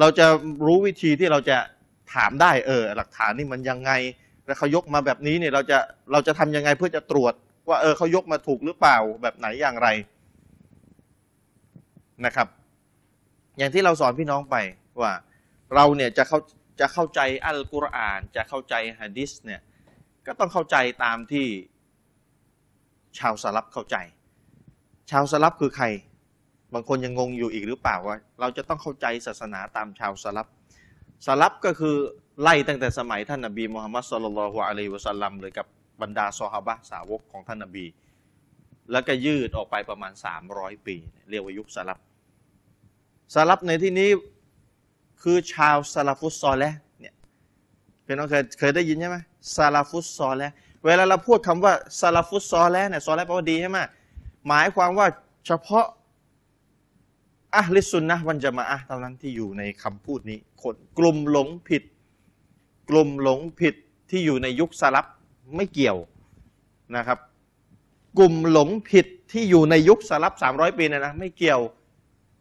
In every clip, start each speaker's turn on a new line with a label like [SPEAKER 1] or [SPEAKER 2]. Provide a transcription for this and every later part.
[SPEAKER 1] เราจะรู้วิธีที่เราจะถามได้เออ หลักฐานนี่มันยังไง แล้วเขายกมาแบบนี้เนี่ยเราจะเราจะทำยังไงเพื่อจะตรวจ ว่าเออเขายกมาถูกหรือเปล่าแบบไหนอย่างไรนะครับ อย่างที่เราสอนพี่น้องไปว่า เราเนี่ยจะเข้าจะเข้าใจอัลกุรอาน จะเข้าใจฮะดิษเนี่ยก็ต้องเข้าใจตามที่ชาวสลับเข้าใจ ชาวสลับคือใคร บางคนยังงงอยู่อีกหรือเปล่าว่า เราจะต้องเข้าใจศาสนาตามชาวสลับสลับก็คือไล่ตั้งแต่สมัยท่านนบีมูฮัมมัดสุลลัลฮวอะลัยฮิวะสัลลัมเลยกับบรรดาซอฮาบะห์สาวกของท่านนบี แล้วก็ยืดออกไปประมาณ 300 ปี เรียกว่ายุคสลับสลับในที่นี้คือชาวซาลาฟุสซอแลห์เนี่ยพี่น้องเคยเคยได้ยินใช่ไหมซาลาฟุสซอแลห์เวลาเราพูดคำว่าซาลาฟุสซอแลห์เนี่ยซอแลห์แปลว่าดีใช่ไหมหมายความว่าเฉพาะ อะลิสซุนนะฮ์วันจะมาอะฮ์เท่านั้นที่อยู่ในคำพูดนี้ คนกลุ่มหลงผิด กลุ่มหลงผิดที่อยู่ในยุคสลับไม่เกี่ยวนะครับ กลุ่มหลงผิดที่อยู่ในยุคสลับ300 ปีเนะนะไม่เกี่ยว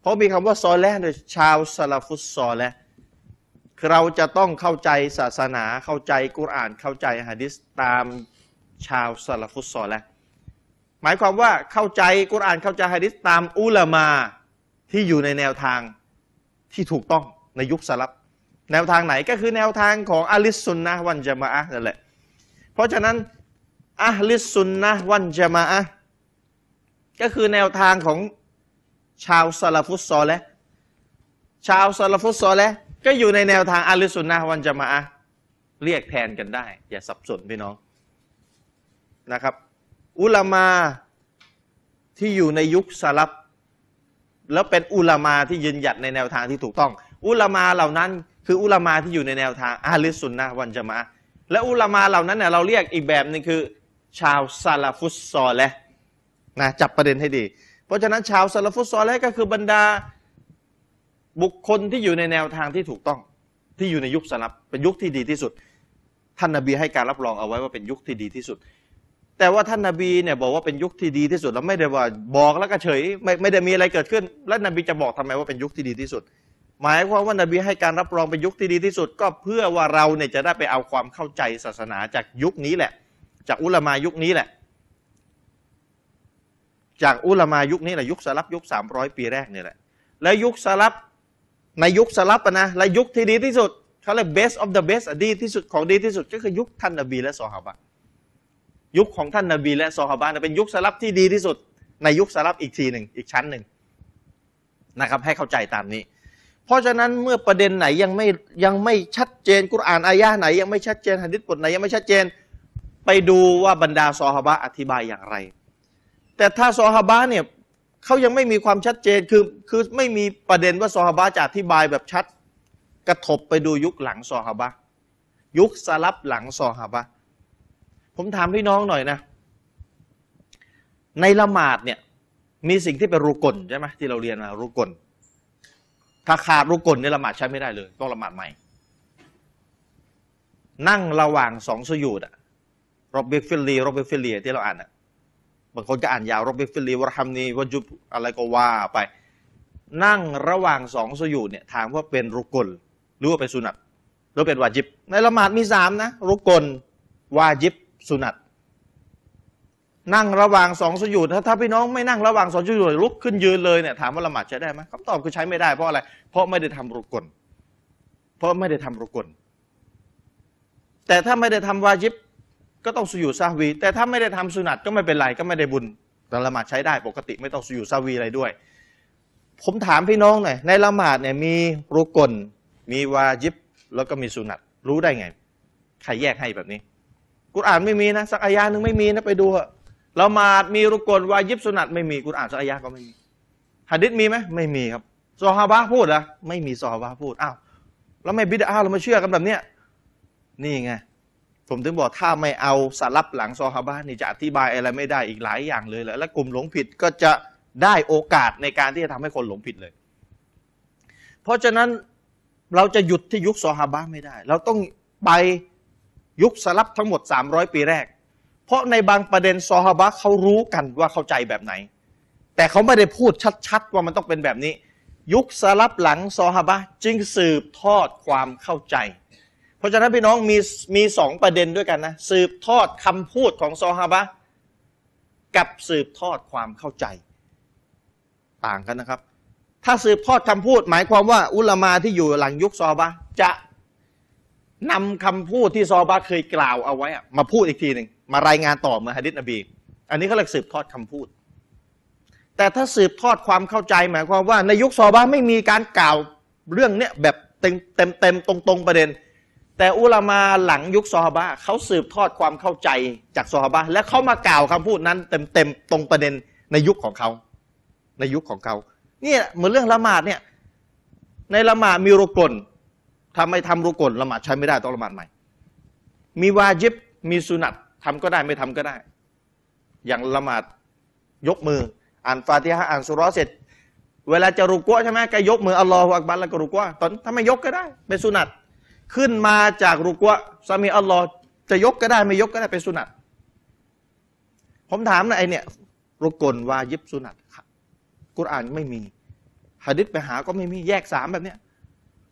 [SPEAKER 1] เพราะมีคำว่าซอแลห์ด้วยชาวซาลาฟุสซอแลห์คือเราจะต้องเข้าใจศาสนาเข้าใจกุรอานเข้าใจฮะดิษตามชาวซาลาฟุสซอแลห์หมายความว่าเข้าใจกุรอานเข้าใจฮะดิษตามอุลามา ที่อยู่ในแนวทางที่ถูกต้องในยุคสลับ แนวทางไหนก็คือแนวทางของอะลิสซุนนะฮ์วันจะมาอะฮ์นั่นแหละ เพราะฉะนั้นอะลิสซุนนะฮ์วันจะมาอะฮ์ก็คือแนวทางของชาวซาลาฟุสซอและห์ชาวซาลาฟุสซอและห์ก็อยู่ในแนวทางอะลิสซุนนะฮ์วันจะมาอะฮ์เรียกแทนกันได้ อย่าสับสนพี่น้องนะครับ อุลามาที่อยู่ในยุคสลับ แล้วเป็นอุลามาที่ยืนหยัดในแนวทางที่ถูกต้อง อุลามาเหล่านั้น คืออุลามาที่อยู่ในแนวทางอาลิสซุนนะฮ์วันจะมาอะฮ์และอุลามาเหล่านั้นเนี่ยเราเรียกอีกแบบหนึงคือ ชาวซาลาฟุสซอแลห์นะจับประเด็นให้ดี เพราะฉะนั้นชาวซาลาฟุสซอแลห์ก็คือบรรดาบุคคลที่อยู่ในแนวทางที่ถูกต้อง ที่อยู่ในยุคสลับเป็นยุคที่ดีที่สุด ท่านนบีให้การรับรองเอาไว้ว่าเป็นยุคที่ดีที่สุด แต่ว่าท่านนาบีเนี่ยบอกว่าเป็นยุคที่ดีที่สุดแล้วไม่ได้ว่าบอกแล้วก็เฉยไม่ไม่ได้มีอะไรเกิดขึ้น แล้วนบีจะบอกทำไมว่าเป็นยุคที่ดีที่สุด หมายความว่านบีให้การรับรองเป็นยุคที่ดีที่สุด ก็เพื่อว่าเราเนี่ยจะได้ไปเอาความเข้าใจศาสนาจากยุคนี้แหละ จากอุลามายุคนี้แหละ จากอุลามายุคนี้แหละยุคสลับยุค 300 ปีแรกเนี่ยแหละและยุคสลับในยุคสลับอะนะและยุคที่ดีที่สุดเขาเรียก best of the best อะดีที่สุดของดีที่สุดก็คือยุคท่านนบีและซอฮาบะ ยุคของท่านนาบีและซอฮาบะห์เนี่ยเป็นยุคสลับที่ดีที่สุด ในยุคสลับอีกทีหนึ่งอีกชั้นหนึ่งนะครับ ให้เข้าใจตามนี้ เพราะฉะนั้นเมื่อประเด็นไหนยังไม่ยังไม่ชัดเจนกุรอานอายะห์ไหน ยังไม่ชัดเจนหะดิษบทไหนยังไม่ชัดเจน ไปดูว่าบรรดาซอฮาบะห์อธิบายอย่างไร แต่ถ้าซอฮาบะห์เนี่ยเขายังไม่มีความชัดเจนคือคือไม่มีประเด็นว่าซอฮาบะห์จะอธิบายแบบชัด กระทบไปดูยุคหลังซอฮาบะห์ยุคสลับหลังซอฮาบะห์ ผมถามพี่น้องหน่อยนะ ในละหมาดเนี่ย มีสิ่งที่เป็นรุกลใช่ไหมที่เราเรียนมารุกลถ้าขาดรุกลเนี่ยละหมาดใช้ไม่ได้เลย ต้องละหมาดใหม่ นั่งระหว่างสองสยูดอะรอบบิฟิลลีรอบบิฟิลลีที่เราอ่านอะบางคนก็อ่านยาวรอบบิฟิลลีวะรฮัมนีวะจุบอะไรก็ว่าไป นั่งระหว่างสองสยูดเนี่ยถามว่าเป็นรุกลหรือว่าเป็นสุนัตหรือเป็นวาจิบ ในละหมาดมีสามนะรุกล วาญิบสุนัตนั่งระหว่างสองสยุดถ้าถ้าพี่น้องไม่นั่งระหว่างสองสยุดลุกขึ้นยืนเลยเนี่ยถามว่าละหมาดใช้ได้ไหมคำตอบคือใช้ไม่ได้เพราะอะไร เพราะไม่ได้ทำรุกลเพราะไม่ได้ทำรุกล แต่ถ้าไม่ได้ทำวาญิบก็ต้องสยุดซาวี แต่ถ้าไม่ได้ทำสุนัตก็ไม่เป็นไรก็ไม่ได้บุญแต่ละหมาดใช้ได้ปกติไม่ต้องสยุดซาวีอะไรด้วย ผมถามพี่น้องหน่อยในละหมาดเนี่ยมีรุกล มีวาญิบแล้วก็มีสุนัตรู้ได้ไงใครแยกให้แบบนี้ กุรอานไม่มีนะสักอายาหนึ่งไม่มีนะไปดูเถอะละหมาดมีรุกลวายิบสุนัตไม่มีกุรอานสักอายาก็ไม่มีหะดิษมีไหมไม่มีครับซอฮาบะห์พูดเหรอไม่มีซอฮาบะห์พูดอ้าวแล้วไม่บิดาเรามาเชื่อกันแบบเนี้ยนี่ไงผมถึงบอกถ้าไม่เอาสารับหลังซอฮาบะห์นี่จะอธิบายอะไรไม่ได้อีกหลายอย่างเลยแหละและกลุ่มหลงผิดก็จะได้โอกาสในการที่จะทำให้คนหลงผิดเลย เพราะฉะนั้นเราจะหยุดที่ยุคซอฮาบะห์ไม่ได้ เราต้องไป ยุคสลับทั้งหมด 300 ปีแรก เพราะในบางประเด็นซอฮาบะห์เขารู้กันว่าเข้าใจแบบไหน แต่เขาไม่ได้พูดชัดๆ ว่ามันต้องเป็นแบบนี้ ยุคสลับหลังซอฮาบะห์จึงสืบทอดความเข้าใจ เพราะฉะนั้นพี่น้องมีมีสองประเด็นด้วยกันนะสืบทอดคำพูดของซอฮาบะห์กับสืบทอดความเข้าใจ ต่างกันนะครับ ถ้าสืบทอดคำพูด หมายความว่าอุลามาที่อยู่หลังยุคซอฮาบะห์จะนำคำพูดที่ซอฮาบะห์เคยกล่าวเอาไว้อะมาพูดอีกทีหนึ่งมารายงานต่อเหมื่อนฮะดิษนบี อันนี้เขาเรียกสืบทอดคำพูด แต่ถ้าสืบทอดความเข้าใจหมายความว่า ในยุคซอฮาบะห์ไม่มีการกล่าวเรื่องเนี้ยแบบเต็มเต็มเต็มตรงตรง ๆ ประเด็น แต่อุลามาหลังยุคซอฮาบะห์เขาสืบทอดความเข้าใจจากซอฮาบะห์และเขามากล่าวคำพูดนั้นเต็มเต็มตรงประเด็นในยุคของเขา ในยุคของเขาเนี่ยเหมือนเรื่องละหมาดเนี่ยในละหมาดมีรุกลทำไม่ทำรุกลละหมาดใช้ไม่ได้ต้องละหมาดใหม่ มีวาจิบมีสุนัตทำก็ได้ไม่ทำก็ได้ อย่างละหมาดยกมือ อ่านฟาติฮะห์อ่านสุเราะห์เสร็จ เวลาจะรุกัวใช่ไหมก็ยกมืออัลลอฮฺอักบัรแล้วก็รุกัวตอนถ้าไม่ยกก็ได้เป็นสุนัตขึ้นมาจากรุกัวสามีอัลลอฮ์จะยกก็ได้ไม่ยกก็ได้เป็นสุนัตผมถามนะไอเนี่ยรุกลวายิบสุนัตกุรอานไม่มีหะดิษไปหาก็ไม่มีแยกสามแบบเนี้ย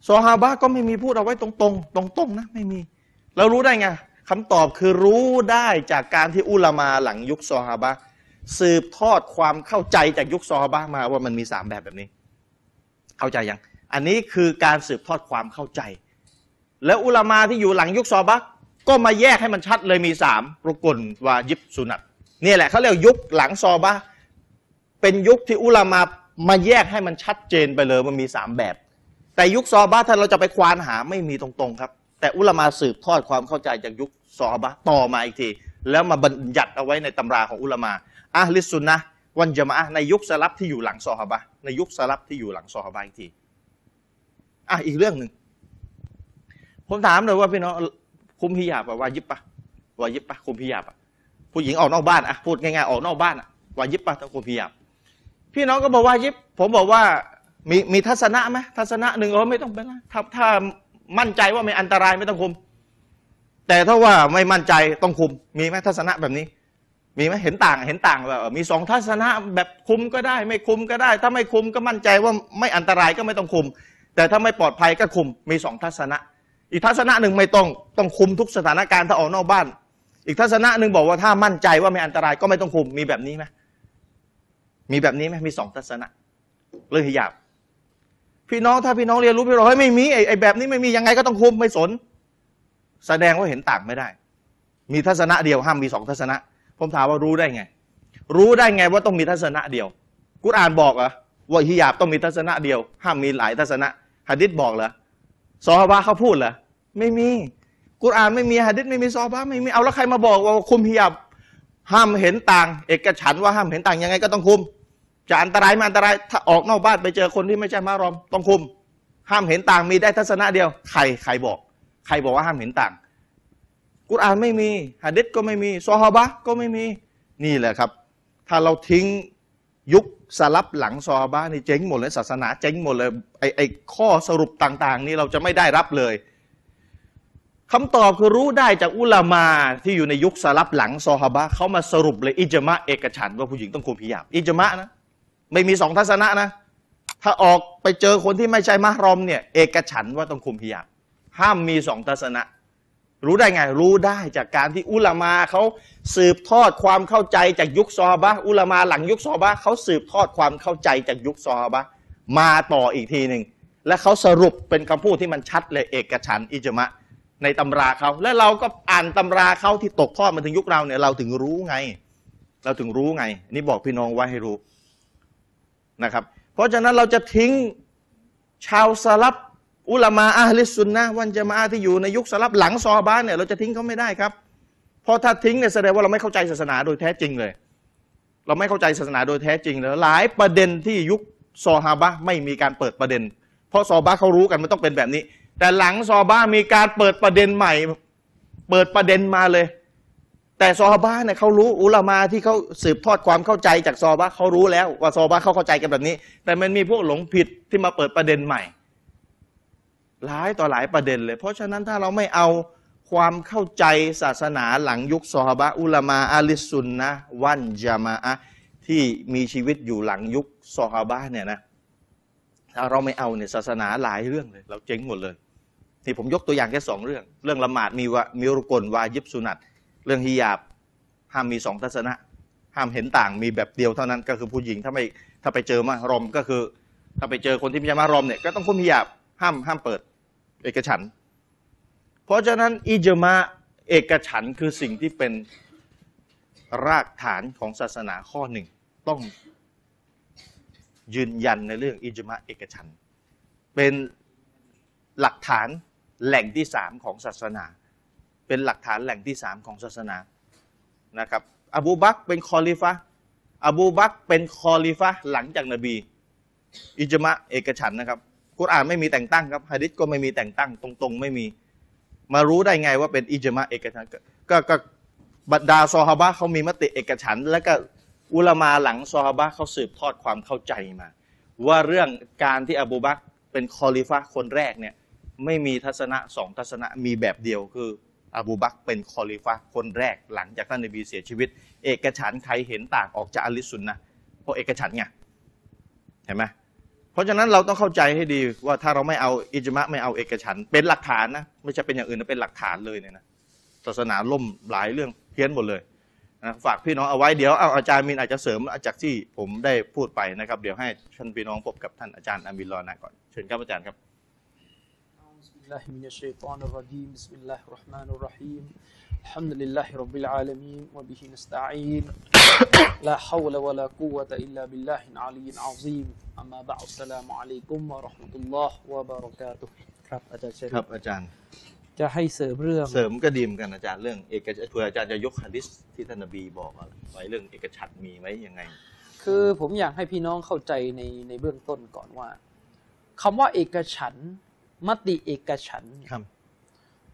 [SPEAKER 1] ซอฮาบะก็ไม่มีพูดเอาไว้ตรงๆ ตรงๆนะไม่มี แล้วรู้ได้ไงคำตอบคือรู้ได้จากการที่อุลามาหลังยุคซอฮาบะสืบทอดความเข้าใจจากยุคซอฮาบะมาว่ามันมีสามแบบแบบนี้ เข้าใจยัง อันนี้คือการสืบทอดความเข้าใจ แล้วอุลามาที่อยู่หลังยุคซอฮาบะก็มาแยกให้มันชัดเลยมีสามรุกลวายิบสุนัตเนี่ยแหละเขาเรียกยุคหลังซอฮาบะ เป็นยุคที่อุลามามาแยกให้มันชัดเจนไปเลยมันมีสามแบบ แต่ยุคซอฮาบะห์ถ้าเราจะไปควานหาไม่มีตรงๆครับ แต่อุลามาสืบทอดความเข้าใจจากยุคซอฮาบะห์ต่อมาอีกที แล้วมาบัญญัติเอาไว้ในตำราของอุลามาอะฮ์ลิสซุนนะห์วันจะมาอะห์ในยุคสลับที่อยู่หลังซอฮาบะห์ในยุคสลับที่อยู่หลังซอฮาบะห์อีกทีอ่ะอีกเรื่องหนึ่งผมถามเลยว่าพี่น้องคุมพิยาบอะวายิบปะวายิบปะคุมพิยาบอะผู้หญิงออกนอกบ้านอะพูดง่ายๆออกนอกบ้านอะวายิบปะต้องคุมพิยาบ พี่น้องก็บอกว่ายิบผมบอกว่ามีมีทัศนะไหมทัศนะหนึ่งเออไม่ต้องเป็นไรถ้าถ้ามั่นใจว่าไม่อันตรายไม่ต้องคุม แต่ถ้าว่าไม่มั่นใจต้องคุม มีไหมทัศนะแบบนี้ มีไหมเห็นต่างเห็นต่างแบบเออมีสองทัศนะแบบคุมก็ได้ ไม่คุมก็ได้ ถ้าไม่คุมก็มั่นใจว่าไม่อันตรายก็ไม่ต้องคุม แต่ถ้าไม่ปลอดภัยก็คุม มีสองทัศนะ อีกทัศนะหนึ่งไม่ต้องต้องคุมทุกสถานการณ์ถ้าออกนอกบ้าน อีกทัศนะหนึ่งบอกว่าถ้ามั่นใจว่าไม่อันตรายก็ไม่ต้องคุมมีแบบนี้ไหม มีแบบนี้ไหมมีสองทัศนะ เรื่องหิยาบ พี่น้องถ้าพี่น้องเรียนรู้พี่น้องเฮ้ยไม่มีไอ้ไอ้แบบนี้ไม่มียังไงก็ต้องคุมไม่สน แสดงว่าเห็นต่างไม่ได้ มีทัศนะเดียวห้ามมีสองทัศนะ ผมถามว่ารู้ได้ไง รู้ได้ไงว่าต้องมีทัศนะเดียว กุรอานบอกเหรอว่าฮิญาบต้องมีทัศนะเดียว ห้ามมีหลายทัศนะหะดิษบอกเหรอซอฮาบะห์เขาพูดเหรอไม่มี กุรอานไม่มีหะดิษไม่มีซอฮาบะห์ไม่มีเอาแล้วใครมาบอกว่าคุมฮิญาบห้ามเห็นต่าง เอกฉันท์ว่าห้ามเห็นต่างยังไงก็ต้องคุม จะอันตรายไมาอันตรายถ้าออกนอกบ้านไปเจอคนที่ไม่ใช่มารอม ต้องคุม ห้ามเห็นต่างมีได้ทัศนะเดียว ใครใครบอก ใครบอกว่าห้ามเห็นต่าง กุรอานไม่มีหะดิษก็ไม่มีซอฮาบะห์ก็ไม่มีนี่แหละครับ ถ้าเราทิ้งยุคสลับหลังซอฮาบะห์นี่เจ๊งหมดเลยศาสนาเจ๊งหมดเลยไอไอข้อสรุปต่าง ๆ นี่เราจะไม่ได้รับเลยคำตอบคือรู้ได้จากอุลามาที่อยู่ในยุคสลับหลังซอฮาบะห์เขามาสรุปเลยอิจมะเอกฉันท์ว่าผู้หญิงต้องคุมพิยาบอิจมะนะ ไม่มีสองทัศนะนะ ถ้าออกไปเจอคนที่ไม่ใช่มหรอมเนี่ย เอกฉันท์ว่าต้องคุมพิยาบห้ามมีสองทัศนะ รู้ได้ไง รู้ได้จากการที่อุลามาเขาสืบทอดความเข้าใจจากยุคซอฮาบะห์อุลามาหลังยุคซอฮาบะห์เขาสืบทอดความเข้าใจจากยุคซอฮาบะห์มาต่ออีกทีหนึ่งและเขาสรุปเป็นคำพูดที่มันชัดเลยเอกฉันท์อิจมะในตำราเขาและเราก็อ่านตำราเขาที่ตกทอดมาถึงยุคเราเนี่ยเราถึงรู้ไง เราถึงรู้ไงนี่บอกพี่น้องไว้ให้รู้ นะครับเพราะฉะนั้นเราจะทิ้งชาวสลับอุลามาอาลิสซุนนะห์วันจะมาอะห์ที่อยู่ในยุคสลับหลังซอฮาบ้านเนี่ยเราจะทิ้งเขาไม่ได้ครับ เพราะถ้าทิ้งเนี่ยแสดงว่าเราไม่เข้าใจศาสนาโดยแท้จริงเลย เราไม่เข้าใจศาสนาโดยแท้จริงเลยหลายประเด็นที่ยุคซอฮาบะห์ไม่มีการเปิดประเด็น เพราะซอฮาบะห์เขารู้กันมันต้องเป็นแบบนี้ แต่หลังซอฮาบะห์มีการเปิดประเด็นใหม่ เปิดประเด็นมาเลย แต่ซอฮาบะห์เนี่ยเขารู้อุลามาที่เขาสืบทอดความเข้าใจจากซอฮาบะห์เขารู้แล้ว ว่าซอฮาบะห์เขาเข้าใจกันแบบนี้ แต่มันมีพวกหลงผิดที่มาเปิดประเด็นใหม่ หลายต่อหลายประเด็นเลย เพราะฉะนั้นถ้าเราไม่เอาความเข้าใจศาสนาหลังยุคซอฮาบะห์อุลามาอาลิสซุนนะห์วันจามาอะห์ที่มีชีวิตอยู่หลังยุคซอฮาบะห์เนี่ยนะ อ่ะเราไม่เอาเนี่ยศาสนาหลายเรื่องเลย เราเจ๊งหมดเลยที่ผมยกตัวอย่างแค่สองเรื่อง เรื่องละหมาดมีวะมีรุกลวายิบสุนัตเรื่องฮิญาบห้ามมีสองทัศนะ ห้ามเห็นต่างมีแบบเดียวเท่านั้นก็คือผู้หญิงถ้าไม่ถ้าไปเจอมารอมก็คือ ถ้าไปเจอคนที่ไม่ใช่มารอมเนี่ยก็ต้องคุมฮิญาบห้ามห้ามเปิด เอกฉันท์เพราะฉะนั้นอิจมาเอกฉันท์คือสิ่งที่เป็นรากฐานของศาสนาข้อหนึ่งต้อง ยืนยันในเรื่องอิจมาเอกฉันท์เป็นหลักฐานแหล่งที่สามของศาสนา เป็นหลักฐานแหล่งที่สามของศาสนานะครับอบูบักรเป็นคอลิฟะห์อบูบักรเป็นคอลิฟะห์หลังจากนบี อิจมะเอกฉันท์นะครับกุรอานไม่มีแต่งตั้งครับฮะดิษก็ไม่มีแต่งตั้ง ตรงๆ ไม่มี มารู้ได้ไงว่าเป็นอิจมะเอกฉันท์ก็ก็ก็บรรดาซอฮาบะห์เขามีมติเอกฉันท์แล้วก็ อุลามาหลังซอฮาบะห์เขาสืบทอดความเข้าใจมา ว่าเรื่องการที่อบูบักรเป็นคอลิฟะห์คนแรกเนี่ยไม่มีทัศนะสองทัศนะมีแบบเดียวคืออบูบักรเป็นคอลิฟะห์คนแรกหลังจากท่านนบีเสียชีวิต เอกฉันท์ใครเห็นต่างออกจากอะลิสซุนนะห์เพราะเอกฉันท์ไงเห็นไหมเพราะฉะนั้นเราต้องเข้าใจให้ดีว่าถ้าเราไม่เอาอิจมะไม่เอาเอกฉันท์เป็นหลักฐานนะไม่ใช่เป็นอย่างอื่นนะเป็นหลักฐานเลยเนี่ยนะศาสนาล่มหลายเรื่องเพี้ยนหมดเลย นะฝากพี่น้องเอาไว้เดี๋ยวเอาอาจารย์มินอาจจะเสริมจากที่ผมได้พูดไปนะครับ เดี๋ยวให้ท่านพี่น้องพบกับท่านอาจารย์อามินรอนะก่อนเชิญครับอาจารย์ครับ
[SPEAKER 2] أعوذ بالله من الشيطان الرجيم بسم الله الرحمن الرحيم الحمد لله رب العالمين وبه نستعين لا حول ولا قوة إلا بالله العلي العظيم أما بعد السلام عليكم ورحمة الله وبركاته ครับอาจารย์เชน
[SPEAKER 1] ครับอาจารย์
[SPEAKER 2] จะให้เสริมเรื่อง
[SPEAKER 1] เสริมก็ดีเหมอนกันอาจารย์เรื่องเอกชนเผื่ออาจารย์จะยกฮะดิษที่ท่านนบีบอกอะไรไว้เรื่องเอกฉันท์มีไหมยังไง
[SPEAKER 2] คือผมอยากให้พี่น้องเข้าใจในในเบื้องต้นก่อนว่าคำว่าเอกฉันท์มติเอกฉันท์เนี่ย
[SPEAKER 1] ครับ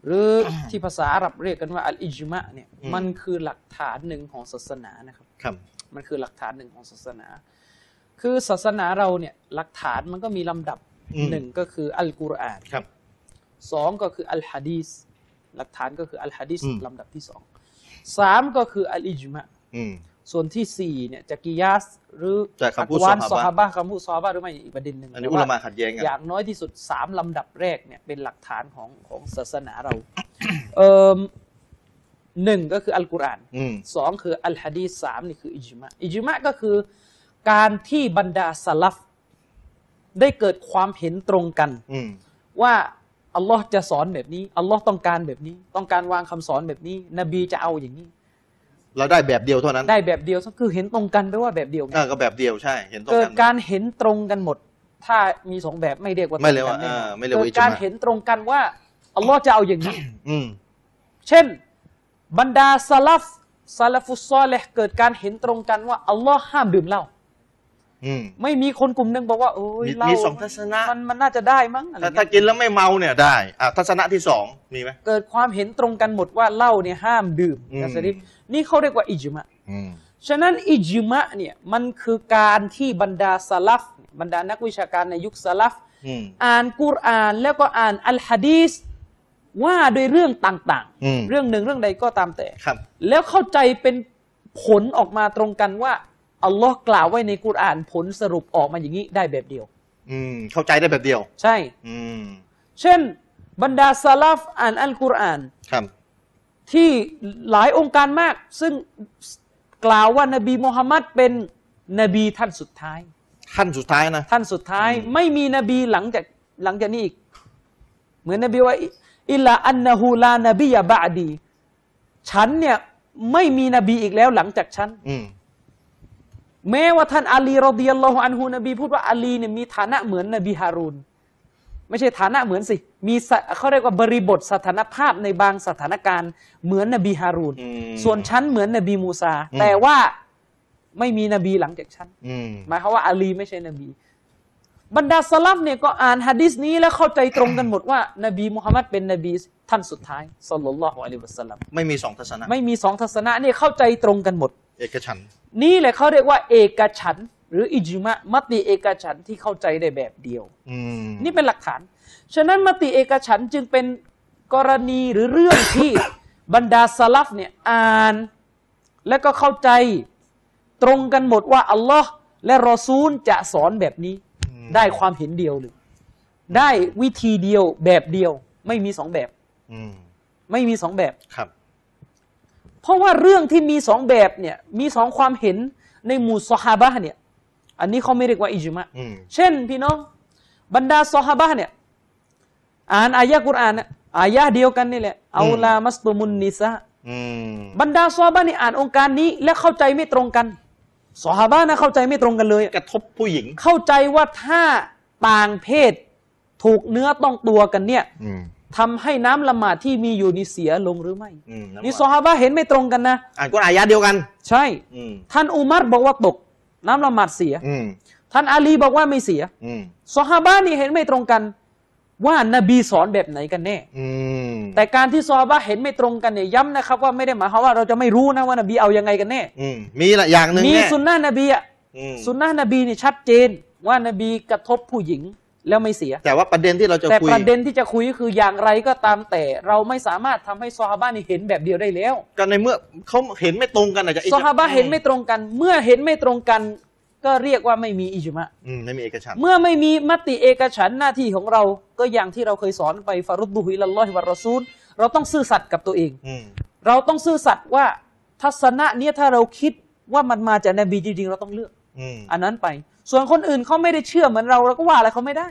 [SPEAKER 2] หรือ ที่ภาษาอาหรับเรียกกันว่าอัลอิจมะเนี่ย
[SPEAKER 1] อืม
[SPEAKER 2] มันคือหลักฐานหนึ่งของศาสนานะครับ
[SPEAKER 1] ครับ
[SPEAKER 2] มันคือหลักฐานหนึ่งของศาสนา คือศาสนาเราเนี่ยหลักฐานมันก็มีลำดับ
[SPEAKER 1] อืม
[SPEAKER 2] หนึ่งก็คืออัลกุรอาน
[SPEAKER 1] ครับ
[SPEAKER 2] สองก็คืออัลฮะดีสหลักฐานก็คืออัลฮะดีส
[SPEAKER 1] อืม
[SPEAKER 2] ลำดับที่สองสามก็คืออัลอิจมะ
[SPEAKER 1] อืม
[SPEAKER 2] ส่วนที่สี่เนี่ยจะกิยาสหรือ
[SPEAKER 1] จากคำพูด
[SPEAKER 2] อักวาน
[SPEAKER 1] ซอฮาบะ
[SPEAKER 2] ซอฮาบะคำพูดซอฮาบะหรือไม่อีกประเด็นหนึ่ง
[SPEAKER 1] อันนี้อุ
[SPEAKER 2] แต่
[SPEAKER 1] ลา
[SPEAKER 2] ว่า
[SPEAKER 1] มาขัดแย้งกัน
[SPEAKER 2] อย่างน้อยที่สุดสามลำดับแรกเนี่ยเป็นหลักฐานของของศาสนาเรา เอมหนึ่งก็คืออัลกุรอาน
[SPEAKER 1] อืม
[SPEAKER 2] สองคืออัลฮะดีสสามนี่คืออิจมะอิจมะก็คือการที่บรรดาสลัฟได้เกิดความเห็นตรงกัน
[SPEAKER 1] อืม
[SPEAKER 2] ว่าอัลลอฮ์จะสอนแบบนี้อัลลอฮ์ต้องการแบบนี้ ต้องการวางคำสอนแบบนี้ นบีจะเอาอย่างนี้
[SPEAKER 1] เราได้แบบเดียวเท่านั้น
[SPEAKER 2] ได้แบบเดียวคือเห็นตรงกันแปลว่าแบบเดียวไง
[SPEAKER 1] อ่าก็แบบเดียวใช่ เห็นตรง
[SPEAKER 2] เกิด
[SPEAKER 1] กัน
[SPEAKER 2] การเห็นตรงกันหมด ถ้ามีสองแบบไม่เรียกว่าตรง
[SPEAKER 1] ไม่เรียกว่า
[SPEAKER 2] กันแน่นอน
[SPEAKER 1] เออไม่เรียกว่าอิจมะ
[SPEAKER 2] ดการเห็นตรงกันว่าอัลลอฮ์จะเอาอย่างนี้
[SPEAKER 1] อืม
[SPEAKER 2] เช่น บรรดาซาลฟซาลฟุสซอเลห์เกิดการเห็นตรงกันว่าอัลลอฮ์ห้ามดื่มเหล้า
[SPEAKER 1] อืม
[SPEAKER 2] ไม่มีคนกลุ่มหนึ่งบอกว่าโอ้ย
[SPEAKER 1] มี
[SPEAKER 2] เหล้า
[SPEAKER 1] มีสองทัศนะ
[SPEAKER 2] มันมันน่าจะได้มั้งอะไร
[SPEAKER 1] ถ้าถ้า
[SPEAKER 2] เงี้ย
[SPEAKER 1] กินแล้วไม่เมาเนี่ยได้ อ่าทัศนะที่สองมีไหม
[SPEAKER 2] เกิดความเห็นตรงกันหมดว่าเหล้าเนี่ยห้ามดื่ม
[SPEAKER 1] อืม
[SPEAKER 2] นะสลิปนี่เขาเรียกว่าอิจมะ
[SPEAKER 1] อืม
[SPEAKER 2] ฉะนั้นอิจมะเนี่ยมันคือการที่บรรดาซาลฟบรรดานักวิชาการในยุคซาลฟ
[SPEAKER 1] อืม
[SPEAKER 2] อ่านกุรอานแล้วก็อ่านอัลฮะดีสว่าด้วยเรื่องต่าง
[SPEAKER 1] อืม
[SPEAKER 2] เรื่องหนึ่งเรื่องใดก็ตามแต่
[SPEAKER 1] ครับ
[SPEAKER 2] แล้วเข้าใจเป็นผลออกมาตรงกันว่าอัลลอฮ์กล่าวไว้ในกุรอานผลสรุปออกมาอย่างนี้ได้แบบเดียว
[SPEAKER 1] อืม เข้าใจได้แบบเดียว
[SPEAKER 2] ใช่
[SPEAKER 1] อืม
[SPEAKER 2] เช่น บรรดาซาลาฟอ่านอัลกุรอาน
[SPEAKER 1] ครับ
[SPEAKER 2] ที่หลายองค์การมาก ซึ่งกล่าวว่านบีมูฮัมมัดเป็นนบีท่านสุดท้าย
[SPEAKER 1] ขั้นสุดท้ายนะ
[SPEAKER 2] ท่านสุดท้ายไม่มีนบีหลังจากหลังจากนี้อีก เหมือนนบีว่า อิลลาอันนะฮูลานบียะบะอ์ดี ฉันเนี่ยไม่มีนบีอีกแล้วหลังจากฉัน
[SPEAKER 1] อืม
[SPEAKER 2] แม้ว่าท่านอาลีรอฎิยัลลอฮุอันฮูนบีพูดว่าอาลีเนี่ยมีฐานะเหมือนนบีฮารูนไม่ใช่ฐานะเหมือนสิ มีสะเขาเรียกว่าบริบทสถานภาพในบางสถานการณ์เหมือนนบีฮารูน
[SPEAKER 1] อืม
[SPEAKER 2] ส่วนฉันเหมือนนบีมูซา
[SPEAKER 1] อืม
[SPEAKER 2] แต่ว่าไม่มีนบีหลังจากฉัน
[SPEAKER 1] อืม
[SPEAKER 2] หมายความว่าอาลีไม่ใช่นบี บรรดาสลัฟเนี่ยก็อ่านฮะดิษนี้แล้วเข้าใจตรงกันหมดว่า นบีมุฮัมมัดเป็นนบีท่านสุดท้ายสัลลัลลอฮุอะลัยฮิวะสัลลัม
[SPEAKER 1] ไม่มีสองทัศนะ
[SPEAKER 2] ไม่มีสองทัศนะเนี่ยเข้าใจตรงกันหมด
[SPEAKER 1] เอกฉันท์
[SPEAKER 2] นี่แหละเขาเรียกว่าเอกฉันท์หรืออิจมะมติเอกฉันท์ที่เข้าใจได้แบบเดียว
[SPEAKER 1] อืม
[SPEAKER 2] นี่เป็นหลักฐาน ฉะนั้นมติเอกฉันท์จึงเป็นกรณีหรือเรื่องที่ บรรดาสลัฟเนี่ยอ่าน และก็เข้าใจตรงกันหมดว่าอัลลอฮ์และรอซูลจะสอนแบบนี้
[SPEAKER 1] อืม ม
[SPEAKER 2] ได้ความเห็นเดียวเลยได้วิธีเดียวแบบเดียว ไม่มีสองแบบ
[SPEAKER 1] อืม
[SPEAKER 2] ไม่มีสองแบบ
[SPEAKER 1] ครับ
[SPEAKER 2] เพราะว่าเรื่องที่มีสองแบบเนี่ยมีสองความเห็นในหมู่ซอฮาบะห์เนี่ยอันนี้เขาไม่เรียกว่าอิจมะ
[SPEAKER 1] อืม
[SPEAKER 2] เช่นพี่น้องบรรดาซอฮาบะห์เนี่ยอ่านอายะกุรอานเนี่ยอายะเดียวกันนี่แหละเอาลามัสตุมุนนิสา
[SPEAKER 1] อืม
[SPEAKER 2] บรรดาซอฮาบะห์เนี่ยอ่านองค์การนี้ และเข้าใจไม่ตรงกันซอฮาบะห์นะเข้าใจไม่ตรงกันเลย
[SPEAKER 1] กระทบผู้หญิง
[SPEAKER 2] เข้าใจว่าถ้าต่างเพศถูกเนื้อต้องตัวกันเนี่ย
[SPEAKER 1] อืม
[SPEAKER 2] ทำให้น้ำละหมาดที่มีอยู่นี่เสียลงหรือไม่
[SPEAKER 1] อืม
[SPEAKER 2] นี่ซอฮาบะห์เห็นไม่ตรงกันนะ
[SPEAKER 1] อ่านกุรอานอายะเดียวกัน
[SPEAKER 2] ใช่
[SPEAKER 1] อืม
[SPEAKER 2] ท่านอุมัรบอกว่าตก น้ำละหมาดเสีย
[SPEAKER 1] อืม
[SPEAKER 2] ท่านอาลีบอกว่าไม่เสีย
[SPEAKER 1] อืม
[SPEAKER 2] สหฮาบะนี่เห็นไม่ตรงกัน ว่านบีสอนแบบไหนกันแน่
[SPEAKER 1] อืม
[SPEAKER 2] แต่การที่ซอฮาบะเห็นไม่ตรงกันเนี่ยย้ำนะครับว่าไม่ได้หมายความว่าเราจะไม่รู้นะว่านบีเอายังไงกันแน่
[SPEAKER 1] อืมมีละอย่างหนึ่ง
[SPEAKER 2] มี
[SPEAKER 1] แน่
[SPEAKER 2] สุนนะนบีอะ
[SPEAKER 1] อืม
[SPEAKER 2] สุนนะนบีเนี่ยชัดเจน ว่านบีกระทบผู้หญิงแล้วไม่เสีย
[SPEAKER 1] แต่ว่าประเด็นที่เราจะ
[SPEAKER 2] แต่
[SPEAKER 1] คุย
[SPEAKER 2] ประเด็นที่จะคุยก็คืออย่างไรก็ตามแต่เราไม่สามารถทำให้ซอฮาบะนี่เห็นแบบเดียวได้แล้ว
[SPEAKER 1] ก็ในเมื่อเขาเห็นไม่ตรงกันอาจจะ
[SPEAKER 2] ซอฮาบะเห็นไม่ตรงกัน เมื่อเห็นไม่ตรงกัน ก็เรียกว่าไม่มีอิจมะ
[SPEAKER 1] อืมไม่มีเอกฉันท์
[SPEAKER 2] เมื่อไม่มีมติเอกฉันท์หน้าที่ของเราก็อย่างที่เราเคยสอนไปฟารุดบุฮิลลลอฮิวะรอซูล เราต้องซื่อสัตย์กับตัวเอง
[SPEAKER 1] อืม
[SPEAKER 2] เราต้องซื่อสัตย์ว่าทัศนะเนี้ยถ้าเราคิดว่ามันมาจากนบีจริงๆ เราต้องเลือก
[SPEAKER 1] อืม
[SPEAKER 2] อันนั้นไป ส่วนคนอื่นเขาไม่ได้เชื่อเหมือนเราเราก็ว่าอะไรเขาไม่ได้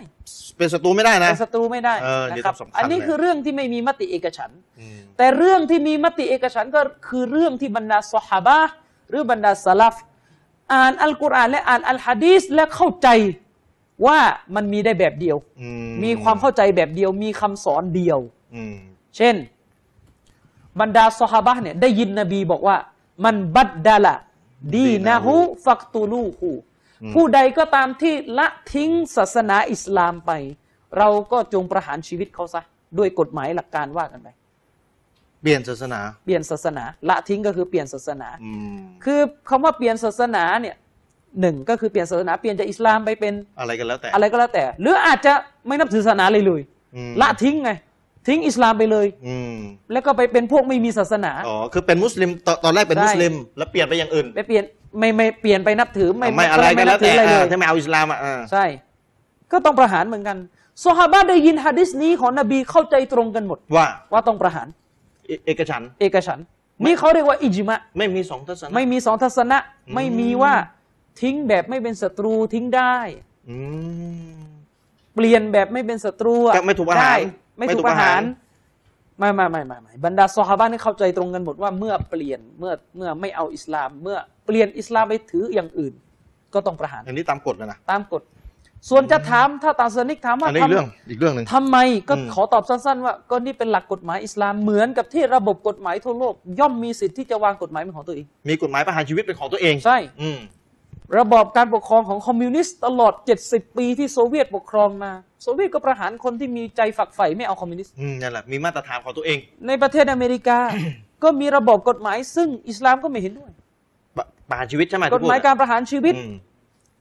[SPEAKER 1] เป็นศัตรูไม่ได้นะ
[SPEAKER 2] เป็นศัตรูไม่ได้
[SPEAKER 1] เออ
[SPEAKER 2] นะ
[SPEAKER 1] เดี๋ยว
[SPEAKER 2] ครั
[SPEAKER 1] ต้องสำคัญ
[SPEAKER 2] อันนี้
[SPEAKER 1] เลย
[SPEAKER 2] คือเรื่องที่ไม่มีมติเอกฉันท์
[SPEAKER 1] อืม
[SPEAKER 2] แต่เรื่องที่มีมติเอกฉันท์ก็คือเรื่องที่บรรดาสหบะห์หรือบรรดาสลัฟอ่านอัลกุรอานและอ่านอัลฮะดีสและเข้าใจว่ามันมีได้แบบเดียว
[SPEAKER 1] อื
[SPEAKER 2] มีความเข้าใจแบบเดียว มีคำสอนเดียว
[SPEAKER 1] อืม
[SPEAKER 2] เช่น บรรดาสหบะห์เนี่ยได้ยินนบีบอกว่า มันบัดดาละดีนะฮูฟักตูลูฮูผู้ใดก็ตามที่ละทิ้งศาสนาอิสลามไป เราก็จงประหารชีวิตเขาซะด้วยกฎหมายหลักการว่ากันไป
[SPEAKER 1] เปลี่ยนศาสนา
[SPEAKER 2] เปลี่ยนศาสนา ละทิ้งก็คือเปลี่ยนศาสนา
[SPEAKER 1] อืม
[SPEAKER 2] คือคำว่าเปลี่ยนศาสนาเนี่ยหนึ่งก็คือเปลี่ยนศาสนาเปลี่ยนจากอิสลามไปเป็น
[SPEAKER 1] อะไรกันแล้วแต่
[SPEAKER 2] อะไรก็แล้วแต่ หรืออาจจะไม่นับถือศาสนาเลยเลย
[SPEAKER 1] อืม
[SPEAKER 2] ละทิ้งไง ทิ้งอิสลามไปเลย
[SPEAKER 1] อืม
[SPEAKER 2] แล้วก็ไปเป็นพวกไม่มีศาสนา
[SPEAKER 1] อ๋อคือเป็นมุสลิมตอนตอนแรกเป็น
[SPEAKER 2] ใช่
[SPEAKER 1] มุสลิม แล้วเปลี่ยนไปอย่างอื่น
[SPEAKER 2] ไปเปลี่ยนไม่ไม่เปลี่ยนไปนับถือไม่
[SPEAKER 1] ไม่อะไรกันแล้ว
[SPEAKER 2] ถื
[SPEAKER 1] แต่
[SPEAKER 2] อะไรเล
[SPEAKER 1] อ่าย ถ้าไม่เอาอิสลามอ่ะอ่า
[SPEAKER 2] ใช่ ก็ต้องประหารเหมือนกันซอฮาบะห์ได้ยินฮะดิษนี้ของนบีเข้าใจตรงกันหมด
[SPEAKER 1] ว่า
[SPEAKER 2] ว่าต้องประหาร
[SPEAKER 1] เอเอกฉันท์
[SPEAKER 2] เอกฉันท์นี่เขาเรียกว่าอิจมะ
[SPEAKER 1] ไม่มีสองทศนะ
[SPEAKER 2] ไม่มีสองทัศนะไม่มีว่าทิ้งแบบไม่เป็นศัตรูทิ้งได้
[SPEAKER 1] อืม
[SPEAKER 2] เปลี่ยนแบบไม่เป็นศัตรูอะ
[SPEAKER 1] ก็ไม่ถูกประหาร
[SPEAKER 2] ด้ไม่ถูกป
[SPEAKER 1] ไม่ถูกป
[SPEAKER 2] ระหาร
[SPEAKER 1] ระหาร
[SPEAKER 2] ไม่ไม่ไม่ไม่ไม่บรรดาซอฮาบะห์นี่เข้าใจตรงกันหมดว่าเมื่อเปลี่ยนเมื่อเมื่อไม่เอาอิสลาม เมื่อเปลี่ยนอิสลามไปถืออย่างอื่น ก็ต้องประหาร
[SPEAKER 1] อันนี้ตามกฎแล้วนะ
[SPEAKER 2] ตามกฎ ส่วนจะถามถ้าตาสนิกถามว่า
[SPEAKER 1] อันนี้
[SPEAKER 2] ท
[SPEAKER 1] อีกเรื่องอีกเรื่องหนึ่ง
[SPEAKER 2] ำทำไมก็
[SPEAKER 1] อืม
[SPEAKER 2] ขอตอบสั้นๆ ว่าก็นี่เป็นหลักกฎหมายอิสลามเหมือนกับที่ระบบกฎหมายทั่วโลก ย่อมมีสิทธิ์ที่จะวางกฎหมายเป็นของตัวเอง
[SPEAKER 1] มีกฎหมายประหารชีวิตเป็นของตัวเอง
[SPEAKER 2] ใช่
[SPEAKER 1] อืม
[SPEAKER 2] ระบอบการปกครองของคอมมิวนิสต์ตลอด 70 ปีที่โซเวียตปกครองมา โซเวียตก็ประหารคนที่มีใจฝักใฝ่ไม่เอาคอมมิวนิสต์
[SPEAKER 1] อืมนั่นแหละมีมาตรฐานของตัวเอง
[SPEAKER 2] ในประเทศอเมริกา ก็มีระบอบกฎหมายซึ่งอิสลามก็ไม่เห็นด้วย
[SPEAKER 1] ปะประหารชีวิตใช่ไหม
[SPEAKER 2] กฎหมายการประหารชีวิ
[SPEAKER 1] วิ
[SPEAKER 2] ต
[SPEAKER 1] ต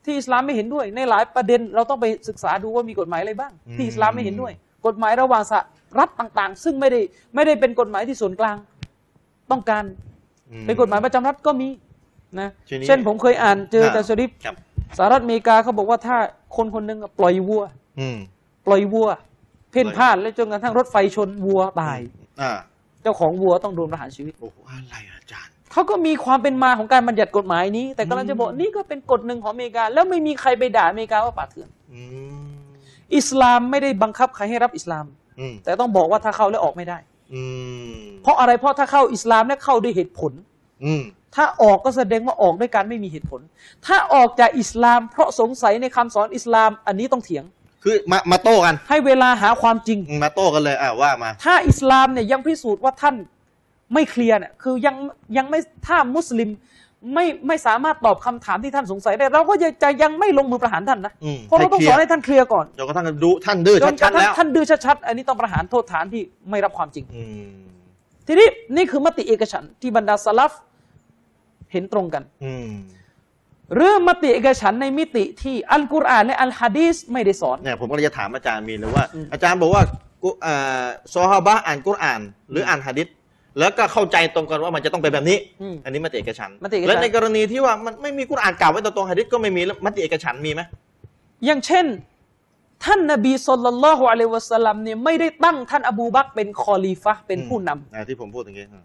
[SPEAKER 2] ที่อิสลามไม่เห็นด้วย ในหลายประเด็นเราต้องไปศึกษาดูว่ามีกฎหมายอะไรบ้าง
[SPEAKER 1] อืม
[SPEAKER 2] ที่อิสลามไม่เห็นด้วย กฎหมายระหว่างสหรัฐต่างๆ ซึ่งไม่ได้ไม่ได้เป็นกฎหมายที่ส่วนกลาง ต้องการเป็นกฎหมายประจำรัฐก็มีนะ
[SPEAKER 1] ทีนี้
[SPEAKER 2] เช่นผมเคยอ่านเจออาจารย์ชริฟ
[SPEAKER 1] ครับ
[SPEAKER 2] สหรัฐอเมริกาเขาบอกว่าถ้าคนคนหนึ่งอะปล่อยวัว
[SPEAKER 1] อืม
[SPEAKER 2] ปล่อยวัว เพ่น
[SPEAKER 1] ปล่อย
[SPEAKER 2] พ่านและจนกระทั่งรถไฟชนวัวตาย
[SPEAKER 1] อ่า
[SPEAKER 2] เจ้าของวัวต้องโดนประหารชีวิต
[SPEAKER 1] โอ้โหอะไรอะอาจารย์
[SPEAKER 2] เขาก็มีความเป็นมาของการบัญญัติกฎหมายนี้ แต่กำลังจะบอก
[SPEAKER 1] อืม
[SPEAKER 2] นี่ก็เป็นกฎหนึ่งของอเมริกา แล้วไม่มีใครไปด่าอเมริกาว่าป่าเถื่อน
[SPEAKER 1] อืม
[SPEAKER 2] อิสลามไม่ได้บังคับใครให้รับอิสลาม
[SPEAKER 1] อืม
[SPEAKER 2] แต่ต้องบอกว่าถ้าเข้าแล้วออกไม่ได้
[SPEAKER 1] อืม
[SPEAKER 2] เพราะอะไรเพราะถ้าเข้าอิสลามเนี่ยเข้าด้วยเหตุผล
[SPEAKER 1] อืม
[SPEAKER 2] ถ้าออกก็แสดงว่าออกด้วยการไม่มีเหตุผล ถ้าออกจากอิสลาม เพราะสงสัยในคำสอนอิสลามอันนี้ต้องเถียง
[SPEAKER 1] คือมามาโต้กัน
[SPEAKER 2] ให้เวลาหาความจริง
[SPEAKER 1] อืมมาโต้กันเลยอ่าว่ามา
[SPEAKER 2] ถ้าอิสลามเนี่ยยังพิสูจน์ว่าท่านไม่เคลียร์เนี่ยคือยังยังไม่ถ้ามุสลิมไม่ไม่สามารถตอบคำถามที่ท่านสงสัยได้ เราก็จะจะยังไม่ลงมือประหารท่านนะ
[SPEAKER 1] อืม
[SPEAKER 2] เพราะเราต้อง
[SPEAKER 1] ให้เคลียร์
[SPEAKER 2] สอนให้ท่านเคลียร์ก่อน
[SPEAKER 1] จนกระทั่งดูท่านดื้อ
[SPEAKER 2] จนก
[SPEAKER 1] ชัดๆ
[SPEAKER 2] ระทั่ง
[SPEAKER 1] แล้ว
[SPEAKER 2] ท่านดื้อชัดๆอันนี้ต้องประหารโทษฐานที่ไม่รับความจริง
[SPEAKER 1] อืม
[SPEAKER 2] ทีนี้นี่คือมติเอกฉันท์ที่บรรดาสลัฟเห็นตรงกัน
[SPEAKER 1] อืม
[SPEAKER 2] เรื่องมติเอกฉันท์ในมิติที่อัลกุรอานและอัลฮะดีสไม่ได้สอน
[SPEAKER 1] เนี่ยผมก็เลยจะถามอาจารย์มีนเลยว่า อาจารย์บอกว่ากุเอ่อซอฮาบะห์อ่านกุรอาน หรืออ่านฮะดิษแล้วก็เข้าใจตรงกันว่ามันจะต้องเป็นแบบนี้
[SPEAKER 2] อืม
[SPEAKER 1] อันนี้มติเอกฉันท์
[SPEAKER 2] มติเอกฉันท์
[SPEAKER 1] และในกรณีที่ว่ามันไม่มีกุรอานกล่าวไว้ตรงๆฮะดิษก็ไม่มีแล้วมติเอกฉันท์มีไหม
[SPEAKER 2] อย่างเช่น ท่านนบีสุลต่านละฮ์อะลัยวะสัลลัมเนี่ยไม่ได้ตั้งท่านอบูบักรเป็นคอลีฟะห์เป็นผู้นำ
[SPEAKER 1] อ่าที่ผมพูดอย่างงี้อืม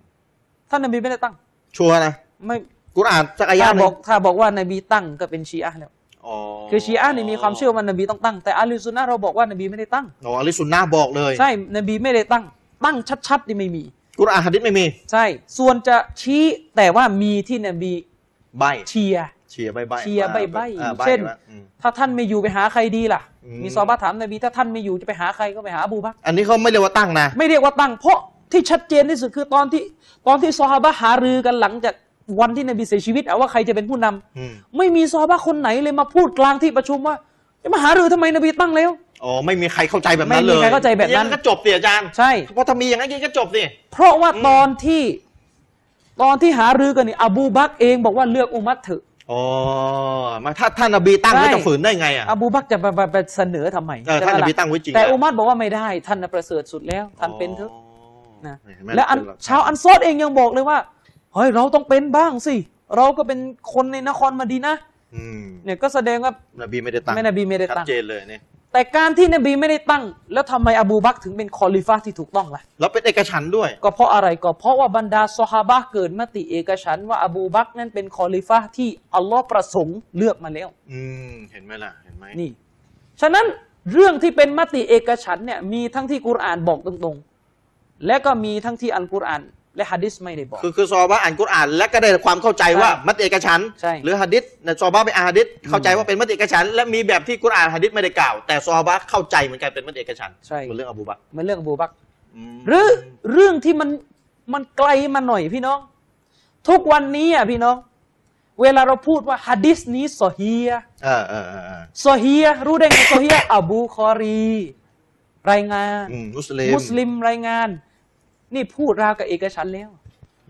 [SPEAKER 2] ท่านนบีไม่ได้ตั้ง
[SPEAKER 1] ชัวร์นะ
[SPEAKER 2] ไม่
[SPEAKER 1] กุรอานสักอายะ
[SPEAKER 2] ถ้า
[SPEAKER 1] ห
[SPEAKER 2] บ
[SPEAKER 1] นึ่
[SPEAKER 2] อ
[SPEAKER 1] ง
[SPEAKER 2] กถ้าบอกว่านบีตั้งก็เป็นชีอะห์แล้ว
[SPEAKER 1] อ๋อ
[SPEAKER 2] คือชีอะห์เนี่ยมีความเชื่อว่านบีต้องตั้ง แต่อาลีซุนนะห์เราบอกว่านบีไม่ได้ตั้ง
[SPEAKER 1] อ๋ออะลิสุนนะห์บอกเลย
[SPEAKER 2] ใช่นบีไม่ได้ตั้ง ตั้งชัดๆนี่ไม่มี
[SPEAKER 1] กุรอานหะดิษไม่มี
[SPEAKER 2] ใช่ ส่วนจะชี้แต่ว่ามีที่นบี
[SPEAKER 1] ใบ
[SPEAKER 2] เชียร์
[SPEAKER 1] เชียร์ใบใบ
[SPEAKER 2] เชียร์ใบ้ใบ้
[SPEAKER 1] อ่า
[SPEAKER 2] เช่น
[SPEAKER 1] ใบ้อืม
[SPEAKER 2] ถ้าท่านไม่อยู่ไปหาใครดีล่ะ
[SPEAKER 1] อืม
[SPEAKER 2] มีซอฮาบะห์ถามนบีถ้าท่านไม่อยู่จะไปหาใครก็ไปหาอบูบักร
[SPEAKER 1] อันนี้เขาไม่เรียกว่าตั้งนะ
[SPEAKER 2] ไม่เรียกว่าตั้งเพราะที่ชัดเจนที่สุดคือตอนที่ตอนที่ซอฮาบะห์หารือกันหลังจากวันที่นบีเสียชีวิตเอาว่าใครจะเป็นผู้นำ
[SPEAKER 1] อืม
[SPEAKER 2] ไม่มีซอฮาบะห์คนไหนเลยมาพูดกลางที่ประชุมว่าจะมาหารือทำไมนบีตั้งแล้ว
[SPEAKER 1] อ๋อไม่มีใครเข้าใจแบบนั้น
[SPEAKER 2] ไม่
[SPEAKER 1] เลย
[SPEAKER 2] มีใครเข้าใจแบบนั้น
[SPEAKER 1] อย่งก็จบสิอาจารย์
[SPEAKER 2] ใช่
[SPEAKER 1] เพราะถ้ามีอย่างนั้นก็จบสิ
[SPEAKER 2] เพราะว่าตอนที่ตอนที่หารือกันนี่อบูบักรเองบอกว่าเลือกอุมัตเถอะ
[SPEAKER 1] อ๋อมาถ้าท่านนบีตั้งแล้ว
[SPEAKER 2] ใช่
[SPEAKER 1] จะฝืนได้ไงอ่ะ
[SPEAKER 2] อบูบักรจะไปไปไปเสนอทำไม
[SPEAKER 1] เออ
[SPEAKER 2] ใช่ไหม
[SPEAKER 1] ท่านนบี
[SPEAKER 2] ล่ะ
[SPEAKER 1] ตั้งไว้จริง
[SPEAKER 2] แต่
[SPEAKER 1] แล้ว
[SPEAKER 2] อุมัตบอกว่าไม่ได้ ท่านน่ะประเสริฐสุดแล้วท่านเป็นเถอะ นะ
[SPEAKER 1] เห็ไหม
[SPEAKER 2] และอัน
[SPEAKER 1] เป็หกฐ
[SPEAKER 2] ชาวอันซอดเองยังบอกเลยว่าเฮ้ยเราต้องเป็นบ้างสิ เราก็เป็นคนในนครมาดีนะห์
[SPEAKER 1] อืม
[SPEAKER 2] เนี่ยก็แสดงว่าน
[SPEAKER 1] บีไม่ได้ตั้ง
[SPEAKER 2] แม่นบีไม่ได้
[SPEAKER 1] ชั
[SPEAKER 2] ตั้
[SPEAKER 1] ด
[SPEAKER 2] ง
[SPEAKER 1] เจนเลยเนี่ย
[SPEAKER 2] แต่การที่นบีไม่ได้ตั้ง แล้วทำไมอบูบักรถึงเป็นคอลิฟะห์ที่ถูกต้องล่ะ
[SPEAKER 1] แล้วเป็นเอกฉันท์ด้วย
[SPEAKER 2] ก็เพราะอะไรก็เพราะว่าบรรดาซอฮาบะห์เกิดมติเอกฉันท์ว่าอบูบักรนั้นเป็นคอลิฟะห์ที่อัลลอฮ์ประสงค์เลือกมาแล้ว
[SPEAKER 1] อืมเห็นไหมล่ะเห็นไหม
[SPEAKER 2] นี่ ฉะนั้นเรื่องที่เป็นมติเอกฉันท์เนี่ยมีทั้งที่กุรอานบอกตรงๆ และก็มีทั้งที่อันกุรอาน และฮะดิษไม่ได้บอก
[SPEAKER 1] คือคือซอฮาบะห์อ่านกุรอานและก็ได้ความเข้าใจว่า
[SPEAKER 2] ใช่
[SPEAKER 1] มัตติเอกฉันท์
[SPEAKER 2] ใช่
[SPEAKER 1] หรือหะดิษเนี่ยซอฮาบะห์ไปอ่านหะดิษเข้าใจว่าเป็นมัตติเอกฉันท์และมีแบบที่กุรอานหะดิษไม่ได้กล่าว แต่ซอฮาบะห์เข้าใจเหมือนกันเป็นมัตติเอกฉันท์
[SPEAKER 2] ใช่
[SPEAKER 1] เหมือนเรื่องอบูบักร
[SPEAKER 2] มันเรื่องอบูบักร
[SPEAKER 1] อืม
[SPEAKER 2] หรือเรื่องที่มันมันไกลมาหน่อยพี่น้อง ทุกวันนี้อ่ะพี่น้อง เวลาเราพูดว่าฮะดิษนี้ซอฮียะ
[SPEAKER 1] เออเออเออเออ
[SPEAKER 2] ซอฮียะรู้ได้ไงซอฮียะอบูคอรี รายงาน
[SPEAKER 1] อืมมุสลิม
[SPEAKER 2] มุสลิมรายงาน นี่พูดราวกับเอกฉันท์แล้ว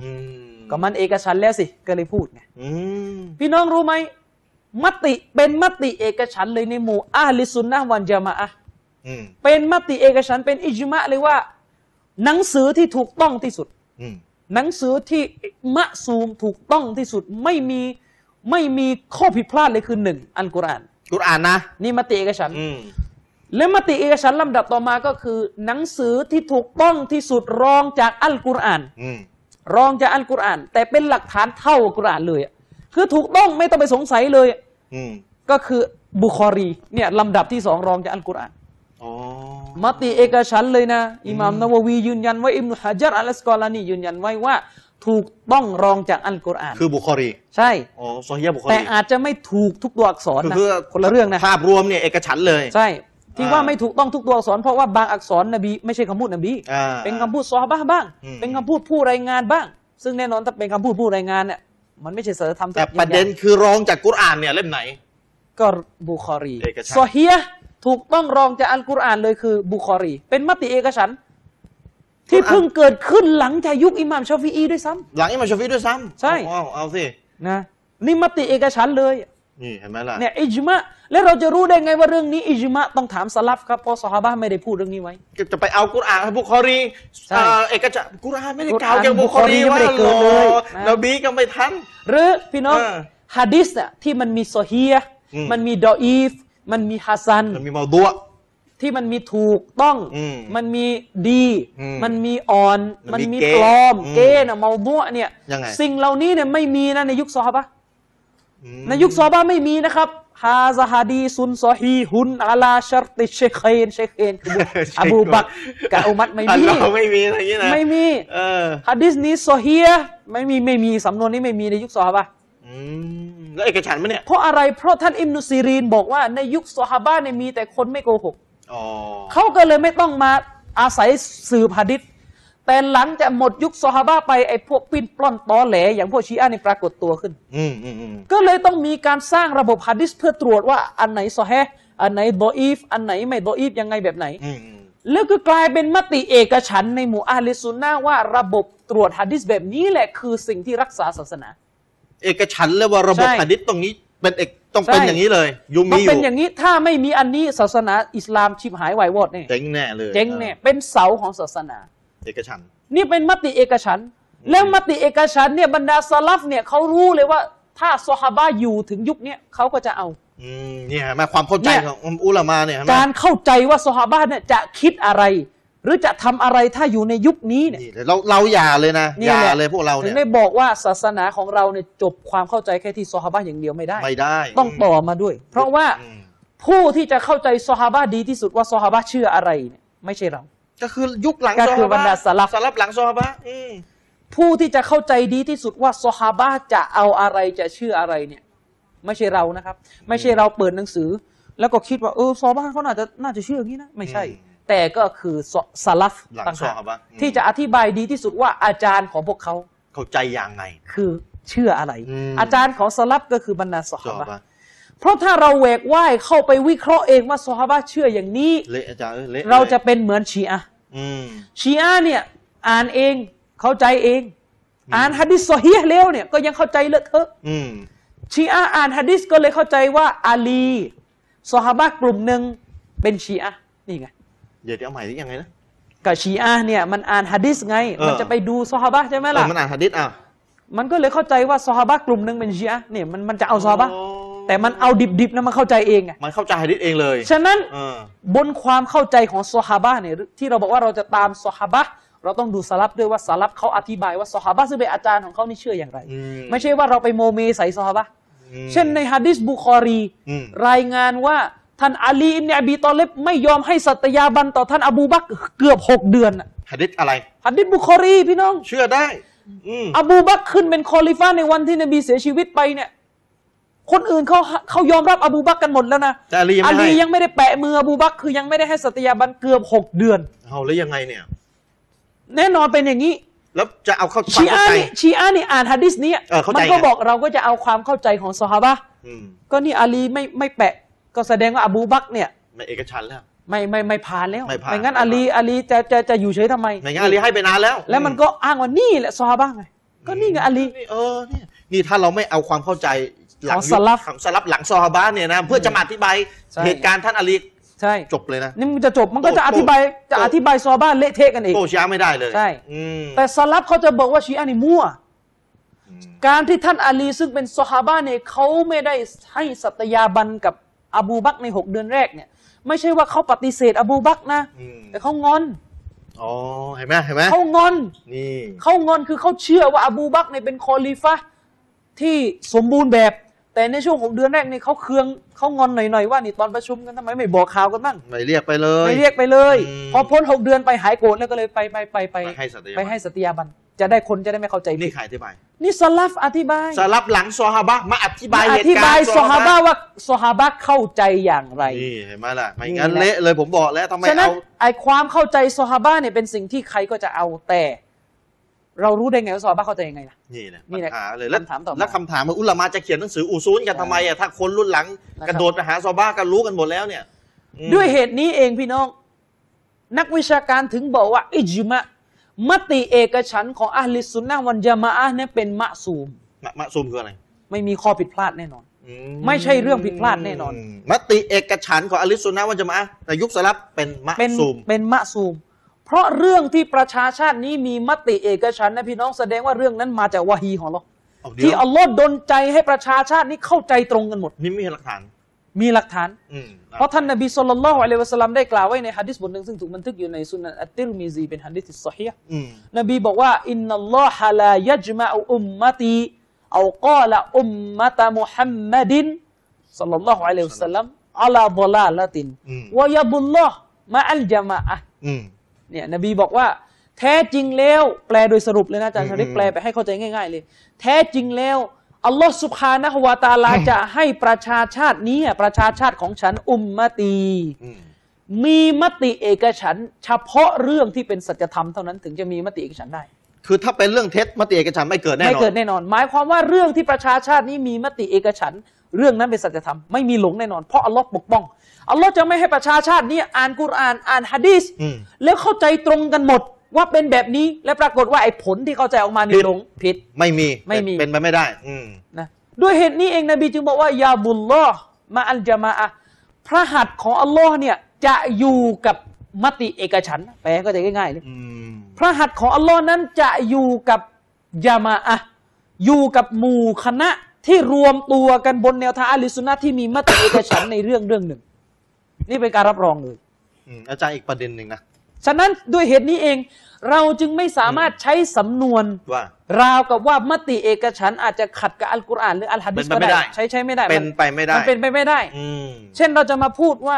[SPEAKER 1] อืม
[SPEAKER 2] ก็มันเอกฉันท์แล้วสิก็เลยพูดไง
[SPEAKER 1] อืม
[SPEAKER 2] พี่น้องรู้ไหมมติเป็นมติเอกฉันท์เลยในหมู่อาลิซุนนะฮ์วันจามะอะฮ์
[SPEAKER 1] อืม
[SPEAKER 2] เป็นมติเอกฉันท์เป็นอิจมะเลยว่า หนังสือที่ถูกต้องที่สุด
[SPEAKER 1] อืม
[SPEAKER 2] หนังสือที่มะซูมถูกต้องที่สุดไม่มีไม่มีข้อผิดพลาดเลยคือหนึ่งอันกุรอาน
[SPEAKER 1] กุรอานนะ
[SPEAKER 2] นี่มติเอกฉันท์
[SPEAKER 1] อืม
[SPEAKER 2] และมติเอกฉันท์ลำดับต่อมาก็คือ หนังสือที่ถูกต้องที่สุดรองจากอัลกุรอาน
[SPEAKER 1] อืม
[SPEAKER 2] รองจากอัลกุรอาน แต่เป็นหลักฐานเท่ากุรอานเลยอะคือถูกต้องไม่ต้องไปสงสัยเลย
[SPEAKER 1] อืม
[SPEAKER 2] ก็คือบุคอรีเนี่ยลำดับที่สองรองจากอัลกุรอาน
[SPEAKER 1] อ๋อ
[SPEAKER 2] มติเอกฉันท์เลยนะ อิหม่ามนาววียืนยันไว้อิมนุฮะจัรอัลลสกอลานียืนยันไว้ว่า ถูกต้องรองจากอัลกุรอาน
[SPEAKER 1] คือบุคอรี
[SPEAKER 2] ใช่
[SPEAKER 1] อ๋อโซเฮียบุคอ
[SPEAKER 2] แต่
[SPEAKER 1] รี
[SPEAKER 2] อาจจะไม่ถูกทุกตัวอักษรนะ
[SPEAKER 1] คือ
[SPEAKER 2] คนละเรื่องนะ
[SPEAKER 1] ภาพรวมเนี่ยเอกฉันท์เลย
[SPEAKER 2] ใช่ ที่ว่า
[SPEAKER 1] อ่า
[SPEAKER 2] ไม่ถูกต้องทุกตัวอักษร เพราะว่าบางอักษรนบีไม่ใช่คำพูดนบี
[SPEAKER 1] อ่า
[SPEAKER 2] เป็นคำพูดซอฮาบะห์บ้าง
[SPEAKER 1] อืม
[SPEAKER 2] เป็นคำพูดผู้รายงานบ้าง ซึ่งแน่นอนถ้าเป็นคำพูดผู้รายงานเนี่ยมันไม่ใช่ศีลธรรม
[SPEAKER 1] แต่ประเด็นคือรองจากกุรอานเนี่ยเล่มไหน
[SPEAKER 2] ก็บุคอรี
[SPEAKER 1] เอกฉันท์
[SPEAKER 2] ซอฮียะห์ถูกต้องรองจากอัลกุรอานเลยคือบุคอรี เป็นมติเอกฉันท์ที่เพิ่งเกิดขึ้นหลังจากยุคอิหม่ามชาฟีอีด้วยซ้ำ
[SPEAKER 1] หลังอิหมามชาฟีด้วยซ้ำ
[SPEAKER 2] ใช่
[SPEAKER 1] เอาเอาเอาสิ
[SPEAKER 2] นะนี่มติเอกฉันท์เลย
[SPEAKER 1] นี่เห็นไหมล่ะ
[SPEAKER 2] เนี่ยอิจมะแล้วเราจะรู้ได้ไงว่าเรื่องนี้อิจมะต้องถามสลับครับเพราะสหาบะห์ไม่ได้พูดเรื่องนี้ไว้
[SPEAKER 1] ก็จะไปเอากุรอานบุคอรี
[SPEAKER 2] ใช่
[SPEAKER 1] อ่าเอกฉันท์กุรอานไม่ได้กล่าวเกี่ยวกับบุคอรี
[SPEAKER 2] กุรอานบุคอรียังไม่
[SPEAKER 1] ว่า
[SPEAKER 2] ได้
[SPEAKER 1] ห
[SPEAKER 2] เกิ
[SPEAKER 1] ล่
[SPEAKER 2] ด
[SPEAKER 1] อ
[SPEAKER 2] เลยนะ
[SPEAKER 1] นบีก็ไม่ทัน
[SPEAKER 2] หรือพี่น้อง
[SPEAKER 1] เออ
[SPEAKER 2] ฮะดิษน่ะที่มันมีโซฮียะห์
[SPEAKER 1] อืม
[SPEAKER 2] มันมีดออีฟ มันมีฮัสซัน
[SPEAKER 1] มันมีมาดัว
[SPEAKER 2] ที่มันมีถูกต้อง
[SPEAKER 1] อืม
[SPEAKER 2] มันมีดี
[SPEAKER 1] อืม
[SPEAKER 2] มันมีอ่อน
[SPEAKER 1] มั
[SPEAKER 2] มัน น
[SPEAKER 1] มี
[SPEAKER 2] มี
[SPEAKER 1] เก
[SPEAKER 2] ปลอม
[SPEAKER 1] อืม
[SPEAKER 2] เก้นะเมาบัวเนี่ย
[SPEAKER 1] ยังไง
[SPEAKER 2] สิ่งเหล่านี้เนี่ยไม่มีนะในยุคซอฮาบะห์
[SPEAKER 1] อืม
[SPEAKER 2] ในยุคซอฮาบะห์ไม่มีนะครับฮาซาฮาดีซุนซอฮีฮุนอาลาชาติเชคเคนเชคเคน คือบุ อบูบักรกับอุมัตไม่
[SPEAKER 1] อัน
[SPEAKER 2] มี
[SPEAKER 1] เราไม่มีอะไรอย่างนี้นะ
[SPEAKER 2] ไม่มี
[SPEAKER 1] เออ
[SPEAKER 2] ฮะดิษนี้โซเฮียะห์ไม่มีไม่มีสำนวนนี้ไม่มีในยุคซอฮาบะห์
[SPEAKER 1] อืมแล้วเอกฉันท์ไหมเนี่ย
[SPEAKER 2] เพราะอะไรเพราะท่านอิมนุซีรีนบอกว่าในยุคซอฮาบะห์เนี่ยมีแต่คนไม่โกหก
[SPEAKER 1] อ๋อ
[SPEAKER 2] เขาก็เลยไม่ต้องมาอาศัยสืบฮะดิษแต่หลังจากหมดยุคซอฮาบะห์ไปไอ้พวกปิ้นปล้อนตอแหล อย่างพวกชีอะห์นี่ปรากฏตัวขึ้น
[SPEAKER 1] อืมอืมอืม
[SPEAKER 2] ก็เลยต้องมีการสร้างระบบฮะดิษเพื่อตรวจว่าอันไหนซอแฮะห์อันไหนดออีฟ อันไหนไม่ดออีฟยังไงแบบไหน
[SPEAKER 1] อืมอืม
[SPEAKER 2] แล้วก็กลายเป็นมติเอกฉันท์ในหมู่อาลิซุนนาว่าระบบตรวจฮะดิษแบบนี้แหละคือสิ่งที่รักษาศาสนา
[SPEAKER 1] เอกฉันท์เลยว่าระบบ
[SPEAKER 2] ใช่
[SPEAKER 1] หะดิษตรงนี้เป็นเอกต้องเป็น
[SPEAKER 2] ใช่
[SPEAKER 1] อย่างนี้เลยยู
[SPEAKER 2] มั
[SPEAKER 1] มี
[SPEAKER 2] น
[SPEAKER 1] อ
[SPEAKER 2] เป็น
[SPEAKER 1] ยู่
[SPEAKER 2] อย่างนี้ถ้าไม่มีอันนี้ศาสนาอิสลามชิบหายวายวอดแน่
[SPEAKER 1] เจ๊งแน่เลย
[SPEAKER 2] เจ๊งแน่เป็นเสาของศาสนา
[SPEAKER 1] เอกฉันท์
[SPEAKER 2] นี่เป็นมติเอกฉันท์แล้วมติเอกฉันท์เนี่ยบรรดาสลัฟเนี่ยเขารู้เลยว่าถ้าซอฮาบะห์อยู่ถึงยุคเนี้ยเขาก็จะเอา
[SPEAKER 1] อืมเนี่ยเห็นไหมาความเข้าใจ
[SPEAKER 2] เนี่ย
[SPEAKER 1] ของอุลามาเนี่ยเห็นไหม
[SPEAKER 2] การเข้าใจว่าสหาบ้านเนี่ยจะคิดอะไร หรือจะทำอะไรถ้าอยู่ในยุคนี้เนี่ย
[SPEAKER 1] นี่เราเราอย่าเลยนะ
[SPEAKER 2] นี่
[SPEAKER 1] อย่า
[SPEAKER 2] แหละ
[SPEAKER 1] เลยพวกเรา
[SPEAKER 2] ถึ
[SPEAKER 1] เนี่
[SPEAKER 2] ง
[SPEAKER 1] ย
[SPEAKER 2] ได้บอกว่าศาสนาของเราเนี่ยจบความเข้าใจแค่ที่สหาบ้านอย่างเดียวไม่ได้
[SPEAKER 1] ไม่ได้
[SPEAKER 2] ต้องต่อมาด้วย เพราะว่า
[SPEAKER 1] อืม
[SPEAKER 2] ผู้ที่จะเข้าใจสหาบ้านดีที่สุดว่าสหาบ้านเชื่ออะไรเนี่ยไม่ใช่เรา
[SPEAKER 1] ก็คือยุคหลัง
[SPEAKER 2] ก็คือบรรดา
[SPEAKER 1] ซอฮบะ
[SPEAKER 2] สลัฟ
[SPEAKER 1] สลับหลังซอฮาบะอืม
[SPEAKER 2] ผู้ที่จะเข้าใจดีที่สุดว่าสฮาบะจะเอาอะไรจะเชื่ออะไรเนี่ย ไม่ใช่เรานะครับ ไม่ใช่เราเปิดหนังสือ แล้วก็คิดว่าเออสฮาบะเขาน่าจะน่าจะเชื่ออย่างนี้นะไม่ใช่ แต่ก็คือสสลัฟ
[SPEAKER 1] หลัง
[SPEAKER 2] ต่าง
[SPEAKER 1] ซอ
[SPEAKER 2] หาก
[SPEAKER 1] ฮาบะอืม
[SPEAKER 2] ที่จะอธิบายดีที่สุดว่าอาจารย์ของพวกเขา
[SPEAKER 1] เข้าใจอย่างไง
[SPEAKER 2] คือเชื่ออะไร
[SPEAKER 1] อืม
[SPEAKER 2] อาจารย์ของสลัฟก็คือบรรดาส
[SPEAKER 1] ซอ
[SPEAKER 2] ฮา
[SPEAKER 1] ฮา
[SPEAKER 2] บะ
[SPEAKER 1] บะ
[SPEAKER 2] เพราะถ้าเราแหวกว่ายเข้าไปวิเคราะห์เองว่าสฮาบะเชื่ออย่างนี้
[SPEAKER 1] เละอาจารย์อ้ยล
[SPEAKER 2] เราจะเป็นเหมือนชีอะห์
[SPEAKER 1] อืม
[SPEAKER 2] ชีอะห์เนี่ยอ่านเองเข้าใจเอง อ่านฮะดิษซอฮีฮ์แล้วเนี่ยก็ยังเข้าใจเลอะเทอะ
[SPEAKER 1] อืม
[SPEAKER 2] ชีอะห์อ่านฮะดิษก็เลยเข้าใจว่าอาลีซอฮาบะกลุ่มหนึ่งเป็นชีอะห์นี่ไง
[SPEAKER 1] เดี๋ยวเดี๋ยวเอาใหม่ที่ยังไงนะ
[SPEAKER 2] กับชีอะห์เนี่ยมันอ่านฮะดิษไง
[SPEAKER 1] เออ
[SPEAKER 2] มันจะไปดูซอฮาบะใช่ไหม
[SPEAKER 1] เอ
[SPEAKER 2] ล่ะ
[SPEAKER 1] อมันอ่านฮะดิษอ่ะ
[SPEAKER 2] มันก็เลยเข้าใจว่าซอฮาบะกลุ่มหนึ่งเป็นชีอะห์เนี่ยมันมันจะเอาซอฮาบะ
[SPEAKER 1] โ
[SPEAKER 2] แต่มันเอาดิบๆนะมันเข้าใจเองไง
[SPEAKER 1] มันเข้าใจฮะดิษเองเลย
[SPEAKER 2] ฉะนั้น
[SPEAKER 1] เออบ
[SPEAKER 2] นความเข้าใจของซอฮาบะเนี่ยที่เราบอกว่าเราจะตามซอฮาบะเราต้องดูสลับด้วยว่าสลับเขาอธิบายว่าซอฮาบะซึ่งเป็นอาจารย์ของเขานี่เชื่ออย่างไร
[SPEAKER 1] อื
[SPEAKER 2] ไม่ใช่ว่าเราไปโมเมใส่ซอฮาบะห์
[SPEAKER 1] อืม
[SPEAKER 2] เช่นในฮะดิษบุคอรี
[SPEAKER 1] อืม
[SPEAKER 2] รายงานว่าท่านอาลีอิบเนยอบีตอเลบไม่ยอมให้สัตยาบันต่อท่านอบูบักรเกือบหกเดือนน่ะ
[SPEAKER 1] ฮะดิษอะไร
[SPEAKER 2] ฮะดิษบุคอรีพี่น้อง
[SPEAKER 1] เชื่อได้ อืม
[SPEAKER 2] อบูบักรขึ้นเป็นคอลิฟ้าในวันที่นบีเสียชีวิตไปเนี่ย คนอื่นเขาเขายอมรับอบูบักรกันหมดแล้วนะ
[SPEAKER 1] แต่อาลียัง
[SPEAKER 2] อา
[SPEAKER 1] ไม่
[SPEAKER 2] ลี
[SPEAKER 1] ให้
[SPEAKER 2] ยังไม่ได้แปะมืออบูบักรคือยังไม่ได้ให้สัตยาบันเกือบหกเดือน
[SPEAKER 1] เอาแล้วยังไงเนี่ย
[SPEAKER 2] แน่นอนเป็นอย่างนี้
[SPEAKER 1] แล้วจะเอาเข้าความ
[SPEAKER 2] ชี
[SPEAKER 1] เข้า
[SPEAKER 2] อา
[SPEAKER 1] ใจ
[SPEAKER 2] นี่ชีอานี่อ่านฮะดิษเนี้ย
[SPEAKER 1] เออเข้าใจ
[SPEAKER 2] มันก็
[SPEAKER 1] ไง
[SPEAKER 2] บอกเราก็จะเอาความเข้าใจของซอฮาบะห์
[SPEAKER 1] อืม
[SPEAKER 2] ก็นี่อาลีไม่ไม่แปะ ก็แสดงว่าอบูบักรเนี่ย
[SPEAKER 1] ไม่เอกฉันท์แล้ว
[SPEAKER 2] ไม่ไม่ไม่ผ่านแล้ว
[SPEAKER 1] ไม่ผ่าน
[SPEAKER 2] งั้น
[SPEAKER 1] ไม่ผ่า
[SPEAKER 2] อาน ลีอาลีจะจะจะอยู่เฉยทำไม
[SPEAKER 1] ไม่งั้นอาลีให้ไปนานแล้ว
[SPEAKER 2] แล้วมันก็อ้างว่านี่แหละซอฮาบะห์ไงก็นี่ไงอาลี
[SPEAKER 1] เออเนี่ยนี่ถ้าเราไม่เอาความเข้าใจหลั
[SPEAKER 2] ของ
[SPEAKER 1] ยุค
[SPEAKER 2] สลัฟ
[SPEAKER 1] ของสลับหลังซอฮาบะห์เนี่ยนะเพื่อจะมาอธิบาย
[SPEAKER 2] ใช่
[SPEAKER 1] เหตุการณ์ท่านอาลี
[SPEAKER 2] ใช่
[SPEAKER 1] จบเลยนะ
[SPEAKER 2] นี่มันจะจบมันก็จะ
[SPEAKER 1] โต้
[SPEAKER 2] อธิบาย
[SPEAKER 1] โต้
[SPEAKER 2] จะอธิบายซอฮาบะห์เละเทะกันเอง
[SPEAKER 1] โต้ชีอะห์ไม่ได้เลย
[SPEAKER 2] ใช่
[SPEAKER 1] อืม
[SPEAKER 2] แต่สลับเขาจะบอกว่าชีอะห์นี่มั่ว
[SPEAKER 1] อืม
[SPEAKER 2] การที่ท่านอาลีซึ่งเป็นซอฮาบะห์เนี่ยเขาไม่ได้ให้สัตยาบันกับอบูบักรในหกเดือนแรกเนี่ย ไม่ใช่ว่าเขาปฏิเสธอบูบักรนะ
[SPEAKER 1] อืม
[SPEAKER 2] แต่เขางอน
[SPEAKER 1] อ๋อเห็นไหมเห็นไหม
[SPEAKER 2] เขางอน
[SPEAKER 1] นี่
[SPEAKER 2] เขางอนคือเขาเชื่อว่าอบูบักรเนี่ยเป็นคอลิฟะห์ที่สมบูรณ์แบบ แต่ในช่วงหกเดือนแรกเนี่ยเขาเคืองเขางอนหน่อยๆว่านี่ตอนประชุมกันทำไมไม่บอกข่าวกันบ้าง
[SPEAKER 1] ไม่เรียกไปเลย
[SPEAKER 2] ไม่เรียกไปเลย
[SPEAKER 1] อืม
[SPEAKER 2] พอพ้นหกเดือนไปหายโกรธแล้วก็เลยไปไปไปไป
[SPEAKER 1] ไปให้สัตยาบัน
[SPEAKER 2] ไปให้สัตยาบันจะได้คนจะได้ไม่เข้าใจผิ
[SPEAKER 1] นี่
[SPEAKER 2] ด
[SPEAKER 1] ใครอธิบาย
[SPEAKER 2] นี่สลัฟอธิบาย
[SPEAKER 1] สลับหลังซอฮาบะห์มาอธิบาย
[SPEAKER 2] อ
[SPEAKER 1] เหตุ
[SPEAKER 2] ธิ
[SPEAKER 1] การ
[SPEAKER 2] บาย
[SPEAKER 1] ณ์
[SPEAKER 2] ซอฮาบะว่าซอฮาบะเข้าใจอย่างไร
[SPEAKER 1] นี่เห็นไหมล่ะไม่งั้น
[SPEAKER 2] นี่แหละ
[SPEAKER 1] เละเลยผมบอกแล้วทำไม
[SPEAKER 2] ฉะนั้น
[SPEAKER 1] เอา
[SPEAKER 2] ไอความเข้าใจซอฮาบะเนี่ยเป็นสิ่งที่ใครก็จะเอาแต่ เรารู้ได้ไงว่าซอฮาบะเข้าใจยังไงล่ะ
[SPEAKER 1] นี่แหละ
[SPEAKER 2] นี่
[SPEAKER 1] ปัญ
[SPEAKER 2] แหละ
[SPEAKER 1] หาเลยแล้ว
[SPEAKER 2] คำถามต่อมา
[SPEAKER 1] แล้วคำถามว่าอุลามะจะเขียนหนังสืออูซูนกันทำไมอ่ะถ้าคนรุ่นหลัง
[SPEAKER 2] นะครับ
[SPEAKER 1] กระโดดไปหาซอบ้ากันรู้กันหมดแล้วเนี่ยอืม
[SPEAKER 2] ด้วยเหตุนี้เองพี่น้อง นักวิชาการถึงบอกว่า อิจมะ มติเอกฉันท์ของอัลลิสุนนะฮ์วันจะมาอะห์เนี่ยเป็นมะซูม
[SPEAKER 1] มะมะซูมคืออะไร
[SPEAKER 2] ไม่มีข้อผิดพลาดแน่นอน
[SPEAKER 1] อื
[SPEAKER 2] ไม่ใช่เรื่องผิดพลาดแน่นอน
[SPEAKER 1] มมติเอกฉันท์ของอะลิสซุนนะฮ์วัลจะมาอะห์ในยุคสลับเป็นมะ
[SPEAKER 2] เป็น
[SPEAKER 1] ซูม
[SPEAKER 2] เป็นมะซูม เพราะเรื่องที่ประชาชาตินี้มีมติเอกฉันท์นะพี่น้องแสดงว่าเรื่องนั้นมาจากวะฮีของเรา
[SPEAKER 1] เอาเดี๋ยว
[SPEAKER 2] ที่อัลลอฮ์ดลใจให้ประชาชาตินี้เข้าใจตรงกันหมด
[SPEAKER 1] นี่ไม่มีหลักฐาน
[SPEAKER 2] มีหลักฐาน
[SPEAKER 1] อืม
[SPEAKER 2] เพราะท่านนบีสุลต่านละฮ์อะลัยฮิวะสัลลัมได้กล่าวไว้ในฮะดิษบทหนึ่งซึ่งถูกบันทึกอยู่ในสุนันอัตติรมิซีเป็นฮะดิษที่ sahih
[SPEAKER 1] อืม
[SPEAKER 2] นบีบอกว่าอินนัลลอฮะลายัจมะอุอุมมะตีเอากาละอุมมะตะมุฮัมมัดินสัลลัลลอฮุอะลัยฮิวะสัลลัมอะลาบลาละตินวะยับุลลอฮ์มะอัลจามะอะห์
[SPEAKER 1] อืม
[SPEAKER 2] เนี่ยนบีบอกว่า แท้จริงแล้ว แปลโดยสรุปเลยนะอาจารย์
[SPEAKER 1] อืม
[SPEAKER 2] ชาริก
[SPEAKER 1] อืม
[SPEAKER 2] แปลไปให้เข้าใจง่ายๆเลย แท้จริงแล้วอัลลอฮ์สุบฮานะฮุวาตะอาลาจะให้ประชาชาตินี้ประชาชาติของฉันอุมมะตี
[SPEAKER 1] อืม
[SPEAKER 2] มีมติเอกฉันท์เฉพาะเรื่องที่เป็นสัจธรรมเท่านั้นถึงจะมีมติเอกฉันท์ได้
[SPEAKER 1] คือถ้าเป็นเรื่องเท็จมติเอกฉันท์ไม่เกิดแน่นอน
[SPEAKER 2] ไม่เกิดแน่นอน หมายความว่าเรื่องที่ประชาชาตินี้มีมติเอกฉันท์เรื่องนั้นเป็นสัจธรรมไม่มีหลงแน่นอน เพราะอัลลอฮ์ปกป้องอัลลอฮ์จะไม่ให้ประชาชาตินี้อ่านกุรอานอ่านฮะดีส
[SPEAKER 1] อืม
[SPEAKER 2] แล้วเข้าใจตรงกันหมดว่าเป็นแบบนี้และปรากฏว่าไอ้ผลที่เข้าใจออกมา
[SPEAKER 1] ผิ
[SPEAKER 2] นี่
[SPEAKER 1] ด
[SPEAKER 2] หลงผิด
[SPEAKER 1] ไม่มี
[SPEAKER 2] ไม่มี
[SPEAKER 1] เป็นไปไม่ได้ อืม
[SPEAKER 2] นะด้วยเหตุนี้เองนบีจึงบอกว่ายาบุลลอฮ์มาอัลจามาอะห์พระหัตถ์ของอัลลอฮ์เนี่ยจะอยู่กับมติเอกฉันท์แปลก็จะง่ายๆเลย
[SPEAKER 1] อืม
[SPEAKER 2] พระหัตถ์ของอัลลอฮ์นั้นจะอยู่กับยามาอะห์อยู่กับหมู่คณะ ที่รวมตัวกันบนแนวทางอะลิสุนนะที่มีมติเอกฉันท์ในเรื่องเรื่องหนึ่ง นี่เป็นการรับรองเลย
[SPEAKER 1] อืมอาจารย์อีกประเด็นหนึ่งนะ
[SPEAKER 2] ฉะนั้นด้วยเหตุนี้เอง เราจึงไม่สามารถใช้สำนวน
[SPEAKER 1] ว่า
[SPEAKER 2] ราวกับว่ามติเอกฉันท์อาจจะขัดกับอัลกุรอานหรืออัลฮะดิษ
[SPEAKER 1] เป็น
[SPEAKER 2] ก็
[SPEAKER 1] ไปไม่ได้
[SPEAKER 2] ได้ ใช้ใช้ไม่ได้
[SPEAKER 1] เป็นไปไม่ได้
[SPEAKER 2] มันเป็นไปไม่ได้
[SPEAKER 1] อืม
[SPEAKER 2] เช่นเราจะมาพูดว่า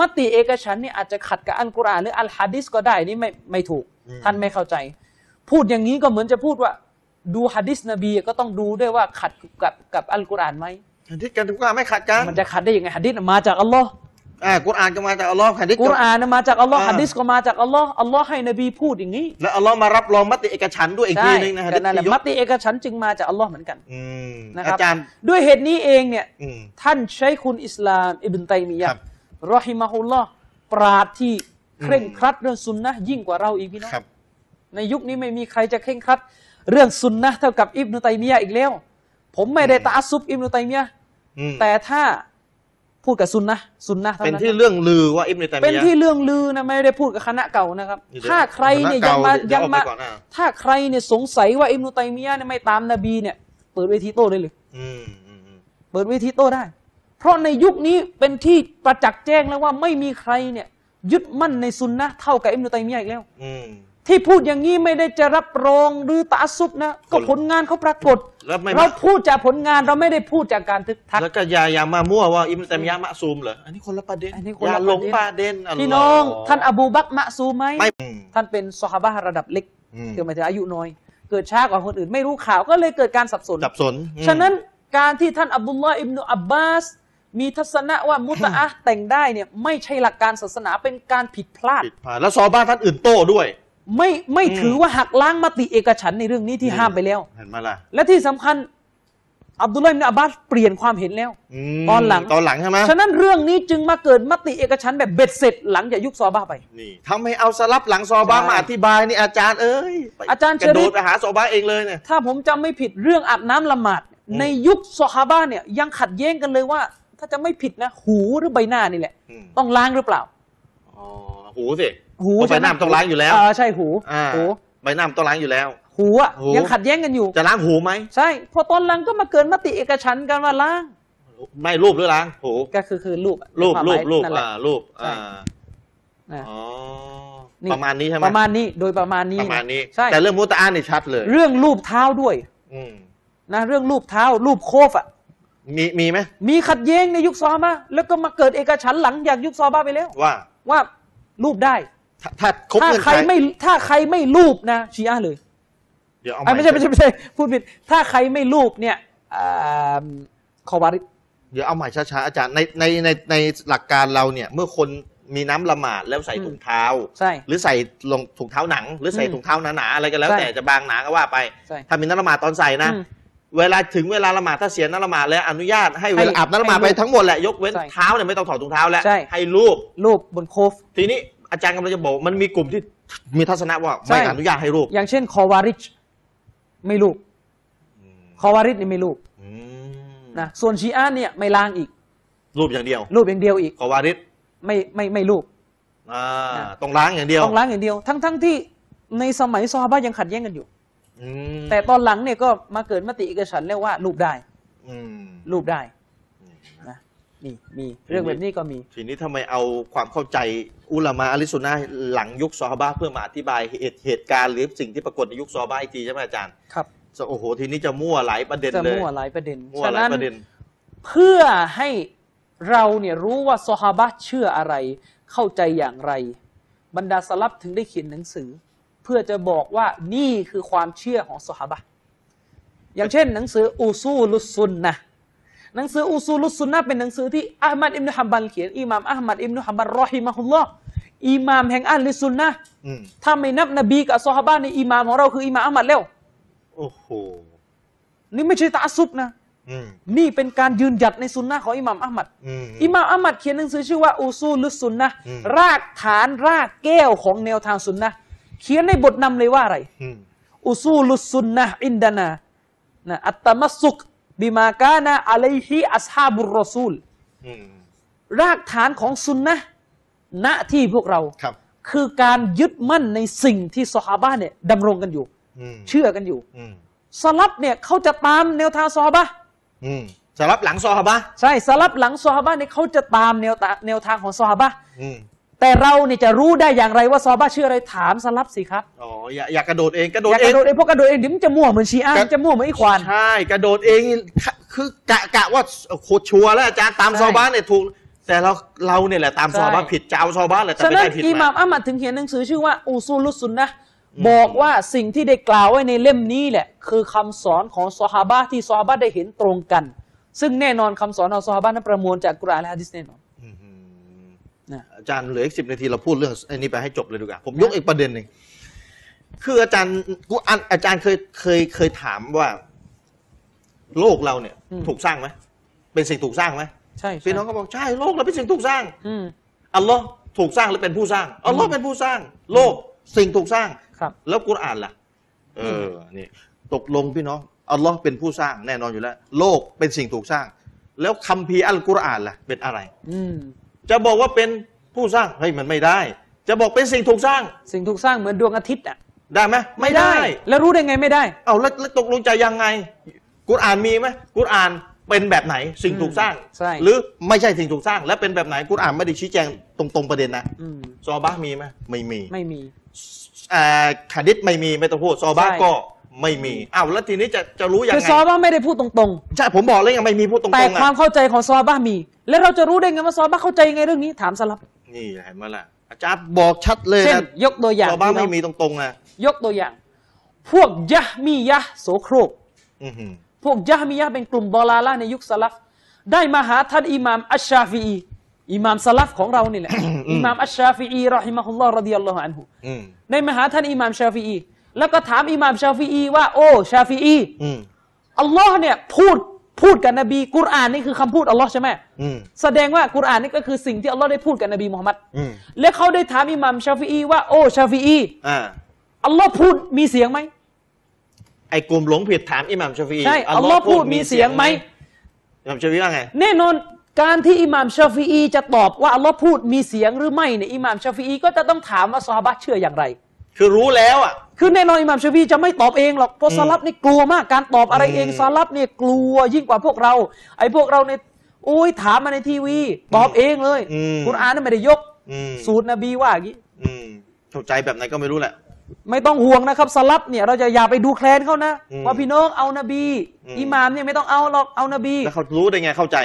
[SPEAKER 2] มติเอกฉันท์นี่อาจจะขัดกับอัลกุรอานหรืออัลฮะดิษก็ได้นี่ไม่ไม่ถูก ท่านไม่เข้าใจ พูดอย่างนี้ก็เหมือนจะพูดว่า ดูฮะดิษนบีก็ต้องดูด้วยว่าขัดกับกับอัลกุรอานไหม
[SPEAKER 1] หันทิศกันทุกข้าไม่ขัดกัน
[SPEAKER 2] มันจะขัดได้ยังไงฮะดิษมาจากอัลลอฮ์
[SPEAKER 1] อ่ากุรอานก็มาจากอัลลอฮ์หันทิศ
[SPEAKER 2] กุ
[SPEAKER 1] ก็
[SPEAKER 2] รอานน่ะมาจากอัลลอฮ์
[SPEAKER 1] อ่า
[SPEAKER 2] ฮะดิษก็มาจากอัลลอฮ์อัลลอฮ์ให้นบีพูดอย่างนี้
[SPEAKER 1] แล้วอัลลอฮ์มารับรองมติเอกฉันท์ด้วยอีก
[SPEAKER 2] ใช่
[SPEAKER 1] ทีหนึงนะฮะ
[SPEAKER 2] ก็นั่นแหละ
[SPEAKER 1] ที่ย
[SPEAKER 2] ม
[SPEAKER 1] ก
[SPEAKER 2] ติเอกฉันท์จึงมาจากอัลลอฮ์เหมือนกัน
[SPEAKER 1] อืม
[SPEAKER 2] นะค
[SPEAKER 1] อา
[SPEAKER 2] รับ
[SPEAKER 1] จารย์
[SPEAKER 2] ด้วยเหตุนี้เองเนี่ย
[SPEAKER 1] อืม
[SPEAKER 2] ท่านใช้คุณอิสลามอิบนตัยมียะ
[SPEAKER 1] ครับ
[SPEAKER 2] รอฮิมาฮุลลอฮ์ปราดที่เคร่ง
[SPEAKER 1] อืม
[SPEAKER 2] ครัดเรื่องซุนนะห์ยิ่งกว่าเราอีกพี่น้อง
[SPEAKER 1] ครับ
[SPEAKER 2] ในยุคนี้ไม่มีใครจะเคร่งครัด เรื่องซุนนะห์เท่ากับอิบนุตัยมียะห์อีกแล้ว ผมไม่ได้ตะอัสซุบอิบนุตัยมียะห์
[SPEAKER 1] อืม
[SPEAKER 2] แต่ถ้าพูดกับซุนนะห์ซุนนะห์เท่า
[SPEAKER 1] เป็น
[SPEAKER 2] นั้น
[SPEAKER 1] ที่เรื่องลือว่าอิบนุตัยมียะห์
[SPEAKER 2] เป็นที่เรื่องลือนะไม่ได้พูดกับคณะเก่านะครับ
[SPEAKER 1] นี่เดี๋ยว
[SPEAKER 2] ถ้าใครเนี่ย
[SPEAKER 1] คณะ
[SPEAKER 2] ยั
[SPEAKER 1] เก่า
[SPEAKER 2] งมา
[SPEAKER 1] เดี๋
[SPEAKER 2] ยั
[SPEAKER 1] ยว
[SPEAKER 2] ง
[SPEAKER 1] ออกไป
[SPEAKER 2] มา
[SPEAKER 1] ก่อนอ่ะ
[SPEAKER 2] ถ้าใครเนี่ยสงสัยว่าอิบนุตัยมียะห์เนี่ยไม่ตามนบีเนี่ยเปิดเวทีโต้ได้เลย
[SPEAKER 1] อืมอืมอืม
[SPEAKER 2] เปิดเวทีโต้ได้ เพราะในยุคนี้เป็นที่ประจักษ์แจ้งแล้วว่าไม่มีใครเนี่ยยึดมั่นในซุนนะห์เท่ากับอิมนุตัยมียะห์อีกแล้ว
[SPEAKER 1] อืม
[SPEAKER 2] ที่พูดอย่างนี้ไม่ได้จะรับรองหรือตะอัสซุบนะ ก็ผลงานเขาปรากฏ
[SPEAKER 1] แล้วไม่
[SPEAKER 2] เราพูดจากผลงานเราไม่ได้พูดจากการทึกทัก
[SPEAKER 1] แล้วก็ยายามามั่วว่าอิบนุตัยมียะห์มะซูมเหรออันนี้คนละประเด็น
[SPEAKER 2] อันนี้คน
[SPEAKER 1] อย่า
[SPEAKER 2] ละ
[SPEAKER 1] หลงป
[SPEAKER 2] ประ ระเด็
[SPEAKER 1] เด็น
[SPEAKER 2] น พี่น้องท่าน
[SPEAKER 1] อัลล
[SPEAKER 2] อบูบักรมะซูไหม
[SPEAKER 1] อฮ์ไม่อืม
[SPEAKER 2] ท่านเป็นซอฮาบะห์ระดับเล็ก
[SPEAKER 1] อืม
[SPEAKER 2] คือหมายถึงอายุน้อย เกิดช้ากว่าคนอื่นไม่รู้ข่าวก็เลยเกิดการสับสน
[SPEAKER 1] สับสนอืม
[SPEAKER 2] ฉะนั้นการที่ท่านอับดุลลอฮ์อิบนุอับบาส มีทัศนะว่ามุตะอะห์แต่งได้เนี่ยไม่ใช่หลักการศาสนาเป็นการผิดพลาด
[SPEAKER 1] ผิดพลาดแล้วซอบ้านท่านอื่นโต้ด้วย
[SPEAKER 2] ไม่ไม่
[SPEAKER 1] อืม
[SPEAKER 2] ถือว่าหักล้างมติเอกฉันท์ในเรื่องนี้ที่ห้ามไปแล้ว
[SPEAKER 1] เห็นไหมาล่ะ
[SPEAKER 2] และที่สำคัญอับดุลลอฮ์อิบนุอับบาสเปลี่ยนความเห็นแล้ว
[SPEAKER 1] ม
[SPEAKER 2] ตอนหลัง
[SPEAKER 1] ตอนหลังใช่ไหม
[SPEAKER 2] ฉะนั้นเรื่องนี้จึงมาเกิดมติเอกฉันท์แบบเบ็ดเสร็จหลังจากยุคซอฮาบะห์ไป
[SPEAKER 1] นี่ทำให้เอาสลับหลังซอบ้าน
[SPEAKER 2] ใช่
[SPEAKER 1] มาอธิบายนี่อาจารย์เอ้ยไป
[SPEAKER 2] อาจารย์
[SPEAKER 1] กระโด
[SPEAKER 2] เชอรี่
[SPEAKER 1] ดไปหาซอบ้านเองเลยเนี่ย
[SPEAKER 2] ถ้าผมจำไม่ผิดเรื่องอาบน้ำละหมาด
[SPEAKER 1] อืม
[SPEAKER 2] ในยุคซอฮาบะห์เนี่ยยังขัดแย้งกันเลยว่า ถ้าจะไม่ผิดนะ หูหรือใบหน้านี่แหละ
[SPEAKER 1] อืม
[SPEAKER 2] ต้องล้างหรือเปล่า
[SPEAKER 1] อ๋อหูสิ
[SPEAKER 2] หู
[SPEAKER 1] เพราะใบ
[SPEAKER 2] ใช่ไหม
[SPEAKER 1] หน้ามนต้องล้างอยู่แล้ว
[SPEAKER 2] อ่าใช่หู
[SPEAKER 1] อ่า
[SPEAKER 2] หู
[SPEAKER 1] ใบหน้ามนต้องล้างอยู่แล้ว
[SPEAKER 2] หูอ่ะ
[SPEAKER 1] หู
[SPEAKER 2] ยังขัดแย้งกันอยู่
[SPEAKER 1] จะล้างหูไหม
[SPEAKER 2] ใช่พอตอนหลังก็มาเกินมติเอกฉันท์กันว่าล้าง
[SPEAKER 1] ไม่รูปหรือล้างหู
[SPEAKER 2] ก็คือคือรูปอะ
[SPEAKER 1] รูป
[SPEAKER 2] ความห
[SPEAKER 1] รู
[SPEAKER 2] มา
[SPEAKER 1] ป
[SPEAKER 2] ย
[SPEAKER 1] รูป
[SPEAKER 2] นั่นแหละ
[SPEAKER 1] อ่ารูป
[SPEAKER 2] ใช่
[SPEAKER 1] อ่า
[SPEAKER 2] นะ
[SPEAKER 1] อ๋อ
[SPEAKER 2] นี่
[SPEAKER 1] ประมาณนี้ใช่ไหม
[SPEAKER 2] ประมาณนี้โดยประมาณนี้
[SPEAKER 1] ประมาณนี้
[SPEAKER 2] ใช่
[SPEAKER 1] แต่เรื่องมุตะอานี่ชัดเลย
[SPEAKER 2] เรื่องรูปเท้าด้วย
[SPEAKER 1] อืม
[SPEAKER 2] นะเรื่องรูปเท้า รูปโคฟอ่ะ
[SPEAKER 1] มีมีไหม
[SPEAKER 2] มีขัดแย้งในยุคซอฮาบะห์แล้วก็มาเกิดเอกฉันท์หลังจากยุคซอฮาบะห์ไปแล้ว
[SPEAKER 1] ว่า
[SPEAKER 2] ว่ารูปได้
[SPEAKER 1] ถ้าถ้าครบ
[SPEAKER 2] ถ้า
[SPEAKER 1] เงื่อน
[SPEAKER 2] ใคร
[SPEAKER 1] ไข
[SPEAKER 2] ไม่ถ้าใครไม่รูปนะชีอะห์เลย
[SPEAKER 1] เดี๋ยวเอา
[SPEAKER 2] อ่ะไม่ใช่ไม่
[SPEAKER 1] ให
[SPEAKER 2] ใช่ไม่ใช่พูดผิด ถ้าใครไม่รูปเนี่ยอ่าคอบาริ
[SPEAKER 1] เดี๋ยวเอาใหม่ช้าๆอาจารย์ในในในในหลักการเราเนี่ย เมื่อคนมีน้ำละหมาดแล้วใส่
[SPEAKER 2] อืม
[SPEAKER 1] ถุงเท้า
[SPEAKER 2] ใช่
[SPEAKER 1] หรือใส่รองถุงเท้าหนัง หรือใส่
[SPEAKER 2] อืม
[SPEAKER 1] ถุงเท้าหนาๆอะไรก็แล้ว
[SPEAKER 2] ใช่
[SPEAKER 1] แต่จะบางหนาก็ว่าไป
[SPEAKER 2] ใช่
[SPEAKER 1] ถ้ามีน้ำละหมาดตอนใส่นะ
[SPEAKER 2] อืม
[SPEAKER 1] เวลาถึงเวลาละหมาดถ้าเสียน้ำละหมาดแล้วอนุญาตให้เวลา
[SPEAKER 2] ให้
[SPEAKER 1] อาบน้ำละหมาด
[SPEAKER 2] ให้
[SPEAKER 1] ไป
[SPEAKER 2] รูป
[SPEAKER 1] ทั้งหมดแหละยกเว้น
[SPEAKER 2] ใช่
[SPEAKER 1] เท้าเนี่ยไม่ต้องถอดถุงเท้าแล้ว
[SPEAKER 2] ใช่
[SPEAKER 1] ให้รูป
[SPEAKER 2] รูปบนโคฟ
[SPEAKER 1] ทีนี้อาจารย์กำลังจะบอกมันมีกลุ่มที่มีทัศนะว่าไม่
[SPEAKER 2] ใช่
[SPEAKER 1] อนุญาตให้รูป
[SPEAKER 2] อย่างเช่นคอวาริชไม่รูปคอวาริชนี่ไม่รูป
[SPEAKER 1] อืม
[SPEAKER 2] นะส่วนชีอะห์เนี่ยไม่ล้างอีก
[SPEAKER 1] รูปอย่างเดียว
[SPEAKER 2] รูปอย่างเดียวอีก
[SPEAKER 1] กอวาริส
[SPEAKER 2] ไม่ไม่ไม่รูป
[SPEAKER 1] อ่า
[SPEAKER 2] อ่ะ
[SPEAKER 1] ต้องล้างอย่างเดียว
[SPEAKER 2] ต้องล้างอย่างเดียว ทั้งทั้งที่ในสมัยซอฮาบะห์ยังขัดแย้งกันอยู่
[SPEAKER 1] อืม
[SPEAKER 2] แต่ตอนหลังเนี่ยก็มาเกิดมติเอกฉันท์แล้วว่ารูปได้
[SPEAKER 1] อืม
[SPEAKER 2] รูปได้นะนี่มีเรื่องแบบนี้ก็มี
[SPEAKER 1] ทีนี้ทำไมเอาความเข้าใจอุลามะอะลิสุนนะห์หลังยุคซอฮาบะห์เพื่อมาอธิบายเหตุเหตุการณ์หรือสิ่งที่ปรากฏในยุคซอฮาบะห์อีกทีใช่ไหมอาจารย์
[SPEAKER 2] ครับ
[SPEAKER 1] จะโอ้โหทีนี้จะมั่วหลายประเด็น
[SPEAKER 2] จะ
[SPEAKER 1] เลย
[SPEAKER 2] มั่วหลายประเด็น
[SPEAKER 1] มั่ว
[SPEAKER 2] ฉะ
[SPEAKER 1] หลาย
[SPEAKER 2] นั้น
[SPEAKER 1] ประเด็น
[SPEAKER 2] เพื่อให้เราเนี่ยรู้ว่าซอฮาบะห์เชื่ออะไร เข้าใจอย่างไร บรรดาสลับถึงได้เขียนหนังสือ เพื่อจะบอกว่านี่คือความเชื่อของซอฮาบะห์อย่างเช่น หนังสืออูซูลุสซุนนะห์หนังสืออูซูลุสซุนนะห์เป็นหนังสือที่อัลมัดอิมนุฮัมบัลเขียนอิหม่ามอัลมัดอิมนุฮัมบัลรอฮิมะฮุลลอฮ์อิหม่ามแห่งอัลลิซุนนะห์
[SPEAKER 1] อืม
[SPEAKER 2] ถ้าไม่นับนบีกับซอฮาบะห์ในอิหม่ามของเราคืออิหม่ามอัลมัดแล้ว
[SPEAKER 1] โอ้โห
[SPEAKER 2] นี่ไม่ใช่ตะอัสซุบนะ
[SPEAKER 1] อืม
[SPEAKER 2] นี่เป็นการยืนหยัดในซุนนะห์ของอิหม่ามอัลมัด
[SPEAKER 1] อืม
[SPEAKER 2] อิหม่ามอามัดเขียนหนังสือชื่อว่าอูซูลุสซุนนะห์
[SPEAKER 1] อืม
[SPEAKER 2] รากฐานรากแก้วของแนวทางซุนนะห์เขียนในบทนำเลยว่าอะไร
[SPEAKER 1] อืม
[SPEAKER 2] อูซูลุสซุนนะห์อินดานานะอัตตมัสซุกบิมากานะอะลัยฮิอัสฮาบุรรอซูล
[SPEAKER 1] อืม
[SPEAKER 2] รากฐานของซุนนะห์ณที่พวกเรา
[SPEAKER 1] ครับ
[SPEAKER 2] คือการยึดมั่นในสิ่งที่ซอฮาบะห์เนี่ยดำรงกันอยู่
[SPEAKER 1] อืม
[SPEAKER 2] เชื่อกันอยู่
[SPEAKER 1] อืม
[SPEAKER 2] สลับเนี่ยเขาจะตามแนวทางซอฮาบะห์
[SPEAKER 1] อืมสำหรับหลังซอฮาบะห์
[SPEAKER 2] ใช่สลับหลังซอฮาบะห์เนี่ยเขาจะตามแนวตาแนวทางของซอฮาบะห์
[SPEAKER 1] อืม
[SPEAKER 2] แต่เราเนี่ยจะรู้ได้อย่างไรว่าซอฮาบะห์ชื่ออะไรถามสลับสิครับ
[SPEAKER 1] อ๋ออย่าอย่ากระโดดเองกระโดด
[SPEAKER 2] อยาก
[SPEAKER 1] เอก ง
[SPEAKER 2] ระโดดเองเพวกกระโดดเองเดี๋ยวมันจะมั่วเหมือนชีอะห์
[SPEAKER 1] ครับ
[SPEAKER 2] มันจะมั่วเหมือนอีควาน
[SPEAKER 1] ใช่กระโดดเองนี่คือกะกะว่าโคตรชัวร์แล้วอาจารย์ตาม
[SPEAKER 2] ใช่
[SPEAKER 1] ซอฮาบะห์เนี่ยถูก แต่เราเราเนี่ยแหละตามซอฮาบะห์
[SPEAKER 2] ใช่
[SPEAKER 1] ผิดจะเอาซอฮาบะห์แหละแต่
[SPEAKER 2] ฉะ
[SPEAKER 1] ไม่
[SPEAKER 2] นั้น
[SPEAKER 1] ได้ผิด
[SPEAKER 2] อิหม่าม
[SPEAKER 1] าม
[SPEAKER 2] อัมมัดถึงเขียนหนังสือชื่อว่าอูซูลุสซุนนะห์บอกว่าสิ่งที่ได้กล่าวไว้ในเล่มนี้แหละ คือคำสอนของซอฮาบะห์ที่ซอฮาบะห์ได้เห็นตรงกัน ซึ่งแน่นอนคำสอนของซอฮาบะห์นั้นประมวลจากกุรอานและฮะดิษแน่นอน
[SPEAKER 1] อืม
[SPEAKER 2] นะ
[SPEAKER 1] อาจารย์เหลืออีกสิบนาทีเราพูดเรื่องไอันนี้ไปให้จบเลยดีกว่าผมยกอีกประเด็นหนึ่งคืออาจารย์กูอันอาจารย์เคยเคยเคยถามว่า โลกเราเนี่ย
[SPEAKER 2] อืม
[SPEAKER 1] ถูกสร้างไหมเป็นสิ่งถูกสร้างไหม
[SPEAKER 2] ใช่
[SPEAKER 1] พี่น้องก็บอกใช่โลกเราเป็นสิ่งถูกสร้าง
[SPEAKER 2] อืม
[SPEAKER 1] อัลลอฮ์ถูกสร้างหรือเป็นผู้สร้างอัลลอฮ์เป็นผู้สร้าง โลกสิ่งถูกสร้าง
[SPEAKER 2] ครับ
[SPEAKER 1] แล้วกุรอานล่ะ เออ นี่ ตกลงพี่น้อง อัลลอฮ์เป็นผู้สร้างแน่นอนอยู่แล้ว โลกเป็นสิ่งถูกสร้าง แล้วคัมภีร์อัลกุรอานล่ะ เป็นอะไร
[SPEAKER 2] อืม
[SPEAKER 1] จะบอกว่าเป็นผู้สร้าง เฮ้ย มันไม่ได้ จะบอกเป็นสิ่งถูกสร้าง
[SPEAKER 2] สิ่งถูกสร้างเหมือนดวงอาทิตย์อ่ะ
[SPEAKER 1] ได้ไหมไม่ได้
[SPEAKER 2] แล้วรู้ได้ไงไม่ได้
[SPEAKER 1] เอาแล้วแล้วตกลงจะยังไง กุรอานมีไหมกุรอานเป็นแบบไหน สิ่งถูกสร้าง
[SPEAKER 2] อืมใช่
[SPEAKER 1] หรือไม่ใช่สิ่งถูกสร้าง และเป็นแบบไหน กุรอานไม่ได้ชี้แจงตรงๆประเด็นนะ
[SPEAKER 2] อืม
[SPEAKER 1] ซอบะห์มีไหมไม่มี
[SPEAKER 2] ไม่มี
[SPEAKER 1] อ่าขดิษไม่มีไม่ต้องพูดซอบ้า
[SPEAKER 2] ใช่
[SPEAKER 1] ก็ไม่มีอ้าวแล้วทีนี้จะจะรู้ยัง
[SPEAKER 2] คือ
[SPEAKER 1] ไง
[SPEAKER 2] ซอฮาบ้าไม่ได้พูดตรง
[SPEAKER 1] ใช่ผมบอกแล้วยังไม่มีพูดตร
[SPEAKER 2] ๆ
[SPEAKER 1] งๆ
[SPEAKER 2] แต่
[SPEAKER 1] อะ
[SPEAKER 2] ความเข้าใจของซอฮาบ้ามี แล้วเราจะรู้ได้ไงว่าซอฮาบ้าเข้าใจยังไงเรื่องนี้ถามสลับ
[SPEAKER 1] นี่เห็นไหมล่ะอาจารย์บอกชัดเลย
[SPEAKER 2] เช่น
[SPEAKER 1] นะ
[SPEAKER 2] ยกตัวอย่าง
[SPEAKER 1] ซอบ้าไม่
[SPEAKER 2] พี่น้อง
[SPEAKER 1] มีตรงๆนะ
[SPEAKER 2] ยกตัวอย่าง พวกยะฮ์มียะฮ์โสโครก
[SPEAKER 1] อื้อหือ
[SPEAKER 2] พวกยะฮ์มียะฮ์เป็นกลุ่มบอลาล่าในยุคสลัฟได้มาหาท่านอิหม่ามอัชชาฟีอีอิหม่ามสลัฟของเรานี่แหละ อิหม่ามอัชชาฟีอีรอฮิมะฮุลลอฮ์รดิยัลลอฮุอันฮุ
[SPEAKER 1] อืม
[SPEAKER 2] ในมาหาท่านอิหม่ามชาฟีอีแล้วก็ถามอิหม่ามชาฟีอีว่าโอ้ชาฟีอี
[SPEAKER 1] อืม
[SPEAKER 2] อัลลอฮ์เนี่ยพูดพูดกับนบีกุรอานนี่คือคำพูดอัลลอฮ์ใช่ไหม
[SPEAKER 1] อืม
[SPEAKER 2] แสดงว่ากุรอานนี่ก็คือสิ่งที่อัลลอฮ์ได้พูดกับนบีมุฮัมมัด
[SPEAKER 1] อืม
[SPEAKER 2] และเขาได้ถามอิหม่ามชาฟีอีว่าโอ้ชาฟีอี
[SPEAKER 1] อ่า
[SPEAKER 2] อัลลอฮ์พูดมีเสียงไหม
[SPEAKER 1] ไอ้กลุ่มหลงผิดถามอิหม่ามชาฟี
[SPEAKER 2] ใช่อัลลอฮ์พูดมีเสียงไหม
[SPEAKER 1] อิหม่ามชาฟีว่าไง
[SPEAKER 2] แน่นอนการที่อิหม่ามชาฟีอีจะตอบว่าอัลลอฮ์พูดมีเสียงหรือไม่เนี่ยอิหม่ามชาฟีอีก็จะต้องถามว่าซอฮาบะห์เชื่ออย่างไร
[SPEAKER 1] คือรู้แล้วอ่ะ
[SPEAKER 2] คือแน่นอนอิหม่ามชาฟีอีจะไม่ตอบเองหรอกเพราะ
[SPEAKER 1] อืม
[SPEAKER 2] ซาลับนี่กลัวมากการตอบอะไรเอง
[SPEAKER 1] อืม
[SPEAKER 2] ซาลับเนี่ยกลัวยิ่งกว่าพวกเรา ไอ้พวกเราในยโอ้ยถามมาในทีวี ตอบเองเลย
[SPEAKER 1] อืม
[SPEAKER 2] คุณอานนไม่ได้ยก
[SPEAKER 1] อืม
[SPEAKER 2] สูตรนบีว่าอย่างนี้
[SPEAKER 1] อืมเข้าใจแบบไหนก็ไม่รู้แหละ
[SPEAKER 2] ไม่ต้องห่วงนะครับซาลับเนี่ยเราจะอย่าไปดูแคลนเขานะ
[SPEAKER 1] อืม
[SPEAKER 2] ว่าพี่น้องเอานบี
[SPEAKER 1] อืม
[SPEAKER 2] อิหม่ามเนี่ยไม่ต้องเอาหรอกเอานบี
[SPEAKER 1] แล้วเขารู้ได้ไงเข้าใจ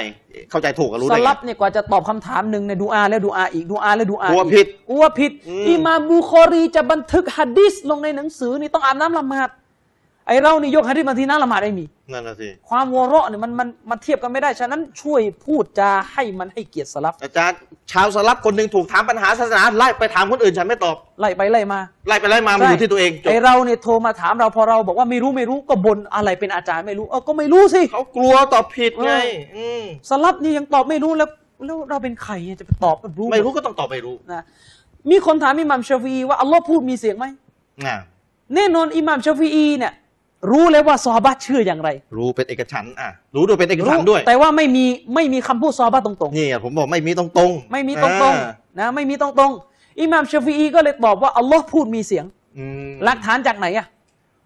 [SPEAKER 1] เข้าใจถูกก็รู้
[SPEAKER 2] ส
[SPEAKER 1] ได้ไง
[SPEAKER 2] ลับเนี่ยกว่าจะตอบคำถามหนึ่งในยดูอาแล้วดูอาอีกดูอาแล้วดูอาอี
[SPEAKER 1] ก
[SPEAKER 2] ก
[SPEAKER 1] ลัวผิด
[SPEAKER 2] กลัวผิด
[SPEAKER 1] อืม
[SPEAKER 2] อิหมามบูคอรีจะบันทึกฮัดดิสลงในหนังสือนี่ต้องอาบน้ำละหมาดไอเรานี่ยกฮัดดิสมาที่หน้าละหมาดไม่มี
[SPEAKER 1] นั่นน่ะสิ
[SPEAKER 2] ความวอเราะเนี่ยมันมันมันเทียบกันไม่ได้ ฉะนั้นช่วยพูดจาให้มันให้เกียรติสลับ
[SPEAKER 1] อาจารย์ชาวสลับคนหนึ่งถูกถามปัญหาศาสนาไล่ไปถามคนอื่นฉันไม่ตอบ
[SPEAKER 2] ไล่ไปไล่มา
[SPEAKER 1] ไล่ไปไล่มามาอยู่ที่ตัวเองจบ
[SPEAKER 2] ไอเราเนี่ยโทรมาถามเราพอเราบอกว่าไม่รู้ไม่รู้ก็บ่นอะไรเป็นอาจารย์ไม่รู้เออก็ไม่รู้สิ
[SPEAKER 1] เขากลัวตอบผิดไงอืม
[SPEAKER 2] สลับนี่ยังตอบไม่รู้แล้วแล้วเราเป็นใครเนี่ยจะไปตอบแบบรู้
[SPEAKER 1] ไม่รู้ก็ต้องตอบไม่รู้
[SPEAKER 2] นะมีคนถามอิหมามชาฟีว่าอัลลอฮ์พูดมีเสียงไหม
[SPEAKER 1] นะ
[SPEAKER 2] แน่นอนอิหม่ามชาฟีอีเนี่ยรู้เลยว่าซอฮาบะห์เชื่ออย่างไร
[SPEAKER 1] รู้เป็นเอกฉันท์อ่ะ รู้ด้วยเป็นเอกฉันท์ด้วย
[SPEAKER 2] แต่ว่าไม่มีไม่มีคำพูดซอฮาบะห์ตรง
[SPEAKER 1] นี่อ่ะผมบอกไม่มีตรงตรงๆ
[SPEAKER 2] ๆ ไม่มีตรง
[SPEAKER 1] อ่า
[SPEAKER 2] ๆนะไม่มีตรงๆอิหม่ามชาฟีอีก็เลยตอบว่าอัลลอฮ์พูดมีเสียง
[SPEAKER 1] อืม
[SPEAKER 2] หลักฐานจากไหนอะ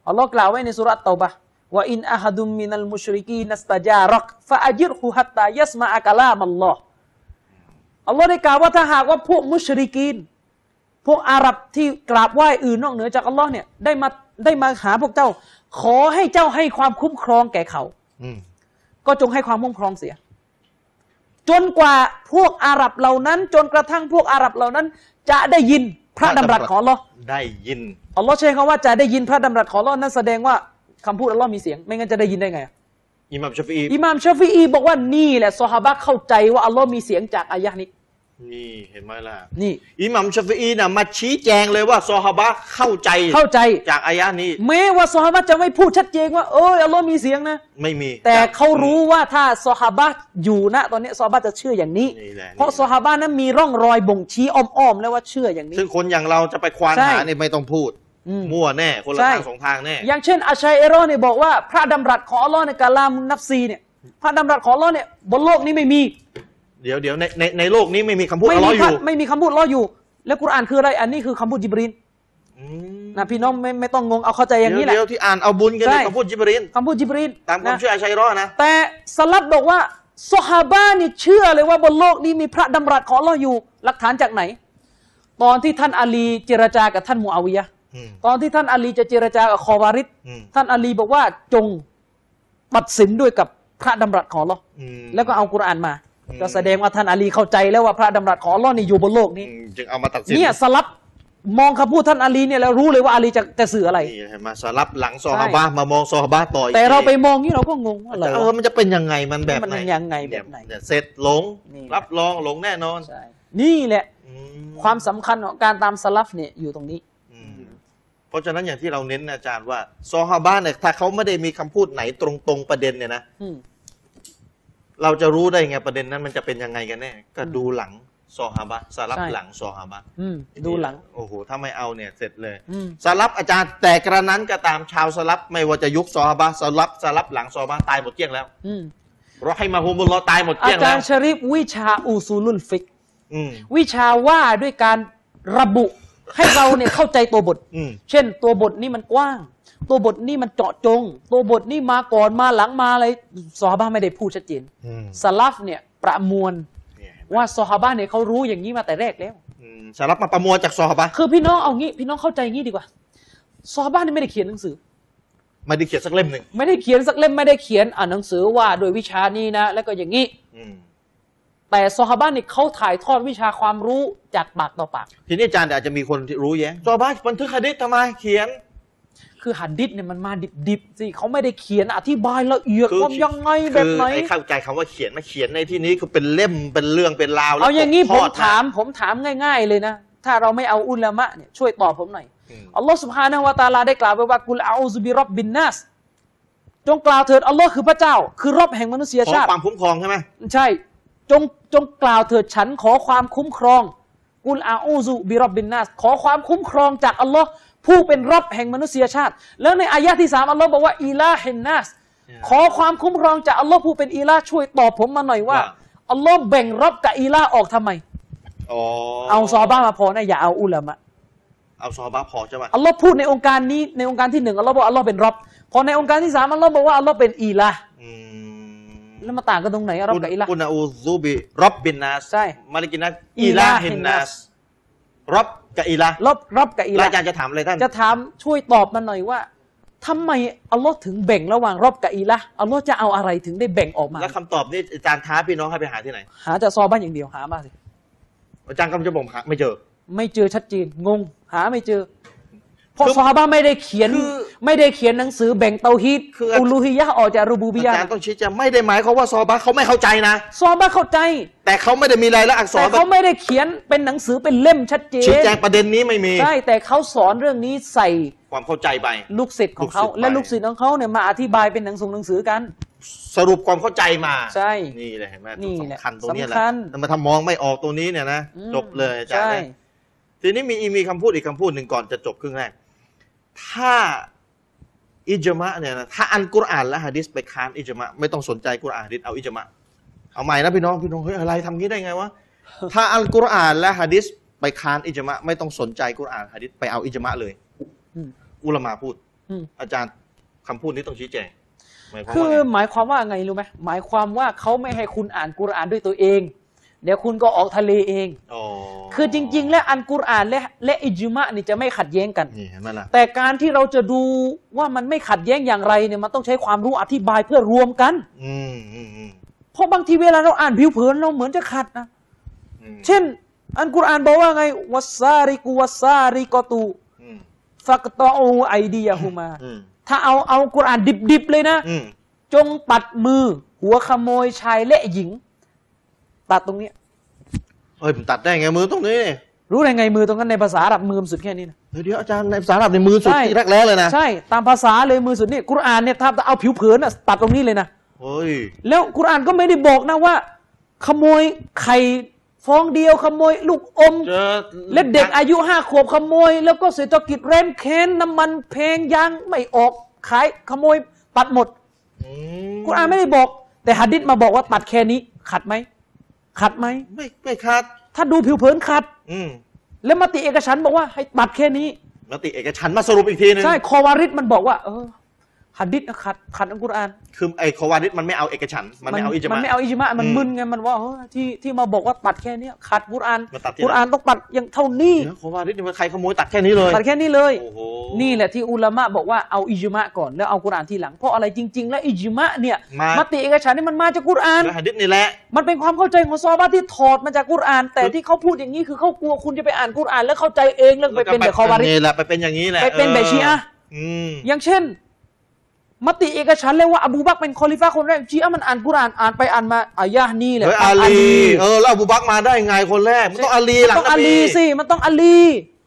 [SPEAKER 2] อัลลอฮ์กล่าวไว้ในสุรัตเตาบะห์ว่าอินอะฮัดุมมินัลมุชริกีนัสตาจารักฟะอาจิรฮุฮัตตายัสมาอะกะลามัลลอฮ์อัลลอฮ์ได้กล่าวว่าถ้าหากว่าพวกมุชริกีน พวกอาหรับที่กราบไหว้อื่นนอกเหนือจากอัลลอฮ์เนี่ยได้มาได้มาหาพวกเจ้า ขอให้เจ้าให้ความคุ้มครองแก่เขา
[SPEAKER 1] อืม
[SPEAKER 2] ก็จงให้ความคุ้มครองเสีย จนกว่าพวกอาหรับเหล่านั้น จนกระทั่งพวกอาหรับเหล่านั้น จะได้ยินพระดำรัสของอัลลอฮ์
[SPEAKER 1] ได้ยิน
[SPEAKER 2] อัลลอฮ์ใช้คำว่าจะได้ยินพระดำรัสของอัลลอฮ์นั่นแสดงว่าคำพูดอัลลอฮ์มีเสียง ไม่งั้นจะได้ยินได้ไงอะ
[SPEAKER 1] อิหมัมชาฟีอี
[SPEAKER 2] อิหม่ามชาฟีอีบอกว่านี่แหละซอฮาบะห์เข้าใจว่าอัลลอฮ์มีเสียงจากอายะห์นี้
[SPEAKER 1] นี่เห็นไหมล่ะ
[SPEAKER 2] นี่
[SPEAKER 1] อิหมัมชาฟีอีน่ะมาชี้แจงเลยว่าซอฮาบะห์เข้าใจ
[SPEAKER 2] เข้าใจ
[SPEAKER 1] จากอายะนี้
[SPEAKER 2] แม้ว่าซอฮาบะห์จะไม่พูดชัดเจนว่าเอออัลลอฮ์มีเสียงนะ
[SPEAKER 1] ไม่มี
[SPEAKER 2] แต่เขารู้ว่าถ้าซอฮาบะห์อยู่นะ ตอนนี้ซอฮาบะห์จะเชื่ออย่างนี้
[SPEAKER 1] นี่แหละนี่
[SPEAKER 2] เพราะซอฮาบะห์นั้นมีร่องรอยบ่งชี้อ้อมๆแล้วว่าเชื่ออย่างนี้
[SPEAKER 1] ซึ่งคนอย่างเราจะไปควาน
[SPEAKER 2] ใช่
[SPEAKER 1] หาเนี่ยไม่ต้องพูด
[SPEAKER 2] อืม
[SPEAKER 1] มั่วแน่คนละ
[SPEAKER 2] ใช่
[SPEAKER 1] ทางสองทางแน่
[SPEAKER 2] อย่างเช่นอาชัยเอโรเนี่ยบอกว่าพระดำรัสของอัลลอฮ์ในกาลามุนนัฟซีเนี่ยพระดำรัสของอัลลอฮ์เนี่ยบนโลกนี้ไม่มี
[SPEAKER 1] เดี๋ยวเดี๋ยวในในในโลกนี้ไม่มีคำพูด
[SPEAKER 2] ไม่
[SPEAKER 1] อัลลอ
[SPEAKER 2] มี
[SPEAKER 1] ฮ์อ
[SPEAKER 2] พระ
[SPEAKER 1] ยู่
[SPEAKER 2] ไม่มีคำพูดอัลล้อฮ์อยู่ แล้วกุรอานคืออะไรอันนี้คือคำพูดจิบรีน
[SPEAKER 1] อืม
[SPEAKER 2] นะพี่น้องไม่ไม่ต้องงงเอาเข้าใจอย่างนี้แหละ
[SPEAKER 1] เดี๋วๆที่อ่านเอาบุญกัน
[SPEAKER 2] ใช่
[SPEAKER 1] เนี่ยคำพูดจิบรีน
[SPEAKER 2] คำพูดจิบรีน
[SPEAKER 1] ตามความ
[SPEAKER 2] นะ
[SPEAKER 1] เชื่ออาชัยรอนะ
[SPEAKER 2] แต่สลัดบอกว่าซอฮาบะเนี่ยเชื่อเลยว่าบนโลกนี้มีพระดำรัสของอัลลอฮ์อยู่หลักฐานจากไหน ตอนที่ท่านอาลีเจรจากับท่านมูอาวิยะห์
[SPEAKER 1] อืม
[SPEAKER 2] ตอนที่ท่านอาลีจะเจรจากับคอวาริด
[SPEAKER 1] อืม
[SPEAKER 2] ท่านอาลีบอกว่าจงตัดสินด้วยกับพระดำรัสของอัลลอฮ์
[SPEAKER 1] อืม
[SPEAKER 2] แล้วก็เอากุรอานมา
[SPEAKER 1] อืม
[SPEAKER 2] ก็แสดงว่าท่านอาลีเข้าใจแล้วว่าพระดำรัสของอัลลอฮ์นี่อยู่บนโลก
[SPEAKER 1] อื
[SPEAKER 2] นี้
[SPEAKER 1] มจึงเอามาตัดสิน
[SPEAKER 2] เนี่ยสลับมองคำพูดท่านอาลีเนี่ยแล้วรู้เลยว่าอาลีจะจะสื่ออะไร
[SPEAKER 1] นี่เห็นไหมาสลับหลังซอฮาบะห์มามองซอฮาบะห์ต่ออีก
[SPEAKER 2] แต่เรา
[SPEAKER 1] ที
[SPEAKER 2] ไปมองนี่เราก็งงว่าอะไร
[SPEAKER 1] เออ
[SPEAKER 2] วะ
[SPEAKER 1] มันจะเป็นยังไง มันแบบไหน
[SPEAKER 2] มันยังไงแบบไหน
[SPEAKER 1] เยเสร็จหลง
[SPEAKER 2] นี่
[SPEAKER 1] รับรองหลงแน่นอน
[SPEAKER 2] ใช่นี่แหละ
[SPEAKER 1] อื
[SPEAKER 2] ความสำคัญของการตามสลับเนี่ยอยู่ตรงนี้
[SPEAKER 1] อืมเพราะฉะนั้นอย่างที่เราเน้นนะอาจารย์ว่าซอฮาบะห์เนี่ยถ้าเขาไม่ได้มีคำพูดไหนตรงๆประเด็นเนี่ยนะ
[SPEAKER 2] อืม
[SPEAKER 1] เราจะรู้ได้ไงประเด็นนั้นมันจะเป็นยังไงกันแน่ ก็ดูหลังซอฮาบะห์สลับ
[SPEAKER 2] ใช่
[SPEAKER 1] หลังซอฮาบะห์
[SPEAKER 2] อืมดูหลัง
[SPEAKER 1] โอ้โห ถ้าไม่เอาเนี่ยเสร็จเลย
[SPEAKER 2] อืม
[SPEAKER 1] สลับอาจารย์ แต่กระนั้นก็ตามชาวสลับไม่ว่าจะยุคซอฮาบะห์สลับสลับหลังซอฮาบะห์ตายหมดเกลี้ยงแล้ว
[SPEAKER 2] อืม
[SPEAKER 1] เราให้มาฮูมุลลอฮ์ตายหมดเก
[SPEAKER 2] อา
[SPEAKER 1] ลี้ยง
[SPEAKER 2] จา
[SPEAKER 1] แล้ว
[SPEAKER 2] รย์ชะริฟวิชาอูซูลุลฟิกห์
[SPEAKER 1] อืม
[SPEAKER 2] วิชาว่าด้วยการระบุให้เราเนี่ยเข้าใจตัวบท
[SPEAKER 1] อืม
[SPEAKER 2] เช่น ตัวบทนี่มันกว้าง ตัวบทนี่มันเจาะจง ตัวบทนี่มาก่อนมาหลังมาอะไรซอฮาบะห์ไม่ได้พูดชัดเจน
[SPEAKER 1] อืม
[SPEAKER 2] สลัฟเนี่ยประมวล
[SPEAKER 1] เนี่ย
[SPEAKER 2] ว่าซอฮาบะห์เนี่ยเขารู้อย่างนี้มาแต่แรกแล้ว
[SPEAKER 1] อืมสารับมาประมวลจากซอฮาบะห์
[SPEAKER 2] คือพี่น้องเอางี้ พี่น้องเข้าใจงี้ดีกว่าซอฮาบะห์เนี่ยไม่ได้เขียนหนังสือ
[SPEAKER 1] ไม่ได้เขียนสักเล่มหนึ่ง
[SPEAKER 2] ไม่ได้เขียนสักเล่มไม่ได้เขียนอ่านหนังสือว่าโดวยวิชานี้นะ แล้วก็อย่างนี้
[SPEAKER 1] อืม
[SPEAKER 2] แต่ซอฮาบะห์เนี่ยเขาถ่ายทอดวิชาความรู้จากปากต่อปาก
[SPEAKER 1] ทีนี้อาจารย์เดี๋ยวอาจจะมีคนที่รู้แย้งซอฮาบะห์บันทึกฮะดิษทำไมเขียน
[SPEAKER 2] คือหัดดิษเนี่ยมันมาดิบๆสิเขาไม่ได้เขียนอธิบายละเอียด
[SPEAKER 1] คือ
[SPEAKER 2] ว่ายังไงแบ
[SPEAKER 1] คื
[SPEAKER 2] บ
[SPEAKER 1] อ
[SPEAKER 2] ไหน
[SPEAKER 1] ไอ้เข้าใจคำว่าเขียนนะเขียนในที่นี้คือเป็นเล่มเป็นเรื่องเป็นราวแล้ว
[SPEAKER 2] เอาอย่างนี้
[SPEAKER 1] ตก
[SPEAKER 2] ผ
[SPEAKER 1] ท
[SPEAKER 2] ม
[SPEAKER 1] ด
[SPEAKER 2] ถามผมถามง่าย ๆ เลยนะ ถ้าเราไม่เอาอุลามะเนี่ยช่วยตอบผมหน่อย
[SPEAKER 1] อืม
[SPEAKER 2] อัลลอฮ์สุบฮานะฮูวะตะอาลาได้กล่าวไว้ว่ากุลอาอูซุบิรับบินนัสจงกล่าวเถิดอัลลอฮ์คือพระเจ้า คือรอบแห่งมนุษย
[SPEAKER 1] ขอ
[SPEAKER 2] ชาติ
[SPEAKER 1] ความคุ้มครองใช่ไหม
[SPEAKER 2] ใช่ จงจงกล่าวเถิดฉันขอความคุ้มครอง กุลอาอูซุบิรับบินนัสขอความคุ้มครองจากอัลลอฮ์ผู้เป็นรอบแห่งมนุษยชาติ แล้วในอายะที่สามอัลลอฮ์บอกว่าอีลาฮินนัสขอความคุ้มครองจากอัลลอฮ์ผู้เป็นอีลาช่วยตอบผมมาหน่อยว่าอัลลอฮ์แบ่งรอบกับอีลาออกทำไม
[SPEAKER 1] อ๋อ
[SPEAKER 2] เอาซอฮาบ้ามาพอนะอย่าเอาอุลามะ
[SPEAKER 1] เอาซอฮาบะห์พอใช่ไหม
[SPEAKER 2] อัลลอฮ์พูดในองค์การนี้ในองค์การที่หนึ่งอัลลอฮ์บอกอัลลอฮ์เป็นรอบพอในองค์การที่สามอัลลอฮ์บอกว่าอัลลอฮ์เป็นอีลา
[SPEAKER 1] อืม
[SPEAKER 2] แล้วมาต่างกันตรงไหนอะรอบกับอีลา
[SPEAKER 1] กุนาอูซูบิรับบินนัส
[SPEAKER 2] ใช่
[SPEAKER 1] มาลิกินัส
[SPEAKER 2] อิ
[SPEAKER 1] อิลา
[SPEAKER 2] ลาฮิ
[SPEAKER 1] ฮิน
[SPEAKER 2] นนั
[SPEAKER 1] นัส
[SPEAKER 2] ส
[SPEAKER 1] รับกับอิลาร
[SPEAKER 2] อบรอบกับอี
[SPEAKER 1] แล้ว
[SPEAKER 2] ลา
[SPEAKER 1] อาจารย์จะถามอะไรท่าน
[SPEAKER 2] จะถามช่วยตอบมาหน่อยว่าทำไมอัลลอฮ์ถึงแบ่งระหว่างรอบกับอีลาอัลลอฮ์จะเอาอะไรถึงได้แบ่งออกมา
[SPEAKER 1] แล้วคำตอบนี่อาจารย์ท้าพี่น้องให้ไปหาที่ไหน
[SPEAKER 2] หาจากซอฮาบ้านอย่างเดียวหามาสิ
[SPEAKER 1] อาจารย์กำลังจะบอกหาไม่เจอ
[SPEAKER 2] ไม่เจอชัดเจนงง หาไม่เจอเพราะ
[SPEAKER 1] คือ
[SPEAKER 2] ซอฮาบ้าไม่ได้เขียน
[SPEAKER 1] คือ
[SPEAKER 2] ไม่ได้เขียนหนังสือแบ่งเตาฮีด
[SPEAKER 1] คือ
[SPEAKER 2] อุลูฮิยะห์ออกจากรูบูบิยะ
[SPEAKER 1] อา
[SPEAKER 2] ห์
[SPEAKER 1] จารย์ต้องชี้แจงไม่ได้หมายความว่าซอบะเขาไม่เข้าใจนะ
[SPEAKER 2] ซอฮาบ้าเข้าใจ
[SPEAKER 1] แต่เขาไม่ได้มีรายละอักษ
[SPEAKER 2] แต่
[SPEAKER 1] ร
[SPEAKER 2] เขาไม่ได้เขียนเป็นหนังสือเป็นเล่มชัดเจน
[SPEAKER 1] ชี้แจงประเด็นนี้ไม่มี
[SPEAKER 2] ใช่แต่เขาสอนเรื่องนี้ใส่
[SPEAKER 1] ความเข้าใจไป
[SPEAKER 2] ลูกศิษย์ของเขา
[SPEAKER 1] ลูกศิษย์ไป
[SPEAKER 2] และลูกศิษย์ของเขาเนี่ยมาอธิบายเป็นหนังสือหนังสือกัน
[SPEAKER 1] สรุปความเข้าใจมา
[SPEAKER 2] ใช่
[SPEAKER 1] นี่แหละเห็นไหม
[SPEAKER 2] นี่แหละ
[SPEAKER 1] สำคัญตรงเนี้ยแหละ
[SPEAKER 2] สำคัญ
[SPEAKER 1] แต่มาทำมองไม่ออกตรงนี้เนี่ยนะ
[SPEAKER 2] อืม
[SPEAKER 1] จบเลยอาจารย์
[SPEAKER 2] ใช่
[SPEAKER 1] นะทีนี้มีมีคำพูดอีกคำพูดหนึ่งก่อนจะจบครึ่งแรก ถ้าอิจมะเนี่ยนะถ้าอันกุรอานและฮะดิษไปค้านอิจมะไม่ต้องสนใจกุรอานฮะดิษเอาอิจมะเอาใหม่นะพี่น้องพี่น้องเฮ้ยอะไรทำงี้ได้ไงวะ ถ้าอันกุรอานและฮะดิษไปค้านอิจมะไม่ต้องสนใจกุรอานฮะดิษไปเอาอิจมะเลย
[SPEAKER 2] อืม
[SPEAKER 1] อุลามาพูด
[SPEAKER 2] อืม
[SPEAKER 1] อาจารย์คำพูดนี้ต้องชี้แจงหมายความ
[SPEAKER 2] คื
[SPEAKER 1] ว่า
[SPEAKER 2] อ
[SPEAKER 1] ไง
[SPEAKER 2] หมายความว่าไงรู้ไหมหมายความว่าเขาไม่ให้คุณอ่านกุรอานด้วยตัวเอง เดี๋ยวคุณก็ออกทะเลเอง
[SPEAKER 1] อ๋อ
[SPEAKER 2] คือจริง ๆ แล้วอันกุรอานและและอิจมะนี่จะไม่ขัดแย้งกัน
[SPEAKER 1] นี่เห็นไหมล่ะ
[SPEAKER 2] แต่การที่เราจะดูว่ามันไม่ขัดแย้งอย่างไรเนี่ยมันต้องใช้ความรู้อธิบายเพื่อรวมกัน
[SPEAKER 1] อืมอืมอืม
[SPEAKER 2] เพราะบางทีเวลาเราอ่านผิวเผินเราเหมือนจะขัดนะ
[SPEAKER 1] อืม
[SPEAKER 2] เช่น อันกุรอานบอกว่าไงวัสซาริกุวัสซาริกอตู
[SPEAKER 1] อืม
[SPEAKER 2] ฟักตออูไอเดียฮูมา
[SPEAKER 1] อืม
[SPEAKER 2] ถ้าเอาเอากุรอานดิบๆเลยนะ
[SPEAKER 1] อืม
[SPEAKER 2] จงปัดมือ หัวขโมยชายและหญิง ตัดตรงเนี้ย
[SPEAKER 1] เฮ้ยผมตัดได้ไงมือตรงนี้เนี่ย
[SPEAKER 2] รู้ได้ไงมือตรงนั้นในภาษาอาหรับมือมันสุดแค่นี้นะ
[SPEAKER 1] เฮ้ยเดี๋ยวอาจารย์ในสารบในมือสุด
[SPEAKER 2] ใช่
[SPEAKER 1] ที่รักแร้เลยนะ
[SPEAKER 2] ใช่ตามภาษาเลยมือสุดนี่กุรอานเนี่ยถ้าเอาผิวเผินน่ะตัดตรงนี้เลยนะ
[SPEAKER 1] เฮ้ย
[SPEAKER 2] แล้วกุรอานก็ไม่ได้บอกนะว่า ขโมยไข่ฟองเดียวขโมย ลูกอม
[SPEAKER 1] เจอ
[SPEAKER 2] และเด็กอายุห้าขวบขโมย แล้วก็เศรษฐกิจแร้นแค้นน้ำมันแพงยางไม่ออกขายขโมยตัดหมด
[SPEAKER 1] อืม
[SPEAKER 2] กุรอานไม่ได้บอก แต่หัดดิษมาบอกว่าตัดแค่นี้ ขัดไหมขัดไหม
[SPEAKER 1] ไม่ไม่คัด
[SPEAKER 2] ถ้าดูผิวเผินขัด
[SPEAKER 1] อืม
[SPEAKER 2] แล้วมติเอกฉันท์บอกว่าให้ตัดแค่นี้
[SPEAKER 1] มติเอกฉันท์มาสรุปอีกทีหนึง
[SPEAKER 2] ใช่คอวาริดมันบอกว่า เออหัดดิษขัดขัดอัลกุรอาน
[SPEAKER 1] คือไอ้คอวาริดมันไม่เอาเอกฉันท์มันไม่เอาอิจ
[SPEAKER 2] มั
[SPEAKER 1] มาน ม
[SPEAKER 2] ไม่เอาอิจมามัน
[SPEAKER 1] อืม
[SPEAKER 2] มึนไง มันว่าเฮ้ยที่ที่มาบอกว่าปัดแค่เนี้ยขาดกุรอาน
[SPEAKER 1] มาตัดที่
[SPEAKER 2] กุรอานต้องปัดอย่างเท่านี้
[SPEAKER 1] เดี๋ยวคอวาริดนี่มันใครขโมยตัดแค่นี้เลย
[SPEAKER 2] ปัดแค่นี้เลย
[SPEAKER 1] โอ้โห
[SPEAKER 2] นี่แหละที่อุลามะบอกว่าเอาอิจมาก่อนแล้วเอากุรอานทีหลัง เพราะอะไรจริง ๆ แล้วอิจมาเนี่ยมติเอกฉันท์นี่มันมาจากกุรอาน
[SPEAKER 1] แล้วหะดิษนี่แหละ
[SPEAKER 2] มันเป็นความเข้าใจของซอฮาบ้าที่ถอดมาจากกุรอาน แต่ที่เขาพูดอย่างนี้คือเขากลัวคุณจะไปอ่านกุรอาน แล้วเข้าใจเองแล้วไปเป็นแบบคอวาริด
[SPEAKER 1] นี่แหละไปเป็นอย่างนี้แหละ
[SPEAKER 2] ไปเป็นแบบชีอะห์
[SPEAKER 1] อืม
[SPEAKER 2] อย่างเช่น มติเอกฉันท์เลยว่าอบูบักรเป็นคอลิฟะคนแรกชีอะห์มันอ่านกุรอานอ่านไปอ่านมาอายะห์นี่แหละ
[SPEAKER 1] เฮ้ย
[SPEAKER 2] ปั
[SPEAKER 1] อา
[SPEAKER 2] ด
[SPEAKER 1] ลีเออแล้วอบูบักรมาได้ไงคนแรกมันต้องอาลีหลัง
[SPEAKER 2] มันต้อ
[SPEAKER 1] น
[SPEAKER 2] งอา
[SPEAKER 1] บี
[SPEAKER 2] ลีสิ มันต้องอาลี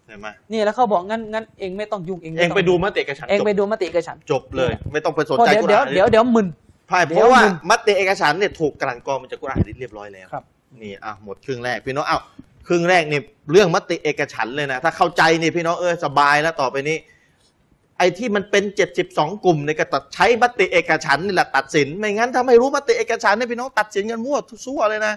[SPEAKER 1] เห็นไหม
[SPEAKER 2] นี่แล้วเขาบอกงั้นงั้นเองไม่ต้องยุ่งเองม่
[SPEAKER 1] เอง
[SPEAKER 2] ต้
[SPEAKER 1] ไปดูมติเอกฉันท์
[SPEAKER 2] เอง
[SPEAKER 1] จบ
[SPEAKER 2] ไปดูมติเอกฉันท์
[SPEAKER 1] จบเลย ไม่ต้องไปสน
[SPEAKER 2] เพราะ
[SPEAKER 1] ใจ
[SPEAKER 2] เดี๋ยว
[SPEAKER 1] กุร
[SPEAKER 2] เดี๋ยว
[SPEAKER 1] อาน
[SPEAKER 2] เดี๋ยวเดี๋ยวมึน
[SPEAKER 1] ใช่เพ
[SPEAKER 2] เดี๋ยว
[SPEAKER 1] ราะว่า
[SPEAKER 2] หนึ่ง
[SPEAKER 1] มติเอกฉันท์เนี่ยถูกกลั่นกรองมาจากกุรอานเรียบร้อยแล้ว
[SPEAKER 2] ครับ
[SPEAKER 1] นี่อ่ะหมดครึ่งแรกพี่น้องเอ้าครึ่งแรกเนี่ยเรื่องมติเอกฉันท์เลยนะถ้าเข้าใจนี่พี่น้องเออสบายแล้วต่อไปนี้ ไอ้ที่มันเป็น 72 กลุ่มในยกตัดใช้มติเอกฉันท์นี่แหละตัดสินไม่งั้นถ้าไม่รู้มติเอกฉันท์เนี่ยพี่น้องตัดสินกันมั่วทุกสั่วเลยนะ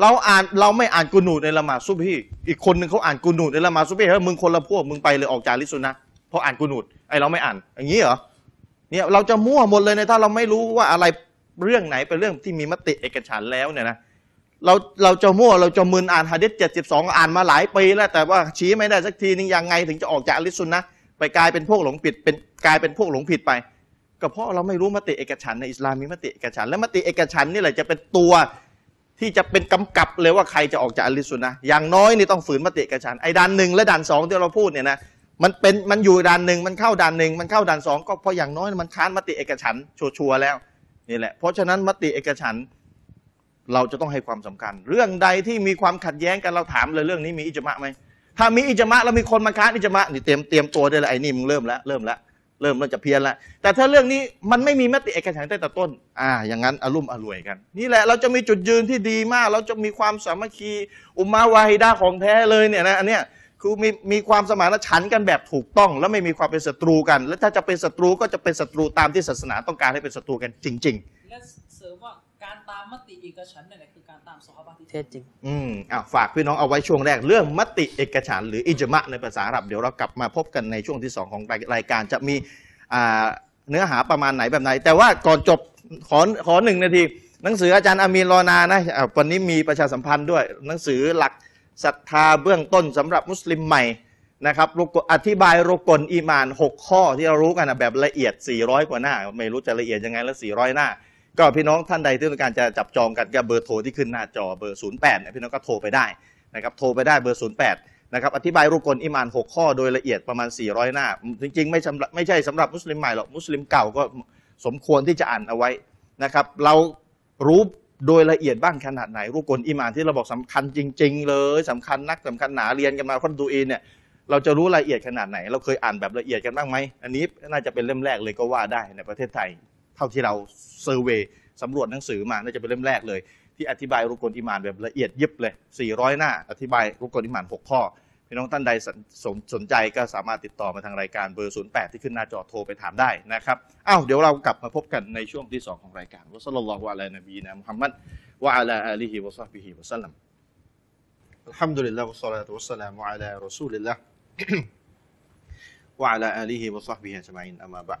[SPEAKER 1] เราอ่านเราไม่อ่านกุนูในละหมาดซุบฮีอีกคนหนึ่งเขาอ่านกุนูในละหมาดซุบฮีเฮ้ยมึงคนละพวกมึงไปเลยออกจากลิสุนนะเพราะอ่านกุนูไอเราไม่อ่าน อย่างนี้เหรอเนี่ยเราจะมั่วหมดเลยในะถ้าเราไม่รู้ว่าอะไรเรื่องไหนเป็นเรื่องที่มีมติเอกฉันท์แล้วเนี่ยนะเราเราจะมั่วเราจะมึนอ่านฮะดิษ72 อ่านมาหลายปีแล้ว แต่ว่าชี้ไม่ได้สักทีนึงยังไงถึงจะออกจากอะลิสุนนะห์ไปกลายเป็นพวกหลงผิดเป็นกลายเป็นพวกหลงผิดไป ก็เพราะเราไม่รู้มติเอกฉันท์ในอิสลามมีมติเอกฉันท์และมติเอกฉันท์นี่แหละจะเป็นตัว ที่จะเป็นกำกับเลยว่าใครจะออกจากอัลลิสุนนะห์อย่างน้อยนี่ต้องฝืนมติเอกฉันท์ไอ้ด่านหนึ่งและด่านสองที่เราพูดเนี่ยนะมันเป็นมันอยู่ด่านหนึ่งมันเข้าด่านหนึ่งมันเข้าด่านสองก็เพราะอย่างน้อยมันค้านมติเอกฉันท์ชัวร์ๆแล้วนี่แหละเพราะฉะนั้นมติเอกฉันท์เราจะต้องให้ความสำคัญ เรื่องใดที่มีความขัดแย้งกันเราถามเลยเรื่องนี้มีอิจมะไหมถ้ามีอิจมะแล้วมีคนมาค้านอิจมะนี่เตรียมเตรียมตัวได้เลยไอ้นี่มึงเริ่มแล้วเริ่มแล้วเริ่มเริ่มจะเพี้ยนแล้วแต่ถ้าเรื่องนี้มันไม่มีมติเอกฉันท์ตั้งแต่ต้น อ่า อย่างนั้นอารมุ่มอร่วยกัน นี่แหละเราจะมีจุดยืนที่ดีมาก เราจะมีความสามัคคีอุมมาวาฮิดาของแท้เลยเนี่ยนะอันเนี้ยคือมีมีความสมานฉันท์กันแบบถูกต้อง และไม่มีความเป็นศัตรูกัน และถ้าจะเป็นศัตรูก็จะเป็นศัตรูตามที่ศาสนาต้องการให้เป็นศัตรูกันจริง ๆ
[SPEAKER 3] และเสริมว่าการตามมติเอกฉันท์เนี่ยแหละคือการตามสหบาที่
[SPEAKER 2] เท็จจริง
[SPEAKER 1] อืมอ่ะฝากพี่น้องเอาไว้ช่วงแรก เรื่องมติเอกฉันท์หรืออิจมะในภาษาอาหรับเดี๋ยวเรากลับมาพบกันในช่วงที่ 2 ของรายรายการจะมีอ่าเนื้อหาประมาณไหนแบบไหน แต่ว่าก่อนจบขอขอหนึ่งนาที หนังสืออาจารย์อามีนรอนานะอ่ะวันนี้มีประชาสัมพันธ์ด้วย หนังสือหลักศรัทธาเบื้องต้นสำหรับมุสลิมใหม่นะครับรุกอธิบายรกลอีมาน 6 ข้อที่เรารู้กันนะแบบละเอียด 400 กว่าหน้า ไม่รู้จะละเอียดยังไงแล้ว 400 หน้า ก็พี่น้องท่านใดที่ต้องการจะจับจองกันก็เบอร์โทรที่ขึ้นหน้าจอเบอร์ 08นะพี่น้องก็โทรไปได้นะครับโทรไปได้เบอร์ 08นะครับอธิบายรูปกลอิมาน 6 ข้อโดยละเอียดประมาณ 400 หน้า จริงๆ ไม่สำหรับไม่ใช่สำหรับมุสลิมใหม่หรอกมุสลิมเก่าก็สมควรที่จะอ่านเอาไว้นะครับเรารู้โดยละเอียดบ้างขนาดไหน รูปกลอิมานที่เราบอกสำคัญจริง ๆ เลยสำคัญนักสำคัญหนาเรียนกันมาคนดูเองเนี่ยเราจะรู้รายละเอียดขนาดไหน เราเคยอ่านแบบละเอียดกันบ้างไหมอันนี้น่าจะเป็นเล่มแรกเลยก็ว่าได้ในประเทศไทย เท่าที่เราเซอร์เวยสำรวจหนังสือมาน่าจะเป็นเล่มแรกเลย ที่อธิบายรุกลอิมานแบบละเอียดยิบเลย 400 หน้า อธิบายรุกลอิมาน 6 ข้อพี่น้องท่านใดสนสนสนใจก็สามารถติดต่อมาทางรายการเบอร์ 08 ที่ขึ้นหน้าจอโทรไปถามได้นะครับอ้าวเดี๋ยวเรากลับมาพบกันในช่วงที่ 2 ของรายการวะซัลลัลลอฮุอะลัยนบีนะมุฮัมมัดวะอะลาอาลีฮิวะซอฮบิฮิวะซัลลัมอัลฮัมดุลิลลาฮ์วะศอลาตุวะสสลามุอะลารอซูลิลลาฮ์ วะอะลาอาลีฮิวะซอฮบิฮิอัจมัยนอามาบะด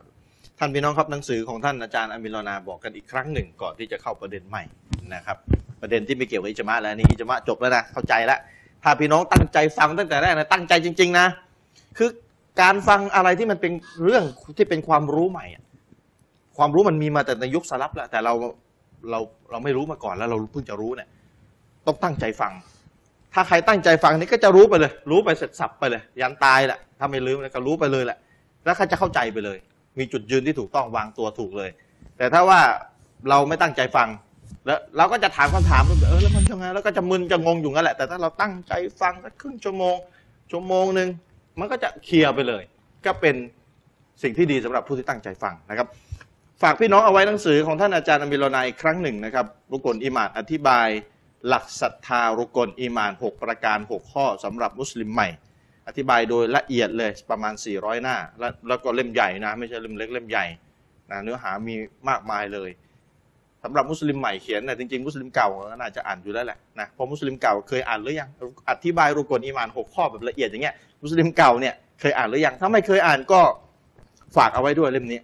[SPEAKER 1] ท่านพี่น้องครับหนังสือของท่านอาจารย์อามินรอนาบอกกันอีกครั้งหนึ่งก่อนที่จะเข้าประเด็นใหม่นะครับ ประเด็นที่ไม่เกี่ยวกับอิจมาแล้วนี่อิจมาจบแล้วนะเข้าใจแล้วถ้าพี่น้องตั้งใจฟังตั้งแต่แรกนะตั้งใจจริง ๆ นะ คือการฟังอะไรที่มันเป็นเรื่องที่เป็นความรู้ใหม่อะความรู้มันมีมาแต่ในยุคสลับแล้วแต่เราเราเราไม่รู้มาก่อนแล้วเราเพิ่งจะรู้เนี่ยต้องตั้งใจฟัง ถ้าใครตั้งใจฟังนี่ก็จะรู้ไปเลย รู้ไปเสร็จสับไปเลย ยันตายแหละถ้าไม่ลืมแล้วก็รู้ไปเลยแหละ แล้วเขาจะเข้าใจไปเลย มีจุดยืนที่ถูกต้องวางตัวถูกเลย แต่ถ้าว่าเราไม่ตั้งใจฟัง แล้วเราก็จะถามคำถามเออแล้วมันยังไงแล้วก็จะมึนจะงงอยู่งั้นแหละ แต่ถ้าเราตั้งใจฟังสักครึ่งชั่วโมง ชั่วโมงหนึ่งมันก็จะเคลียร์ไปเลย ก็เป็นสิ่งที่ดีสำหรับผู้ที่ตั้งใจฟังนะครับ ฝากพี่น้องเอาไว้หนังสือของท่านอาจารย์อมิลนายอีกครั้งหนึ่งนะครับ รุกลอิมานอธิบาย หลักศรัทธารุกลอิมาน 6 ประการ 6 ข้อสำหรับมุสลิมใหม่ อธิบายโดยละเอียดเลยประมาณ 400 หน้า แล้วแล้วก็เล่มใหญ่นะ ไม่ใช่เล่มเล็กเล่มใหญ่นะเนื้อหามีมากมายเลยสำหรับมุสลิมใหม่เขียนนะจริงๆ มุสลิมเก่าก็น่าจะอ่านอยู่แล้วแหละนะเพราะมุสลิมเก่าเคยอ่านหรือยังอธิบายรุกลอิมาน 6 ข้อแบบละเอียดอย่างเงี้ยมุสลิมเก่าเนี่ย เคยอ่านหรือยังถ้าไม่เคยอ่านก็ฝากเอาไว้ด้วยเล่มนี้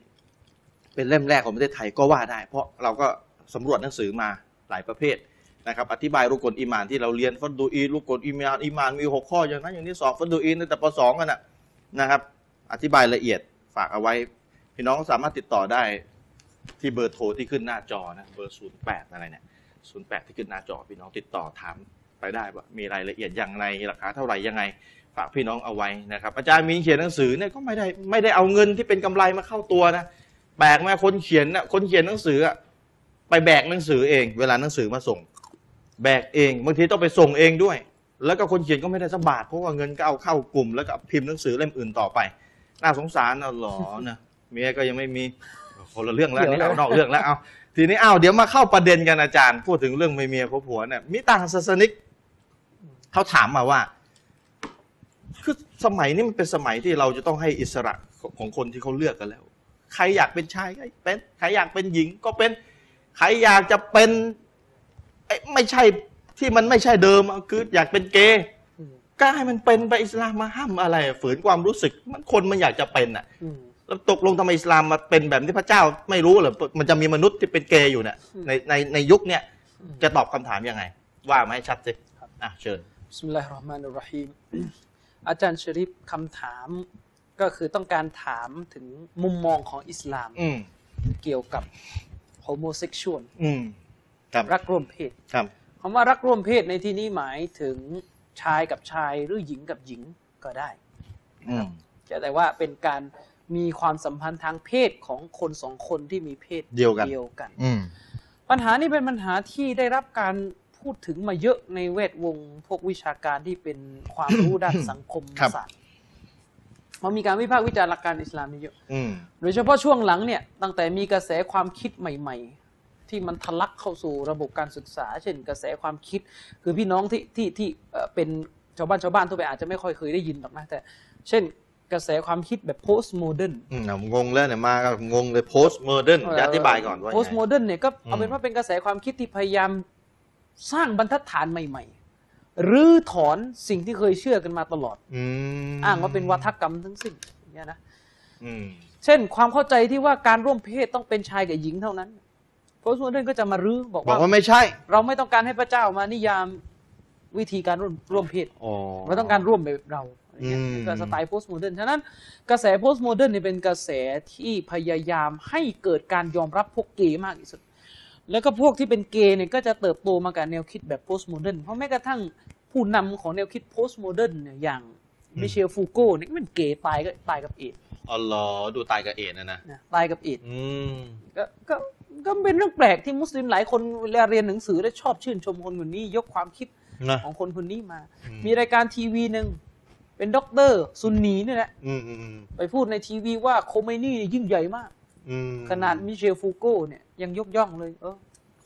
[SPEAKER 1] เป็นเล่มแรกของประเทศไทยก็ว่าได้ เพราะเราก็สำรวจหนังสือมาหลายประเภทนะครับ อธิบายรูกลอิมานที่เราเรียนฟัดดูอีรูกลอิมานอิมานมีหกข้ออย่างนั้นอย่างนี้สองฟัดดูอีตั้งแต่ปสองกันนะนะครับ อธิบายละเอียดฝากเอาไว้ พี่น้องสามารถติดต่อได้ที่เบอร์โทรที่ขึ้นหน้าจอนะเบอร์ศูนย์แปดอะไรเนี่ยศูนย์แปดที่ขึ้นหน้าจอพี่น้องติดต่อถามไปได้ว่ามีรายละเอียดอย่างไรราคาเท่าไหร่ยังไง ฝากพี่น้องเอาไว้นะครับ อาจารย์มีนเขียนหนังสือเนี่ยก็ไม่ได้ไม่ได้เอาเงินที่เป็นกำไรมาเข้าตัวนะแบกมาคนเขียนนะคนเขียนหนังสืออะไปแบกหนังสือเอง เวลาหนังสือมาส่ง แบกเองบางทีต้องไปส่งเองด้วย แล้วก็คนเขียนก็ไม่ได้สักบาทเพราะว่าเงินก็เอาเข้ากลุ่ม แล้วก็พิมพ์หนังสือเล่มอื่นต่อไป น่าสงสารนะหรอนะเมียก็ยังไม่มีคนละเรื่องแล้วนี่เอานอกเรื่องแล้วเอาทีนี้เอาเดี๋ยวมาเข้าประเด็นกันอาจารย์ พูดถึงเรื่องไม่เมียผัวผัวเนี่ยมิต่างศาสนิกเขาถามมาว่า คือสมัยนี้มันเป็นสมัยที่เราจะต้องให้อิสระของคนที่เขาเลือกกันแล้ว ใครอยากเป็นชายก็เป็นใครอยากเป็นหญิงก็เป็นใครอยากจะเป็นไอ้ไม่ใช่ที่มันไม่ใช่เดิมอะคืออยากเป็นเกย์
[SPEAKER 2] อืม
[SPEAKER 1] ก็ให้มันเป็นไปอิสลามมาห้ามอะไรอะฝืนความรู้สึกมันคนมันอยากจะเป็นอ่ะ
[SPEAKER 2] อืม
[SPEAKER 1] แล้วตกลงทำไมอิสลามมาเป็นแบบที่พระเจ้าไม่รู้เหรอมันจะมีมนุษย์ที่เป็นเกย์อยู่เนี่ยในในในยุคเนี้ย
[SPEAKER 2] อืม
[SPEAKER 1] จะตอบคำถามยังไง ว่ามาให้ชัดสิอ่ะเชิญ
[SPEAKER 2] บิสมิลลาฮิรเราะห์มานุรเราะฮีม อาจารย์ชริปคำถามก็คือต้องการถามถึงมุมมองของอิสลาม
[SPEAKER 1] อืม
[SPEAKER 2] เกี่ยวกับโฮโมเซ็กชวล
[SPEAKER 1] อืมครับ
[SPEAKER 2] รักร่วมเพศ
[SPEAKER 1] ครับ
[SPEAKER 2] คำว่ารักร่วมเพศในที่นี้หมายถึงชายกับชายหรือหญิงกับหญิงก็ได้
[SPEAKER 1] อืม
[SPEAKER 2] แต่ว่าเป็นการมีความสัมพันธ์ทางเพศของคนสองคนที่มีเพศ
[SPEAKER 1] เดียวกัน
[SPEAKER 2] เดียวกัน
[SPEAKER 1] อืม
[SPEAKER 2] ปัญหานี้เป็นปัญหาที่ได้รับการพูดถึงมาเยอะในเวทวง พวกวิชาการที่เป็นความรู้ด้านสังคม
[SPEAKER 1] ครับ
[SPEAKER 2] ศาสตร์มันมีการวิพากษ์วิจารณ์หลักการอิสลามนี่เยอะ
[SPEAKER 1] อืม
[SPEAKER 2] โดยเฉพาะช่วงหลังเนี่ย ตั้งแต่มีกระแสความคิดใหม่ ๆ ที่มันทะลักเข้าสู่ระบบการศึกษา เช่น กระแสความคิด คือพี่น้องที่ที่ที่เอ่อเป็นชาวบ้านชาวบ้านทั่วไปอาจจะไม่ค่อยเคยได้ยินหรอกนะแต่ เช่น กระแสความคิดแบบ post modern
[SPEAKER 1] อืมอ่ะงงแล้วเนี่ยมาก็งงเลย post modern จะอธิบายก่อนว่ายังไง
[SPEAKER 2] โพสต์โมเดิร์นเนี่ยก็เอาเป็
[SPEAKER 1] อื
[SPEAKER 2] น
[SPEAKER 1] ม
[SPEAKER 2] ว่าเป็นกระแสความคิดที่พยายามสร้างบรรทัดฐานใหม่ๆรื้อถอนสิ่งที่เคยเชื่อกันมาตลอด
[SPEAKER 1] อืม
[SPEAKER 2] อ้างว่าเป็นวัฒกรรมทั้งสิ้นอย่างเนี่ยนะ
[SPEAKER 1] อืม
[SPEAKER 2] เช่นความเข้าใจที่ว่าการร่วมเพศต้องเป็นชายกับหญิงเท่านั้นโพสต์โมเดิร์นก็จะมารื้อบอก
[SPEAKER 1] บอ
[SPEAKER 2] ว่า
[SPEAKER 1] กว่าไม่ใช่
[SPEAKER 2] เราไม่ต้องการให้พระเจ้ามานิยามวิธีการร่วมร่วมเพศ
[SPEAKER 1] อ๋อ
[SPEAKER 2] เราต้องการร่วมแบบเราอะไรเงี้ย
[SPEAKER 1] อืม
[SPEAKER 2] ก็สไตล์โพสต์โมเดิร์น ฉะนั้นกระแสโพสต์โมเดิร์นเนี่ยเป็นกระแสที่พยายามให้เกิดการยอมรับพวกเกย์มากที่สุด แล้วก็พวกที่เป็นเกย์เนี่ยก็จะเติบโตมากับแนวคิดแบบโพสต์โมเดิร์น เพราะแม้กระทั่งผู้นำของแนวคิดโพสต์โมเดิร์นเนี่ยอย่างมิเชลฟูโก้เนี่ยก็เป็นเกย์ตายก็ตายกับเอดส์
[SPEAKER 1] อ๋อเหรอดูตายกับเอ็นนะนะ
[SPEAKER 2] นะตายกับเอดส์
[SPEAKER 1] อืม
[SPEAKER 2] ก็ก็ก็เป็นเรื่องแปลกที่มุสลิมหลายคนเวลาเรียนหนังสือ แล้วชอบชื่นชมคนคนนี้ยกความคิด
[SPEAKER 1] นะ
[SPEAKER 2] ของคนคนนี้มา
[SPEAKER 1] อืม
[SPEAKER 2] มีรายการทีวีหนึ่งเป็นด็อกเตอร์ซุนนีนี่แหละ
[SPEAKER 1] อืมอืม
[SPEAKER 2] ไปพูดในทีวีว่าโคเมนี่เนี่ยยิ่งใหญ่มาก
[SPEAKER 1] อืม
[SPEAKER 2] ขนาดมิเชลฟูโก้เนี่ยยังยกย่องเลย เออ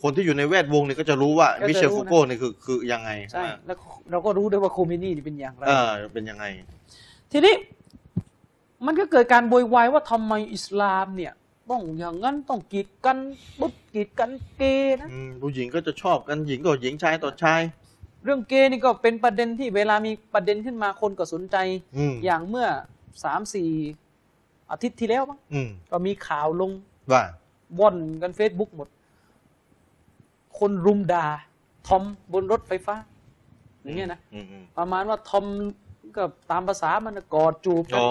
[SPEAKER 1] คนที่อยู่ในแวดวงเนี่ยก็จะรู้ว่า
[SPEAKER 2] ก็จะ
[SPEAKER 1] มิเช
[SPEAKER 2] รู้นะ
[SPEAKER 1] ลฟูโก้เนี่ยคือคือยังไง
[SPEAKER 2] ใช่ แล้วเราก็รู้ด้วยว่าโคเมนี่นี่เป็นอย่างไร
[SPEAKER 1] เออเป็นยังไง
[SPEAKER 2] ทีนี้มันก็เกิดการโวยวายว่าทำไมอิสลามเนี่ย ต้องอย่างนั้นต้องกีดกันปุ๊บกีดกันเกย์นะ
[SPEAKER 1] อืมผู้หญิงก็จะชอบกันหญิงต่อหญิงชายต่อชาย
[SPEAKER 2] เรื่องเกย์นี่ก็เป็นประเด็นที่เวลามีประเด็นขึ้นมาคนก็สนใจ
[SPEAKER 1] อืม
[SPEAKER 2] อย่างเมื่อสามสี่อาทิตย์ที่แล้วมั้ง
[SPEAKER 1] อืม
[SPEAKER 2] ก็มีข่าวลง
[SPEAKER 1] ว่า
[SPEAKER 2] ว่อนกันเฟซบุ๊กหมด คนรุมด่าทอมบนรถไฟฟ้า อย่างเงี้ยนะ
[SPEAKER 1] อืมอืม
[SPEAKER 2] ประมาณว่าทอมก็ตามภาษามันน่ะกอดจูบกั
[SPEAKER 1] อ๋อ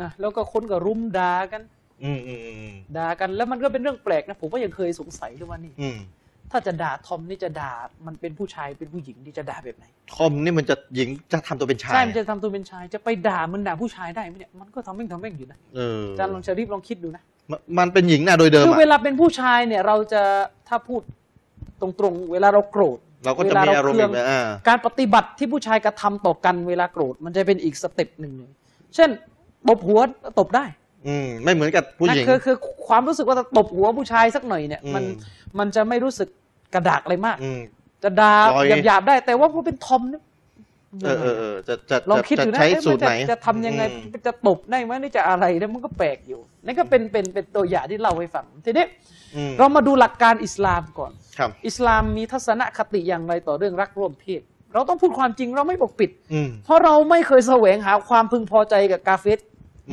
[SPEAKER 2] อ่ะแล้วก็คนก็รุมด่ากัน
[SPEAKER 1] อืมอืมอืม
[SPEAKER 2] ด่ากัน แล้วมันก็เป็นเรื่องแปลกนะ ผมก็ยังเคยสงสัยเลยว่านี่
[SPEAKER 1] อืม
[SPEAKER 2] ถ้าจะด่าทอมนี่จะด่ามันเป็นผู้ชายเป็นผู้หญิงที่จะด่าแบบไหน
[SPEAKER 1] คอมนี่มันจะหญิงจะทำตัวเป็นชาย
[SPEAKER 2] ใช่ มันจะทำตัวเป็นชาย จะไปด่ามันด่าผู้ชายได้ไหมเนี่ย มันก็ทำแม่งทำแม่งอยู่นะ
[SPEAKER 1] เออ
[SPEAKER 2] อาจารย์ลองชารีฟลองคิดดูนะ
[SPEAKER 1] มันมันเป็นหญิงน่ะโดยเดิม
[SPEAKER 2] คือ
[SPEAKER 1] อะ
[SPEAKER 2] เวลาเป็นผู้ชายเนี่ยเราจะถ้าพูดตรงๆ เวลาเราโกรธ
[SPEAKER 1] เราก็จะมีอารมณ์
[SPEAKER 2] วล
[SPEAKER 1] อี
[SPEAKER 2] เ
[SPEAKER 1] กแบบอ่า
[SPEAKER 2] การปฏิบัติที่ผู้ชายกระทำต่อกันเวลาโกรธมันจะเป็นอีกสเต็ปหนึ่งเลยเช่นตบหัวตบได้
[SPEAKER 1] อืม ไม่เหมือนกับผู้หญิง
[SPEAKER 2] นะคือคือความรู้สึกว่าจะตบหัวผู้ชายสักหน่อยเนี่ยมัน
[SPEAKER 1] อืม
[SPEAKER 2] มันจะไม่รู้สึกกระดากอะไรมาก
[SPEAKER 1] อืม
[SPEAKER 2] จะด่า
[SPEAKER 1] ลอย
[SPEAKER 2] หยาบๆได้ แต่ว่าพอเป็นทอมเนี่ย
[SPEAKER 1] เออเออเออจะจะ
[SPEAKER 2] ลอง
[SPEAKER 1] จะ
[SPEAKER 2] คิด
[SPEAKER 1] จะ
[SPEAKER 2] ดูนะ
[SPEAKER 1] ใช้
[SPEAKER 2] เอ๊ะ
[SPEAKER 1] สู
[SPEAKER 2] มัน
[SPEAKER 1] ตร
[SPEAKER 2] จะ
[SPEAKER 1] ไหน
[SPEAKER 2] จะทำยังไง
[SPEAKER 1] อืม
[SPEAKER 2] จะตบได้ไหมนี่จะอะไรแล้วมันก็แปลกอยู่นั่นก็เป็นเป็นเป็นตัวอย่างที่เล่าให้ฟังทีนี้
[SPEAKER 1] อืม
[SPEAKER 2] เรามาดูหลักการอิสลามก่อน
[SPEAKER 1] ครับ
[SPEAKER 2] อิสลามมีทัศนคติอย่างไรต่อเรื่องรักร่วมเพศ เราต้องพูดความจริงเราไม่ปกปิด
[SPEAKER 1] อืม
[SPEAKER 2] เพราะเราไม่เคยแสวงหาความพึงพอใจกับกาเฟส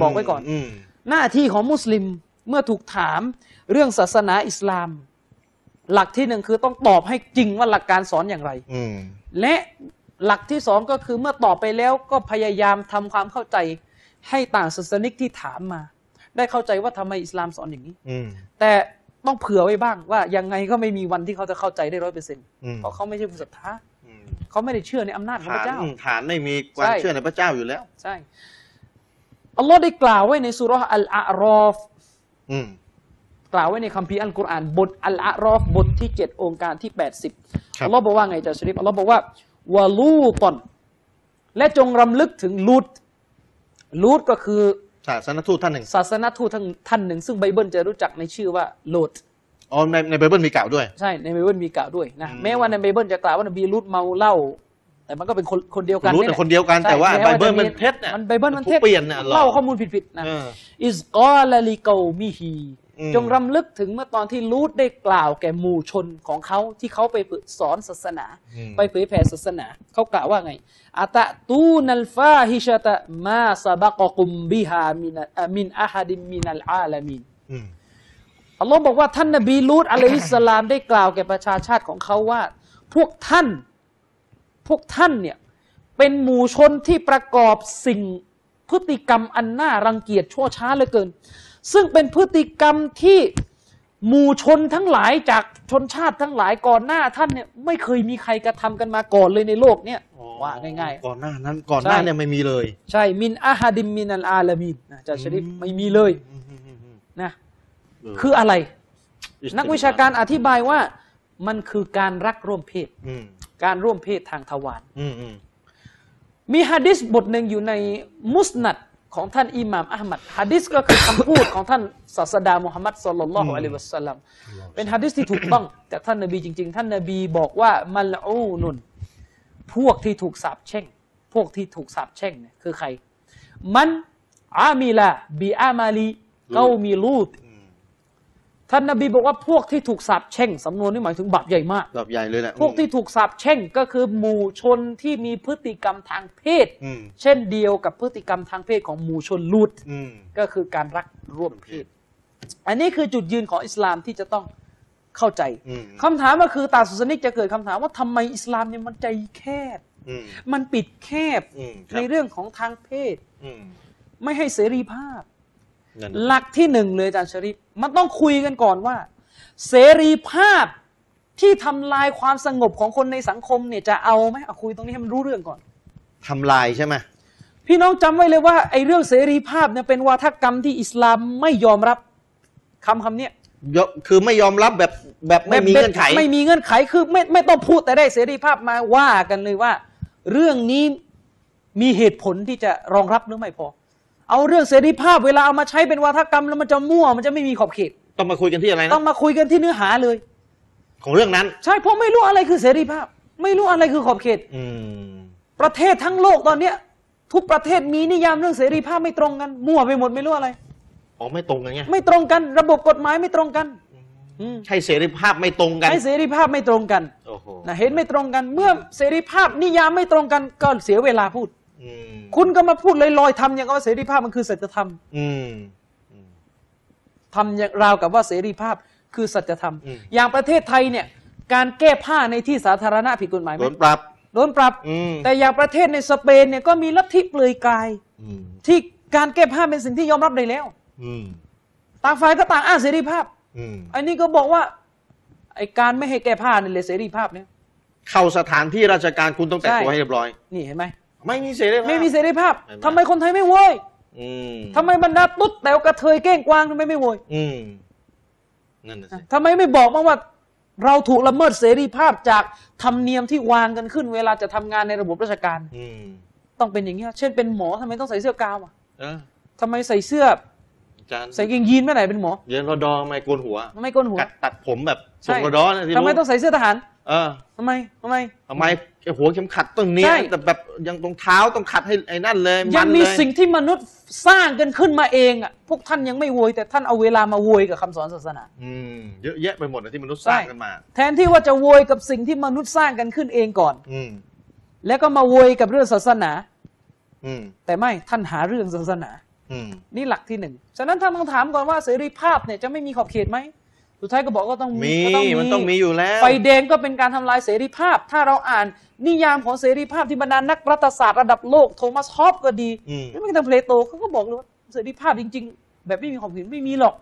[SPEAKER 2] บอกไว้ก่อน
[SPEAKER 1] ม
[SPEAKER 2] หน้าที่ของมุสลิมเมื่อถูกถามเรื่องศาสนาอิสลาม หลักที่หนึ่งคือต้องตอบให้จริงว่าหลักการสอนอย่างไร
[SPEAKER 1] อืม
[SPEAKER 2] และหลักที่สองก็คือเมื่อตอบไปแล้วก็พยายามทำความเข้าใจให้ต่างศาสนิกที่ถามมา ได้เข้าใจว่าทำไมอิสลามสอนอย่างนี้
[SPEAKER 1] อืม
[SPEAKER 2] แต่ต้องเผื่อไว้บ้างว่ายังไงก็ไม่มีวันที่เขาจะเข้าใจได้ร้อยเปอร์เซ็นต์
[SPEAKER 1] อืม
[SPEAKER 2] เพราะเขาไม่ใช่ผู้ศรัทธา
[SPEAKER 1] อืม
[SPEAKER 2] เขาไม่ได้เชื่อในอำนาจของพ
[SPEAKER 1] ฐาน
[SPEAKER 2] ระเจ้า
[SPEAKER 1] อืมฐานไม่มีความ
[SPEAKER 2] ใช่
[SPEAKER 1] เชื่อในพระเจ้าอยู่แล้ว
[SPEAKER 2] ใช่อัลลอฮ์ได้กล่าวไว้ในสุราะห์อัลอารอฟ
[SPEAKER 1] อืม
[SPEAKER 2] กล่าวไว้ในคัมภีร์อัลกุรอานบทอัลอารอฟบทที่ 7 องค์การที่ 80
[SPEAKER 1] ครับ
[SPEAKER 2] อัลลอฮ์บอกว่าไงจ๊ะชริฟอัลลอฮ์บอกว่าวะลูตอน และจงรำลึกถึงลูตลูตก็คือ
[SPEAKER 1] ศาสนทูตท่านหนึ่ง
[SPEAKER 2] ศาสนทูตทั้งท่านหนึ่ง ซึ่งไบเบิลจะรู้จักในชื่อว่าโลด
[SPEAKER 1] อ๋อในในไบเบิลมีกล่าวด้วย
[SPEAKER 2] ใช่ในไบเบิลมีกล่าวด้วยนะ
[SPEAKER 1] อืม
[SPEAKER 2] แม้ว่าในไบเบิลจะกล่าวว่านบีลูตเมาเหล้าแต่มันก็เป็นคนคนเดียวกัน
[SPEAKER 1] รู้
[SPEAKER 2] แห
[SPEAKER 1] แต่
[SPEAKER 2] ละ
[SPEAKER 1] คนเดียวกัน
[SPEAKER 2] ใช่
[SPEAKER 1] แต่ว่า
[SPEAKER 2] แ
[SPEAKER 1] ไบเบิลมันเท็จเนี่ย
[SPEAKER 2] มันไบเบิลมันเท็จ
[SPEAKER 1] เปลี่ยนเนี่ยหรอ
[SPEAKER 2] เล่าข้อมูลผิดๆนะ
[SPEAKER 1] เออ
[SPEAKER 2] อิสกอลลิกอมิฮี
[SPEAKER 1] อืม
[SPEAKER 2] จงรำลึกถึงเมื่อตอนที่ลูตได้กล่าวแก่หมู่ชนของเขาที่เขาไปสอนศาสนา
[SPEAKER 1] อืม
[SPEAKER 2] ไปเผยแผ่ศาสนา เขากล่าวว่าไงอาตะตูนัลฟาฮิชะตะมาสะบะกะกุมบิฮามินะอ่ะมินอาฮัดินมินัลอาลามีน
[SPEAKER 1] อืม
[SPEAKER 2] อัลลอฮ์บอกว่าท่านนบีลูตอะลัยฮิสสลามได้กล่าวแก่ประชาชาติของเขาว่า พวกท่าน พวกท่านเนี่ยเป็นหมู่ชนที่ประกอบสิ่งพฤติกรรมอันน่ารังเกียจชั่วช้าเหลือเกิน ซึ่งเป็นพฤติกรรมที่หมู่ชนทั้งหลายจากชนชาติทั้งหลายก่อนหน้าท่านเนี่ยไม่เคยมีใครกระทำกันมาก่อนเลยในโลกเนี่ยว่าง่าย
[SPEAKER 1] ก่อนหน้านั้นก่อนหน้า
[SPEAKER 2] ใช่
[SPEAKER 1] เนี่ยไม่มีเลย
[SPEAKER 2] ๆ ใช่มินอาฮาดิมมินันอาลามีนนะอาจารย์ชริฟไม่มีเลยนะคืออะไร นักวิชาการอธิบายว่ามันคือการรักร่วมเพศ
[SPEAKER 1] อืม
[SPEAKER 2] การร่วมเพศทางทวาร
[SPEAKER 1] อืมอืม
[SPEAKER 2] มีฮะดิษบทหนึ่งอยู่ในมุสนัดของท่านอิหม่ามอัมัดฮะดิษก็คือคำพูดของท่านศาสดามุฮัมมัดสุลลัลลอฮุอะลัยฮิวะสัลลัมเป็นฮะดิษที่ถูกต้อง จากท่านนบีจริง ๆ ท่านนบีบอกว่ามัลอูนุน พวกที่ถูกสาปแช่ง พวกที่ถูกสาปแช่งเนี่ยคือใคร มันอามิลาบีอามาลีเกามีลูด
[SPEAKER 1] อืม
[SPEAKER 2] ท่านนบีบอกว่าพวกที่ถูกสาปแช่งสำนวนนี้หมายถึงบาปใหญ่มาก
[SPEAKER 1] แบบใหญ่เลยแหละ
[SPEAKER 2] พวกที่ถูกสาปแช่งก็คือหมู่ชนที่มีพฤติกรรมทางเพศ
[SPEAKER 1] อืม
[SPEAKER 2] เช่นเดียวกับพฤติกรรมทางเพศของหมู่ชนลูด
[SPEAKER 1] อืม
[SPEAKER 2] ก็คือการรักร่วมเพศ อันนี้คือจุดยืนของอิสลามที่จะต้องเข้าใจ
[SPEAKER 1] อืม
[SPEAKER 2] คำถามก็คือตาสุสนิกจะเกิดคำถามว่าทำไมอิสลามเนี่ยมันใจแคบ
[SPEAKER 1] อืม
[SPEAKER 2] มันปิดแคบ
[SPEAKER 1] อืมครับ
[SPEAKER 2] ในเรื่องของทางเพศ
[SPEAKER 1] อืม
[SPEAKER 2] ไม่ให้เสรีภาพ
[SPEAKER 1] นั่น
[SPEAKER 2] หลักที่หนึ่งเลยอาจารย์ชริปมันต้องคุยกันก่อนว่า เสรีภาพที่ทำลายความสงบของคนในสังคมเนี่ยจะเอาไหมเอาคุยตรงนี้ให้มันรู้เรื่องก่อน
[SPEAKER 1] ทำลายใช่ไหม
[SPEAKER 2] พี่น้องจำไว้เลยว่าไอ้เรื่องเสรีภาพเนี่ยเป็นวาทกรรมที่อิสลามไม่ยอมรับคำคำเนี้ย
[SPEAKER 1] ยกคือไม่ยอมรับแบบแบบไม่มีเงื่อนไข
[SPEAKER 2] ไม่มีเงื่อนไขคือไม่ไม่ต้องพูดแต่ได้เสรีภาพมาว่ากันเลยว่า เรื่องนี้มีเหตุผลที่จะรองรับหรือไม่พอ เอาเรื่องเสรีภาพเวลาเอามาใช้เป็นวาทกรรมแล้วมันจะมั่วมันจะไม่มีขอบเขต
[SPEAKER 1] ต้องมาคุยกันที่อะไรนะ
[SPEAKER 2] ต้องมาคุยกันที่เนื้อหาเลย
[SPEAKER 1] ของเรื่องนั้น
[SPEAKER 2] ใช่เพราะไม่รู้อะไรคือเสรีภาพ ไม่รู้อะไรคือขอบเขต
[SPEAKER 1] อืม
[SPEAKER 2] ประเทศทั้งโลกตอนเนี้ย ทุกประเทศมีนิยามเรื่องเสรีภาพไม่ตรงกันมั่วไปหมดไม่รู้อะไร
[SPEAKER 1] อ๋อไม่ตรงกันไง
[SPEAKER 2] ไม่ตรงกันระบบกฎหมายไม่ตรงกันอืม
[SPEAKER 1] ใช่เสรีภาพไม่ตรงกัน
[SPEAKER 2] ให้เสรีภาพไม่ตรงกัน
[SPEAKER 1] โอ้โห
[SPEAKER 2] นะเห็นไม่ตรงกัน เมื่อเสรีภาพนิยามไม่ตรงกันก็เสียเวลาพูด
[SPEAKER 1] อืม
[SPEAKER 2] คุณก็มาพูดลอยๆทำอย่างกับว่าเสรีภาพมันคือสัจธรรม
[SPEAKER 1] อืม
[SPEAKER 2] ทำอย่างราวกับว่าเสรีภาพคือสัจธรรม
[SPEAKER 1] อืม
[SPEAKER 2] อย่างประเทศไทยเนี่ย การแก้ผ้าในที่สาธารณะผิดกฎหมายไหม
[SPEAKER 1] โดนปรับ
[SPEAKER 2] โดนปรับ
[SPEAKER 1] อืม
[SPEAKER 2] แต่อย่างประเทศในสเปนเนี่ยก็มีลัทธิเปลือยกาย
[SPEAKER 1] อืม
[SPEAKER 2] ที่การแก้ผ้าเป็นสิ่งที่ยอมรับได้แล้ว
[SPEAKER 1] อืม
[SPEAKER 2] ต่างฝ่ายก็ต่างอ้างเสรีภาพ
[SPEAKER 1] อืม
[SPEAKER 2] อันนี้ก็บอกว่าไอการไม่ให้แก้ผ้านี่เลยเสรีภาพเนี่ย
[SPEAKER 1] เข้าสถานที่ราชการคุณต้องแต่ง
[SPEAKER 2] ใช่
[SPEAKER 1] ตัวให้เรียบร้อย
[SPEAKER 2] นี่เห็นไหม
[SPEAKER 1] ไม่มีเสรีภาพ
[SPEAKER 2] ไม่มีเสรีภาพ
[SPEAKER 1] เห็นไหม
[SPEAKER 2] ทำไมคนไทยไม่โวย
[SPEAKER 1] อืม
[SPEAKER 2] ทำไมบรรดาตุ๊ดแต่วกระเทยเก้งกวางทำไมไม่โวย
[SPEAKER 1] อืมนั่นน่ะสิ
[SPEAKER 2] ทำไมไม่บอกบ้างว่า เราถูกละเมิดเสรีภาพจากธรรมเนียมที่วางกันขึ้น เวลาจะทำงานในระบบราชการ
[SPEAKER 1] อืม
[SPEAKER 2] ต้องเป็นอย่างเงี้ยเช่นเป็นหมอทำไมต้องใส่เสื้อกาวอ่ะ
[SPEAKER 1] เออ
[SPEAKER 2] ทำไมใส่เสื้อ
[SPEAKER 1] อาจารย์
[SPEAKER 2] ใส่กางเกงยีนเมื่อไหร่เป็นหมอ
[SPEAKER 1] เยนรอดอไม่โกนหัว
[SPEAKER 2] ทำไมโกนหัว
[SPEAKER 1] กัดตัดผมแบบ
[SPEAKER 2] ใช่
[SPEAKER 1] ส่งรอดอนะที่
[SPEAKER 2] ทำไมต้อง
[SPEAKER 1] รู้
[SPEAKER 2] ใส่เสื้อทหาร
[SPEAKER 1] เออ
[SPEAKER 2] ทำไมทำไม
[SPEAKER 1] ทำไมไอ้หัวเข็มขัดต้องเนี้ย
[SPEAKER 2] ใช่
[SPEAKER 1] แต่แบบยังรองเท้าต้องขัดให้ไอ้นั่นเลย
[SPEAKER 2] ยัง
[SPEAKER 1] น
[SPEAKER 2] มี
[SPEAKER 1] เลย
[SPEAKER 2] สิ่งที่มนุษย์สร้างกันขึ้นมาเองอ่ะพวกท่านยังไม่โวยแต่ท่านเอาเวลามาโวยกับคำสอนศาสนา
[SPEAKER 1] อืมเยอะแยะไปหมดนะที่มนุษย์สร้างกันมา
[SPEAKER 2] แทนที่ว่าจะโวยกับสิ่งที่มนุษย์สร้างกันขึ้นเองก่อน
[SPEAKER 1] อืม
[SPEAKER 2] แล้วก็มาโวยกับเรื่องศาสนา
[SPEAKER 1] อืม
[SPEAKER 2] แต่ไม่ท่านหาเรื่องศาสนา
[SPEAKER 1] อืม
[SPEAKER 2] นี่หลักที่หนึ่ง ฉะนั้นท่านต้องถามก่อนว่าเสรีภาพเนี่ยจะไม่มีขอบเขตไหม สุดท้ายก็บอกว่าต้อง
[SPEAKER 1] มี
[SPEAKER 2] ก็
[SPEAKER 1] มันต้องมีอยู่แล้ว
[SPEAKER 2] ไฟแดงก็เป็นการทำลายเสรีภาพ ถ้าเราอ่านนิยามของเสรีภาพที่บรรดานักรัฐศาสตร์ระดับโลกโทมัสฮอปก็ดี
[SPEAKER 1] อืม
[SPEAKER 2] หรือแม้กระทั่งเพลโตเขาก็บอกเลยว่าเสรีภาพจริง ๆ แบบไม่มีขอบเขตไม่มีหรอก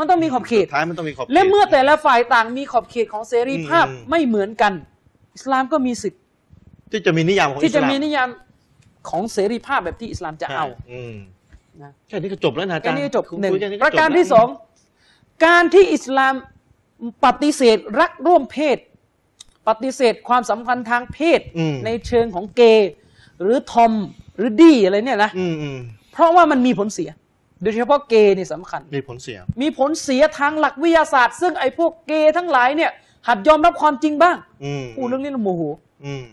[SPEAKER 2] มันต้องมีขอบเขต
[SPEAKER 1] สุดท้ายมันต้องมีขอบเขต
[SPEAKER 2] และเมื่อแต่ละฝ่ายต่างมีขอบเขตของเสรีภาพ
[SPEAKER 1] อืม
[SPEAKER 2] ไม่เหมือนกัน อิสลามก็มีสิทธิ์
[SPEAKER 1] ที่จะมีนิยามของอิสลาม
[SPEAKER 2] ที่จะมีนิยามของเสรีภาพแบบที่อิสลามจะเอา
[SPEAKER 1] ใช่อืม
[SPEAKER 2] นะ
[SPEAKER 1] แค่นี้ก็จบแล้วนะอา
[SPEAKER 2] แค่
[SPEAKER 1] จารย์
[SPEAKER 2] นี้จบ
[SPEAKER 1] คุย
[SPEAKER 2] หนึ่ง
[SPEAKER 1] แค่นี้
[SPEAKER 2] ประการ
[SPEAKER 1] จบแล้ว
[SPEAKER 2] ที่สองการที่อิสลามปฏิเสธรักร่วมเพศ ปฏิเสธความสัมพันธ์ทางเพศ
[SPEAKER 1] อืม
[SPEAKER 2] ในเชิงของเกย์หรือทอมหรือดีอะไรเนี่ยนะ
[SPEAKER 1] อืมอืม
[SPEAKER 2] เพราะว่ามันมีผลเสีย โดยเฉพาะเกย์เนี่ยสำคัญ
[SPEAKER 1] มีผลเสีย
[SPEAKER 2] มีผลเสียทางหลักวิทยาศาสตร์ ซึ่งไอ้พวกเกย์ทั้งหลายเนี่ยหัดยอมรับความจริงบ้าง
[SPEAKER 1] อืม
[SPEAKER 2] อู้เรื่องนี้นะโมโห
[SPEAKER 1] อืม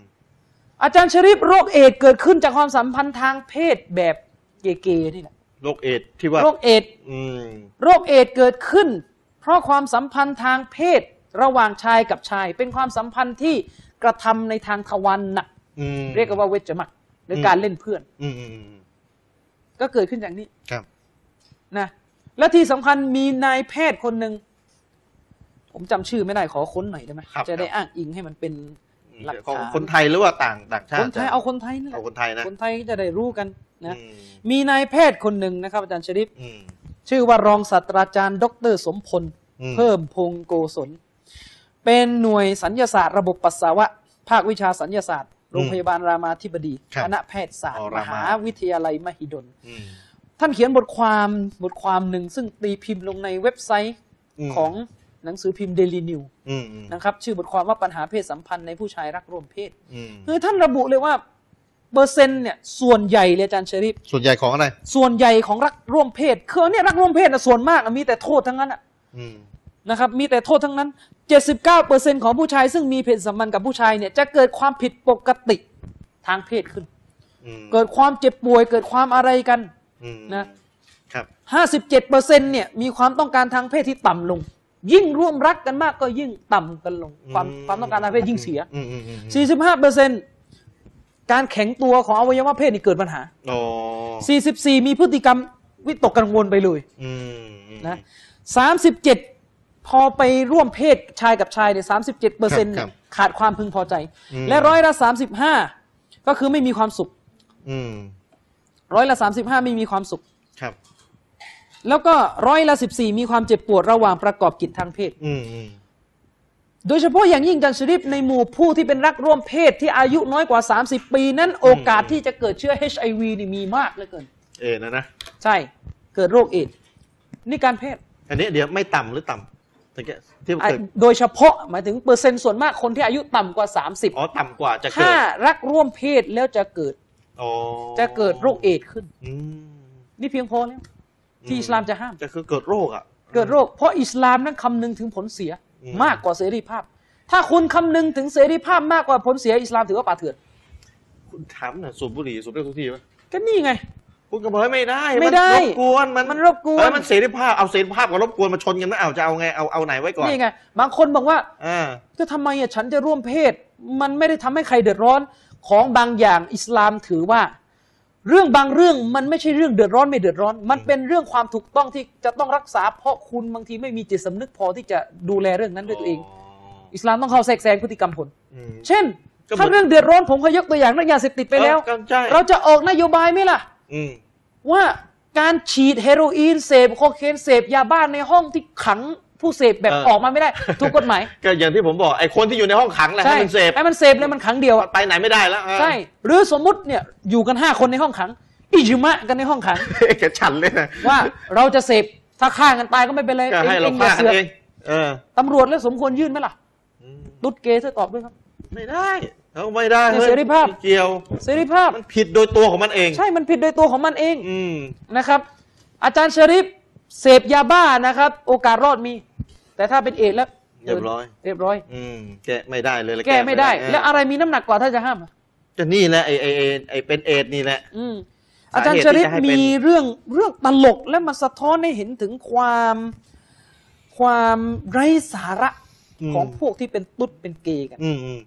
[SPEAKER 2] อาจารย์ชริปโรคเอดส์เกิดขึ้นจากความสัมพันธ์ทางเพศแบบเกย์ๆนี่แหละ
[SPEAKER 1] โรคเอดส์ที่ว่า
[SPEAKER 2] โรคเอดส์
[SPEAKER 1] อืม
[SPEAKER 2] โรคเอดส์เกิดขึ้น เพราะความสัมพันธ์ทางเพศระหว่างชายกับชาย เป็นความสัมพันธ์ที่กระทำในทางทวารหนัก
[SPEAKER 1] อืม
[SPEAKER 2] เรียกกันว่าเวชมักหรืออ
[SPEAKER 1] ม
[SPEAKER 2] การเล่นเพื่อน
[SPEAKER 1] อืมอืมอืม
[SPEAKER 2] ก็เกิดขึ้นจากนี้
[SPEAKER 1] ครับ
[SPEAKER 2] นะและที่สำคัญมีนายแพทย์คนหนึ่ง ผมจำชื่อไม่ได้ขอค้นหน่อยได้ไหม
[SPEAKER 1] ครับ
[SPEAKER 2] จะได้อ้างอิงให้มันเป็นหลัก
[SPEAKER 1] ของ
[SPEAKER 2] ฐาน
[SPEAKER 1] คนไทยหรือว่าต่างต่างชาติ
[SPEAKER 2] คนไทยเอาคนไทยนี่แห
[SPEAKER 1] เอา
[SPEAKER 2] ละ
[SPEAKER 1] คนไทยนะ
[SPEAKER 2] คนไทยจะได้รู้กันนะ
[SPEAKER 1] อืม
[SPEAKER 2] มีนายแพทย์คนหนึ่งนะครับอาจารย์ชริป
[SPEAKER 1] อืม
[SPEAKER 2] ชื่อว่ารองศาสตราจารย์ ดร สมพล
[SPEAKER 1] อืม
[SPEAKER 2] เพิ่มพงษ์โกศล เป็นหน่วยสัญญาศาสตร์ระบบปัสสาวะ ภาควิชาสัญญาศาสตร์ โรงพยาบาลรามาธิบดี
[SPEAKER 1] ครับ
[SPEAKER 2] คณะแพทยศาสต
[SPEAKER 1] อ๋
[SPEAKER 2] ร์
[SPEAKER 1] อ
[SPEAKER 2] ม
[SPEAKER 1] รามา
[SPEAKER 2] หาวิทยาลัยมหิดล
[SPEAKER 1] อืม
[SPEAKER 2] ท่านเขียนบทความบทความหนึ่งซึ่งตีพิมพ์ลงในเว็บไซต์
[SPEAKER 1] อืม
[SPEAKER 2] ของหนังสือพิมพ์เดลินิว
[SPEAKER 1] อืมอืม
[SPEAKER 2] นะครับ ชื่อบทความว่าปัญหาเพศสัมพันธ์ในผู้ชายรักร่วมเพศ
[SPEAKER 1] อืม
[SPEAKER 2] คือท่านระบุเลยว่าเปอร์เซ็นต์เนี่ยส่วนใหญ่เลยอาจารย์ชริป
[SPEAKER 1] ส่วนใหญ่ของอะไร
[SPEAKER 2] ส่วนใหญ่ของรักร่วมเพศคือเนี่ยรักร่วมเพศนะส่วนมากอะมีแต่โทษทั้งนั้นอะ
[SPEAKER 1] อืม
[SPEAKER 2] นะครับมีแต่โทษทั้งนั้น 79%ของผู้ชายซึ่งมีเพศสัมพันธ์กับผู้ชายเนี่ยจะเกิดความผิดปกติทางเพศขึ้น
[SPEAKER 1] อืม
[SPEAKER 2] เกิดความเจ็บป่วยเกิดความอะไรกัน
[SPEAKER 1] อืม
[SPEAKER 2] นะ
[SPEAKER 1] ครับ
[SPEAKER 2] 57%เนี่ยมีความต้องการทางเพศที่ต่ำลง ยิ่งร่วมรักกันมากก็ยิ่งต่ำกันลง ความ
[SPEAKER 1] อื
[SPEAKER 2] ความต้องการทางเพศยิ่งเสีย
[SPEAKER 1] อืมอืมอืมอืม
[SPEAKER 2] 45%การแข็งตัวของอวัยวะเพศนี่เกิดปัญหา
[SPEAKER 1] โอ้
[SPEAKER 2] 44 มีพฤติกรรมวิตกกังวลไปเลย
[SPEAKER 1] อืมอืม
[SPEAKER 2] นะสามสิบเจ็ดพอไปร่วมเพศชายกับชายเนี่ยสามสิบเจ็ดเปอร์เซ็นต์
[SPEAKER 1] ครับ
[SPEAKER 2] ขาดความพึงพอใจ
[SPEAKER 1] อืม
[SPEAKER 2] และร้อยละสามสิบห้าก็คือไม่มีความสุข
[SPEAKER 1] อืม
[SPEAKER 2] ร้อยละสามสิบห้าไม่มีความสุข
[SPEAKER 1] ครับ
[SPEAKER 2] แล้วก็ร้อยละสิบสี่มีความเจ็บปวดระหว่างประกอบกิจทางเพศ
[SPEAKER 1] อืมอืม
[SPEAKER 2] โดยเฉพาะอย่างยิ่งจันชริปในหมู่ผู้ที่เป็นรักร่วมเพศที่อายุน้อยกว่า 30 ปีนั้นโอกาสที่จะเกิดเชื้อ HIV นี่มีมากเหลือเกิน
[SPEAKER 1] เอ็นะนะ
[SPEAKER 2] ใช่เกิดโรคเอดส์นี่การเพศ
[SPEAKER 1] อันนี้เดี๋ยวไม่ต่ำหรือต่ำตะเกียบที่
[SPEAKER 2] อ่ะ
[SPEAKER 1] เกิด
[SPEAKER 2] โดยเฉพาะหมายถึงเปอร์เซ็นต์ส่วนมากคนที่อายุต่ำกว่า 30
[SPEAKER 1] อ๋อต่ำกว่าจะเกิ
[SPEAKER 2] ถ้า
[SPEAKER 1] ด
[SPEAKER 2] รักร่วมเพศแล้วจะเกิด
[SPEAKER 1] อ๋อ
[SPEAKER 2] จะเกิดโรคเอดส์ขึ้น
[SPEAKER 1] อืม
[SPEAKER 2] นี่เพียงพอแล้ว ที่อิสลามจะห้าม
[SPEAKER 1] จะคือเกิดโรคอ่ะ
[SPEAKER 2] เกิดโรค เพราะอิสลามนั้นคำนึงถึงผลเสีย
[SPEAKER 1] อืม
[SPEAKER 2] มากกว่าเสรีภาพ ถ้าคุณคำนึงถึงเสรีภาพมากกว่าผลเสียอิสลามถือว่าป่าเถื่อน
[SPEAKER 1] คุณถามหน่อยสูบบุหรี่สูบได้ทุกทีไหม
[SPEAKER 2] ก็นี่ไง
[SPEAKER 1] คุณก็บอกว่าไม่ได้
[SPEAKER 2] ไม่ได้
[SPEAKER 1] นรบกวนมัน
[SPEAKER 2] มันรบกวน
[SPEAKER 1] เออมันเสรีภาพเอาเสรีภาพกับรบกวนมาชนกันนะเอาจะเอาไงเอาเอาไหนไว้ก่อน
[SPEAKER 2] นี่ไง บางคนบอกว่า
[SPEAKER 1] อ่า
[SPEAKER 2] ก็ทำไมอะฉันจะร่วมเพศ มันไม่ได้ทำให้ใครเดือดร้อนของบางอย่างอิสลามถือว่า เรื่องบางเรื่องมันไม่ใช่เรื่องเดือดร้อนไม่เดือดร้อน มันเป็นเรื่องความถูกต้องที่จะต้องรักษา เพราะคุณบางทีไม่มีจิตสำนึกพอที่จะดูแลเรื่องนั้นด้วยตัวเอง อิสลามต้องเข้าแทรกแซงพฤติกรรมคน
[SPEAKER 1] อืม
[SPEAKER 2] เช่น
[SPEAKER 1] ก็เหมือน
[SPEAKER 2] ถ้าเรื่องเดือดร้อนผมเคยยกตัวอย่างเรื่องยาเสพติดไปแล้ว
[SPEAKER 1] เออก็ใช่
[SPEAKER 2] เราจะออกนโยบายไหมล่ะ
[SPEAKER 1] อืม
[SPEAKER 2] ว่าการฉีดเฮโรอีนเสพโคเคนเสพยาบ้านในห้องที่ขังผู้เสพแบบ
[SPEAKER 1] เออ
[SPEAKER 2] ออกมาไม่ได้ ถูกกฎหมาย
[SPEAKER 1] ก็อย่างที่ผมบอกไอ้คนที่อยู่ในห้องขังแหละให้มันเสพ
[SPEAKER 2] ให้มันเสพเลยมันขังเดียวอะ
[SPEAKER 1] ไปไหนไม่ได้แล้วเออ
[SPEAKER 2] ใช่ หรือสมมุติเนี่ยอยู่กัน 5 คนในห้องขัง อิจมะกันในห้องขัง
[SPEAKER 1] แกฉันเลยนะ
[SPEAKER 2] ว่าเราจะเสพถ้าฆ่ากันตายก็ไม่เป็นไร
[SPEAKER 1] ก็ให้
[SPEAKER 2] เอง
[SPEAKER 1] เรา
[SPEAKER 2] เองอ
[SPEAKER 1] ฆ่า
[SPEAKER 2] ย่า
[SPEAKER 1] กั
[SPEAKER 2] เสื
[SPEAKER 1] น
[SPEAKER 2] อก
[SPEAKER 1] เองเออ
[SPEAKER 2] ตำรวจแล้วสมควรยื่นไหมล่ะตุ๊ดเกย์ช่วยตอบด้วยครับ
[SPEAKER 1] ไม่ได้เขาไม่ได้
[SPEAKER 2] เสรีภาพ
[SPEAKER 1] ไม่เกี่ยว
[SPEAKER 2] เสรีภาพ
[SPEAKER 1] มันผิดโดยตัวของมันเอง
[SPEAKER 2] ใช่มันผิดโดยตัวของมันเอง
[SPEAKER 1] อืม
[SPEAKER 2] นะครับอาจารย์ชริปเสพยาบ้านะครับ โอกาสรอดมี แต่ถ้าเป็นเอดส์แล้ว
[SPEAKER 1] เรียบร้อย
[SPEAKER 2] เรียบร้อย
[SPEAKER 1] อืม แกะไม่ได้เลยะ
[SPEAKER 2] แก้ไม่ได้
[SPEAKER 1] เออ
[SPEAKER 2] แล้วอะไรมีน้ำหนักกว่าถ้าจะห้ามอ่ะ
[SPEAKER 1] ก็นี่แหละไอไอไอ้ไอเป็นเอดส์นี่แหละ
[SPEAKER 2] อืม
[SPEAKER 1] สาเหตุ
[SPEAKER 2] อาจารย์ชริ
[SPEAKER 1] ที่
[SPEAKER 2] ป
[SPEAKER 1] จะให้เป็น
[SPEAKER 2] มีเรื่องเรื่องตลกและมาสะท้อนให้เห็นถึงความความไร้สาระของพวกที่เป็นตุ๊ดเป็นเกย์กัน
[SPEAKER 1] อืมอืม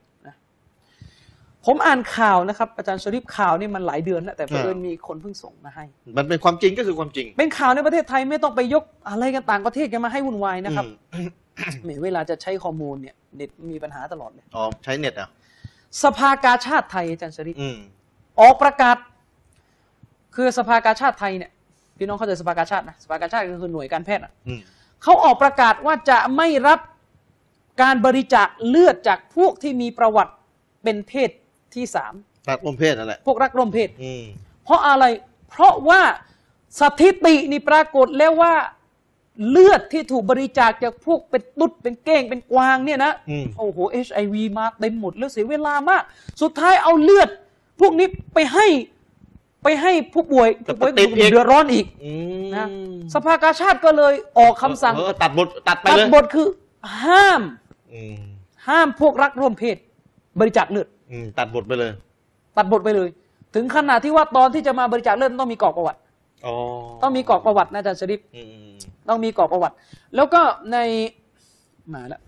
[SPEAKER 2] ผมอ่านข่าวนะครับอาจารย์ชริปข่าวนี่มันหลายเดือนแล้วแต่เผอิญ
[SPEAKER 1] อ่ามี
[SPEAKER 2] มีคนเพิ่งส่งมาให้
[SPEAKER 1] มันเป็นความจริงก็คือความจริง
[SPEAKER 2] เป็นข่าวในประเทศไทยไม่ต้องไปยกอะไรกันต่างประเทศกันมาให้วุ่นวายนะครับ
[SPEAKER 1] อืม
[SPEAKER 2] แห มเวลาจะใช้ข้อมูลเนี่ยเน็ตมีปัญหาตลอดเลย
[SPEAKER 1] อ๋อใช้เน็ตอ่ะ
[SPEAKER 2] สภากาชาติไทยอาจารย์ชริป
[SPEAKER 1] อืม
[SPEAKER 2] ออกประกาศ คือสภากาชาติไทยเนี่ยพี่น้องเข้าใจสภากาชาตินะสภากาชาติก็คือหน่วยการแพทย์อะ
[SPEAKER 1] อืม
[SPEAKER 2] เขาออกประกาศว่าจะไม่รับการบริจาคเลือดจากพวกที่มีประวัติเป็นเพศที่สาม
[SPEAKER 1] ตัดอมเพศนั่นแหละ
[SPEAKER 2] พวกรักร่วมเพศ
[SPEAKER 1] อืม
[SPEAKER 2] เพราะอะไร เพราะว่าสถิตินี่ปรากฏแล้วว่าเลือดที่ถูกบริจาคจากพวกเป็นตุ๊ดเป็นเก้งเป็นกวางเนี่ยนะ
[SPEAKER 1] อืม
[SPEAKER 2] โอ้โหเอชไอวีมาเต็มหมดแล้วเสียเวลามาก สุดท้ายเอาเลือด พวกนี้ไปให้ไปให้ผู้ป่วยผู้ป่วย
[SPEAKER 1] แต่ติดอีก
[SPEAKER 2] เดือดร้อนอีก
[SPEAKER 1] อืม
[SPEAKER 2] นะสภากาชาติก็เลยออกคำสั่ง
[SPEAKER 1] เออตัดบทตัดไป
[SPEAKER 2] ตัด
[SPEAKER 1] เลย
[SPEAKER 2] บทคือห้าม
[SPEAKER 1] อืม
[SPEAKER 2] ห้ามพวกรักร่วมเพศ บริจาคเลือด
[SPEAKER 1] อืมตัดบทไปเลย
[SPEAKER 2] ตัดบทไปเลย ถึงขนาดที่ว่าตอนที่จะมาบริจาคเลือดต้องมีกรอกประวัติ
[SPEAKER 1] อ๋อ
[SPEAKER 2] ต้องมีกรอกประวัตินะอาจารย์ชริป
[SPEAKER 1] อืมอืม
[SPEAKER 2] ต้องมีกรอกประวัติ แล้วก็ในมาแล้ว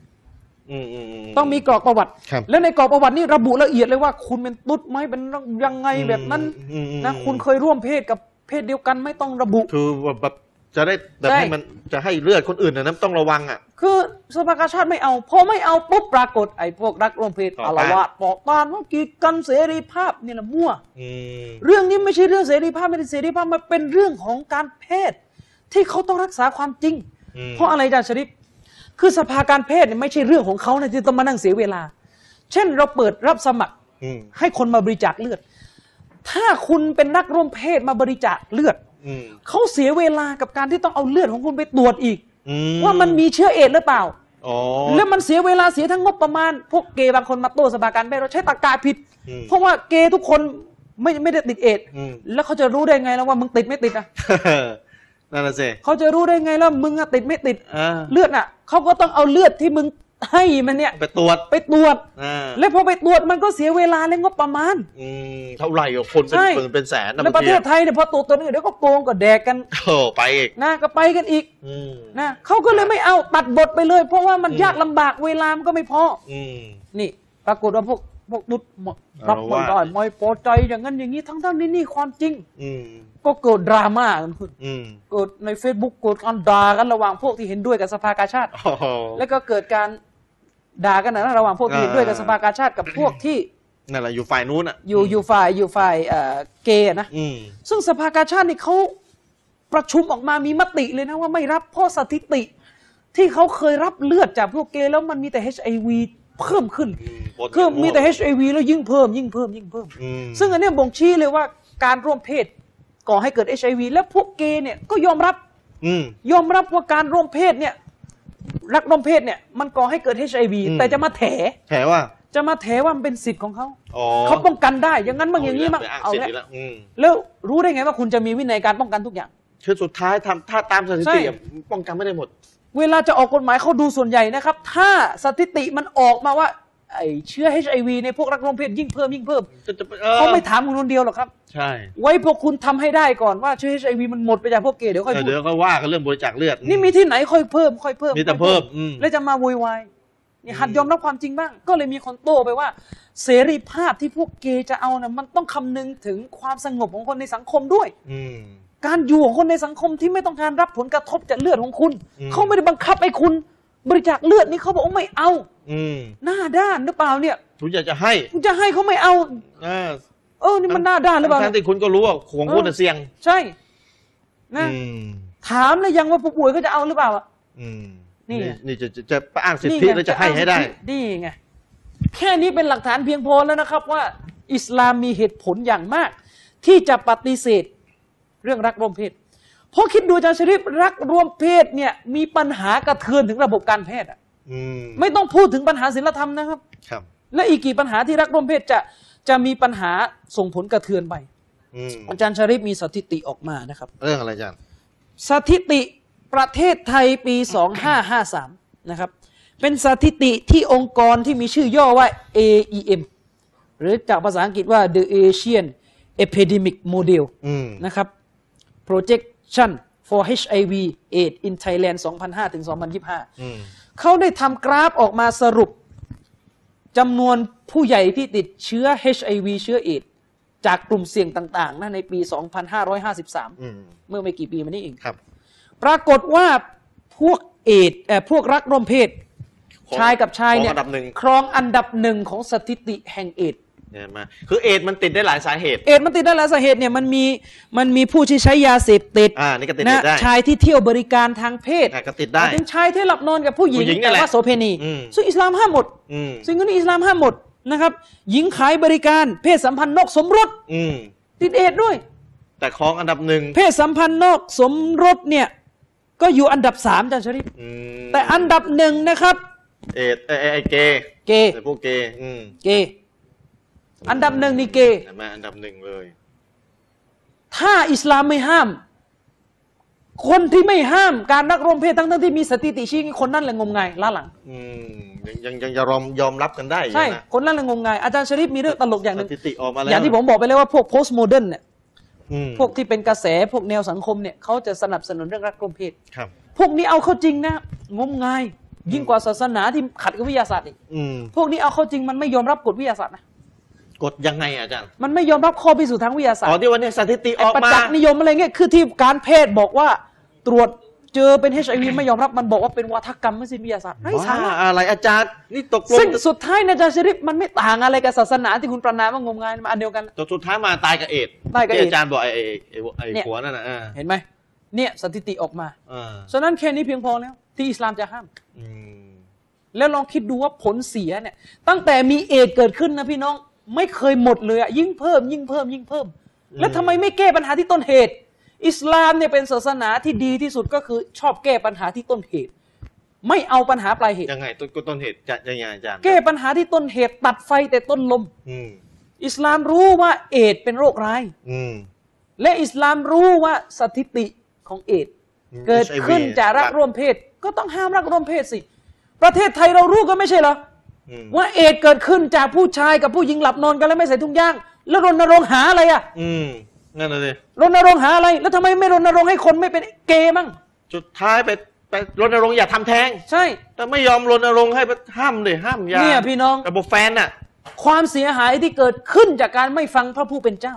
[SPEAKER 1] อืมอืมม
[SPEAKER 2] ต้องมีกรอกประวัติ
[SPEAKER 1] ครับ
[SPEAKER 2] แล้วในกรอกประวัตินี่ระบุละเอียดเลยว่า คุณเป็นตุ๊ดไหมเป็นยังไงแบบนั้น
[SPEAKER 1] อืมอืม
[SPEAKER 2] นะ
[SPEAKER 1] อืม
[SPEAKER 2] คุณเคยร่วมเพศกับเพศเดียวกันไหม่ต้องระบุ
[SPEAKER 1] คือแบบจะได้แบบ
[SPEAKER 2] ใช่
[SPEAKER 1] ให้มันจะให้เลือดคนอื่นนะน้ำต้องระวังอ่ะ
[SPEAKER 2] คือสภากาชาติไม่เอาพอไม่เอาปุ๊บปรากฏไอ้พวกรักร่วมเพศ
[SPEAKER 1] ต่อ
[SPEAKER 2] อา
[SPEAKER 1] ต้าน
[SPEAKER 2] ละวาดต่อต้านว่ากีดกันเสรีภาพนี่แหละมั่ว
[SPEAKER 1] อืม
[SPEAKER 2] เรื่องนี้ไม่ใช่เรื่องเสรีภาพไม่ใช่เสรีภาพมันเป็นเรื่องของการแพทย์ ที่เขาต้องรักษาความจริง
[SPEAKER 1] อืม
[SPEAKER 2] เพราะอะไรอาจารย์ชริปคือสภาการแพทย์เนี่ยไม่ใช่เรื่องของเขานะที่ต้องมานั่งเสียเวลา เช่นเราเปิดรับสมัคร
[SPEAKER 1] อืม
[SPEAKER 2] ให้คนมาบริจาคเลือด ถ้าคุณเป็นนักร่วมเพศมาบริจาคเลือด
[SPEAKER 1] อืม
[SPEAKER 2] เขาเสียเวลากับการที่ต้องเอาเลือดของคุณไปตรวจอีก
[SPEAKER 1] อื
[SPEAKER 2] ว่ามันมีเชื้อเอดส์หรือเปล่า
[SPEAKER 1] อ๋อ
[SPEAKER 2] แล้วมันเสียเวลาเสียทั้งงบประมาณ พวกเกย์บางคนมาโต้สภาการแพทย์เราใช้ตรรกะผิด
[SPEAKER 1] อืม
[SPEAKER 2] เพราะว่าเกย์ทุกคนไม่ไม่ได้ติดเอดส์
[SPEAKER 1] อืม
[SPEAKER 2] แล้วเขาจะรู้ได้ไงแล้วว่ามึงติดไม่ติดอ่ะ
[SPEAKER 1] นั่นน่ะสิ
[SPEAKER 2] เขาจะรู้ได้ไงแล้วมึงอะติดไม่ติด
[SPEAKER 1] อ่า
[SPEAKER 2] เลือดอ่ะเขาก็ต้องเอาเลือดที่มึงให้มันเนี่ย
[SPEAKER 1] ไปตรวจ
[SPEAKER 2] ไปตรวจ
[SPEAKER 1] อ่า
[SPEAKER 2] แล้วพอไปตรวจมันก็เสียเวลาและงบประมาณ
[SPEAKER 1] อืมเท่าไหร่อะคนเป็น
[SPEAKER 2] ใช่
[SPEAKER 1] เป็นเป็นแสนนะ
[SPEAKER 2] ในประเทศ
[SPEAKER 1] บาง
[SPEAKER 2] ไทยเนี่ยพอตรวจตัวนึงเดี๋ยวก็โกงก็แดกกัน
[SPEAKER 1] ทีโอ้ไปอีก
[SPEAKER 2] นะก็ไปกันอีก
[SPEAKER 1] อืม
[SPEAKER 2] นะเขาก็เลยไม่เอาตัดบทไปเลย เพราะว่ามัน
[SPEAKER 1] อืม
[SPEAKER 2] ยากลำบากเวลามันก็ไม่พอ
[SPEAKER 1] อืม
[SPEAKER 2] นี่ ปรากฏว่าพวกพวกดุดหมด
[SPEAKER 1] เอา
[SPEAKER 2] รับไม่
[SPEAKER 1] ว่า
[SPEAKER 2] ได้ไม่พอใจอย่างนั้นอย่างนี้ทั้งๆที่นี่ความจริง
[SPEAKER 1] อืม
[SPEAKER 2] ก็เกิดดราม่ากันขึ้น
[SPEAKER 1] อืม
[SPEAKER 2] เกิดใน Facebook เกิดการด่ากันระหว่างพวกที่เห็นด้วยกับสภากาชาติ
[SPEAKER 1] โอ้โห
[SPEAKER 2] แล้วก็เกิดการด่ากันนะระหว่างพวกที่เห็นด้วยกับ
[SPEAKER 1] อ่า
[SPEAKER 2] สภากาชาติกับพวกที่
[SPEAKER 1] นั่นแหละอยู่ฝ่ายนู้นอ่ะ
[SPEAKER 2] อยู่อยู่ฝ่ายอยู่ฝ่ายเอ่อเกย์นะ
[SPEAKER 1] อืม
[SPEAKER 2] ซึ่งสภากาชาตินี่เขาประชุมออกมามีมติเลยนะว่าไม่รับเพราะสถิติ ที่เขาเคยรับเลือดจากพวกเกย์แล้วมันมีแต่ HIV เพิ่มขึ้น
[SPEAKER 1] อืมปนกัน
[SPEAKER 2] คือมีแต่
[SPEAKER 1] มั่ว
[SPEAKER 2] HIV แล้วยิ่งเพิ่มยิ่งเพิ่มยิ่งเพิ่ม
[SPEAKER 1] อืม
[SPEAKER 2] ซึ่งอันเนี้ยบ่งชี้เลยว่าการร่วมเพศก่อให้เกิด HIV และพวกเกย์เนี่ยก็ยอมรับ
[SPEAKER 1] อืม
[SPEAKER 2] ยอมรับว่าการร่วมเพศเนี่ยรักร่วมเพศเนี่ยมันก่อให้เกิด HIV
[SPEAKER 1] อืม
[SPEAKER 2] แต่จะมาแถ
[SPEAKER 1] แถว่า
[SPEAKER 2] จะมาแถว่ามันเป็นสิทธิ์ของเขา
[SPEAKER 1] อ๋อ
[SPEAKER 2] เขาป้องกันได้อย่างนั้นบางอย่างนี้
[SPEAKER 1] เละ
[SPEAKER 2] มั้ง
[SPEAKER 1] ไปอ้าง
[SPEAKER 2] เอา
[SPEAKER 1] สิทธิ์อี
[SPEAKER 2] ละ
[SPEAKER 1] กแล้วอืม
[SPEAKER 2] แล้วรู้ได้ไงว่าคุณจะมีวินัยการป้องกันทุกอย่าง
[SPEAKER 1] คือสุดท้ายทำถ้าตามสถิ
[SPEAKER 2] ใช่
[SPEAKER 1] ติอะป้องกันไม่ได้หมด
[SPEAKER 2] เวลาจะออกกฎหมายเขาดูส่วนใหญ่นะครับ ถ้าสถิติมันออกมาว่าไอ้เชื้อ HIV ในพวกรักร่วมเพศยิ่งเพิ่มยิ่งเพิ่ม
[SPEAKER 1] จะจะออ
[SPEAKER 2] เขาไม่ถามคุณคนเดียวหรอกครับ
[SPEAKER 1] ใช่
[SPEAKER 2] ไว้พวกคุณทำให้ได้ก่อนว่าเชื้อ HIV มันหมดไปจากพวกเกย์เดี๋ยวค่อย
[SPEAKER 1] แต่
[SPEAKER 2] พูด
[SPEAKER 1] เดี๋ยวก็ว่ากันเรื่องบริจาคเลือด
[SPEAKER 2] นี่มีที่ไหนค่อยเพิ่มค่อยเพิ่ม
[SPEAKER 1] มีแต่เพิ่มอืม
[SPEAKER 2] แล้วจะมาโวยวายเนี่ยหัด
[SPEAKER 1] อืม
[SPEAKER 2] ยอมรับความจริงบ้าง ก็เลยมีคนโต้ไปว่า เสรีภาพที่พวกเกย์จะเอานะมันต้องคำนึงถึงความสงบของคนในสังคมด้วย
[SPEAKER 1] อืม
[SPEAKER 2] การอยู่ของคนในสังคมที่ไม่ต้องการรับผลกระทบจากเลือดของคุณ
[SPEAKER 1] อืม
[SPEAKER 2] เขาไม่ได้บังคับให้คุณ บริจาคเลือดนี่เขาบอกว่าไม่เอา
[SPEAKER 1] อืม
[SPEAKER 2] หน้าด้านหรือเปล่าเนี่ย
[SPEAKER 1] คุณอยากจะให้
[SPEAKER 2] คุณจะให้เขาไม่เอา
[SPEAKER 1] อ่า
[SPEAKER 2] เออนี่มันหน้าด้านหรือเปล่า
[SPEAKER 1] ทั้งๆที่คุณก็รู้ว่าของคุณน่ะเสี่ยง
[SPEAKER 2] ใช่นะ
[SPEAKER 1] อืม
[SPEAKER 2] ถามเลยยังว่าผู้ป่วยก็จะเอาหรือเปล่าอะ
[SPEAKER 1] อืม
[SPEAKER 2] นี่
[SPEAKER 1] นี่จะจะจะจะอ้างสิทธิ
[SPEAKER 2] นี่ไง
[SPEAKER 1] แล้วจะให้ให้ได้
[SPEAKER 2] นี่ไง แค่นี้เป็นหลักฐานเพียงพอแล้วนะครับว่า อิสลามมีเหตุผลอย่างมาก ที่จะปฏิเสธเรื่องรักร่วมเพศเพราะคิดดูอาจารย์ชริปรักร่วมเพศเนี่ยมีปัญหากระเทือนถึงระบบการแพทย์อะ
[SPEAKER 1] อืม
[SPEAKER 2] ไม่ต้องพูดถึงปัญหาศีลธรรมนะครับ
[SPEAKER 1] ครับ
[SPEAKER 2] และอีกกี่ปัญหาที่รักร่วมเพศจะจะมีปัญหาส่งผลกระเทือนไป
[SPEAKER 1] อืม
[SPEAKER 2] อาจารย์ชริปมีสถิติออกมานะครับ
[SPEAKER 1] เรื่องอะไรอาจารย์
[SPEAKER 2] สถิติประเทศไทยปี 2553 นะครับ เป็นสถิติที่องค์กรที่มีชื่อย่อว่า AEM หรือจากภาษาอังกฤษว่า The Asian Epidemic Model
[SPEAKER 1] อืม
[SPEAKER 2] นะครับ Projection for HIV AIDS in Thailand 2005 ถึง 2025
[SPEAKER 1] อืม
[SPEAKER 2] เขาได้ทำกราฟออกมาสรุป จำนวนผู้ใหญ่ที่ติดเชื้อ HIV เชื้อเอดส์จากกลุ่มเสี่ยงต่างๆนะในปี 2553
[SPEAKER 1] อืม
[SPEAKER 2] เมื่อไม่กี่ปีมานี้เอง
[SPEAKER 1] ครับ
[SPEAKER 2] ปรากฏว่าพวกเอดส์เอ่อพวกรักร่วมเพศ ชายกับชายเนี่ย
[SPEAKER 1] ของอันดับหนึ่ง
[SPEAKER 2] ครองอันดับหนึ่งของสถิติแห่งเอดส์
[SPEAKER 1] เนี่ยมาคือเอดส์มันติดได้หลายสาเหตุ
[SPEAKER 2] เอดส์มันติดได้หลายสาเหตุเนี่ยมันมีมันมีผู้ที่ใช้ยาเสพติด
[SPEAKER 1] อ่านี่ก็ติด
[SPEAKER 2] นะ
[SPEAKER 1] ได้
[SPEAKER 2] ชายที่เที่ยวบริการทางเพศ
[SPEAKER 1] อ่ะก็ติดได้
[SPEAKER 2] หมายถึงชายที่หลับนอนกับผู้หญิง
[SPEAKER 1] ผู้หญิงนั่
[SPEAKER 2] แต่
[SPEAKER 1] นแหละ
[SPEAKER 2] ว่าโสเพณี
[SPEAKER 1] อืม
[SPEAKER 2] ซึ่งอิสลามห้ามหมด
[SPEAKER 1] อืม
[SPEAKER 2] ซึ่งก็นี้อิสลามห้ามหมดนะครับ หญิงขายบริการเพศสัมพันธ์นอกสมรส
[SPEAKER 1] อืม
[SPEAKER 2] ติดเอดส์ด้วย
[SPEAKER 1] แต่ของอันดับหนึ่ง
[SPEAKER 2] เพศสัมพันธ์นอกสมรสเนี่ยก็อยู่อันดับสามอาจารย์ชริป
[SPEAKER 1] อืม
[SPEAKER 2] แต่อันดับหนึ่งนะครับ
[SPEAKER 1] เอดส์เอยเอยเอยเกย์
[SPEAKER 2] เกย์
[SPEAKER 1] แต่พวกเกย์อืม
[SPEAKER 2] เกย์อันดับหนึ่งนี่เกย์
[SPEAKER 1] เห็นไหมอันดับหนึ่งเลย
[SPEAKER 2] ถ้าอิสลามไม่ห้าม คนที่ไม่ห้ามการรักร่วมเพศทั้งทั้งๆที่มีสถิติชี้คนนั่นแหละงมงายล้าหลัง
[SPEAKER 1] อืมยังยังยังจะยอมยอมรับกันได้อยู่
[SPEAKER 2] ใช่
[SPEAKER 1] นะ
[SPEAKER 2] คนนั่นแหละงมงายอาจารย์ชริปมีเรื่องตลกอย่างหนึ่ง
[SPEAKER 1] สถิติออกมาแล้ว
[SPEAKER 2] อย่างที่ผมบอกไปแล้วว่าพวกโพสต์โมเดิร์นเนี่ย
[SPEAKER 1] อืม
[SPEAKER 2] พวกที่เป็นกระแสพวกแนวสังคมเนี่ยเขาจะสนับสนุนเรื่องรักร่วมเพศ
[SPEAKER 1] ครับ
[SPEAKER 2] พวกนี้เอาเข้าจริงนะงมงาย ยิ่งกว่าศาสนาที่ขัดกับวิทยาศาสตร์อีก
[SPEAKER 1] อืม
[SPEAKER 2] พวกนี้เอาเข้าจริงมันไม่ยอมรับกฎวิทยาศาสตร์นะ
[SPEAKER 1] กดยังไงอาจารย์
[SPEAKER 2] มันไม่ยอมรับข้อพิสูจน์ทางวิทยาศาสต
[SPEAKER 1] อ๋อ
[SPEAKER 2] ร์
[SPEAKER 1] ที่วันนี้สถิติอ
[SPEAKER 2] ไอ้
[SPEAKER 1] อก
[SPEAKER 2] ประ
[SPEAKER 1] มา
[SPEAKER 2] จักษ์นิยมอะไรเงี้ยคือที่การแพทย์บอกว่าตรวจเจอเป็น HIV ไม่ยอมรับมันบอกว่าเป็นวัฒกรรมไม่ใช่วิทยาศาสตร์ไร้สา
[SPEAKER 1] ว่า
[SPEAKER 2] ระ
[SPEAKER 1] อะไรอาจารย์นี่ตกลง
[SPEAKER 2] ซึ่งสุดท้ายนะอาจารย์ชริปมันไม่ต่างอะไรกับศาสนาที่คุณประนามว่างมงายมันอันเดียวกัน
[SPEAKER 1] ตัวสุดท้ายมาตายกับเอดส์
[SPEAKER 2] ตายกับเอด
[SPEAKER 1] ที่
[SPEAKER 2] ส์
[SPEAKER 1] อาจารย์บอกไอ้ไอ้ไอ้ไอ้
[SPEAKER 2] เนี่ย
[SPEAKER 1] หัวนั่นนะอ่า
[SPEAKER 2] เห็นไหมเนี่ยสถิติออกมา
[SPEAKER 1] อ่า
[SPEAKER 2] ฉะนั้นแค่นี้เพียงพอแล้ว ที่อิสลามจะห้าม
[SPEAKER 1] อืม
[SPEAKER 2] แล้วลองคิดดูว่าผลเสียเนี่ยตั้งแต่มีเอดส์เกิดขึ้นนะพี่น้องไม่เคยหมดเลยอะยิ่งเพิ่ม ยิ่งเพิ่ม ยิ่งเพิ่ม แล้วทำไมไม่แก้ปัญหาที่ต้นเหตุ อิสลามเนี่ยเป็นศาสนาที่ดีที่สุดก็คือชอบแก้ปัญหาที่ต้นเหตุ ไม่เอาปัญหาปลายเหตุ
[SPEAKER 1] ยังไงต้นต้นเหตุจะยังไงอาจารย์
[SPEAKER 2] แก้ปัญหาที่ต้นเหตุ ตัดไฟแต่ต้นลม
[SPEAKER 1] อืม
[SPEAKER 2] อิสลามรู้ว่าเอดส์เป็นโรคร้าย
[SPEAKER 1] อืม
[SPEAKER 2] และอิสลามรู้ว่าสถิติของเอดส์
[SPEAKER 1] อืม
[SPEAKER 2] เกิด
[SPEAKER 1] HIV
[SPEAKER 2] ขึ้นจากรักร่วมเพศ ก็ต้องห้ามรักร่วมเพศสิ ประเทศไทยเรารู้ก็ไม่ใช่เหรอ
[SPEAKER 1] อืม
[SPEAKER 2] ว่าเอดส์เกิดขึ้นจากผู้ชายกับผู้หญิงหลับนอนกันแล้วไม่ใส่ถุงยาง แล้วรณรงค์หาอะไรอะ
[SPEAKER 1] อืมนั่นน่ะเลย
[SPEAKER 2] รณรงค์หาอะไร แล้วทำไมไม่รณรงค์ให้คนไม่เป็นเกย์มั่ง
[SPEAKER 1] สุดท้ายไปไปรณรงค์อย่าทำแท้ง
[SPEAKER 2] ใช่
[SPEAKER 1] แต่ไม่ยอมรณรงค์ให้ไปห้ามเลยห้ามยา
[SPEAKER 2] เนี่ยพี่น้อง
[SPEAKER 1] ระบบแฟนน่ะ
[SPEAKER 2] ความเสียหายที่เกิดขึ้นจากการไม่ฟังพระผู้เป็นเจ้า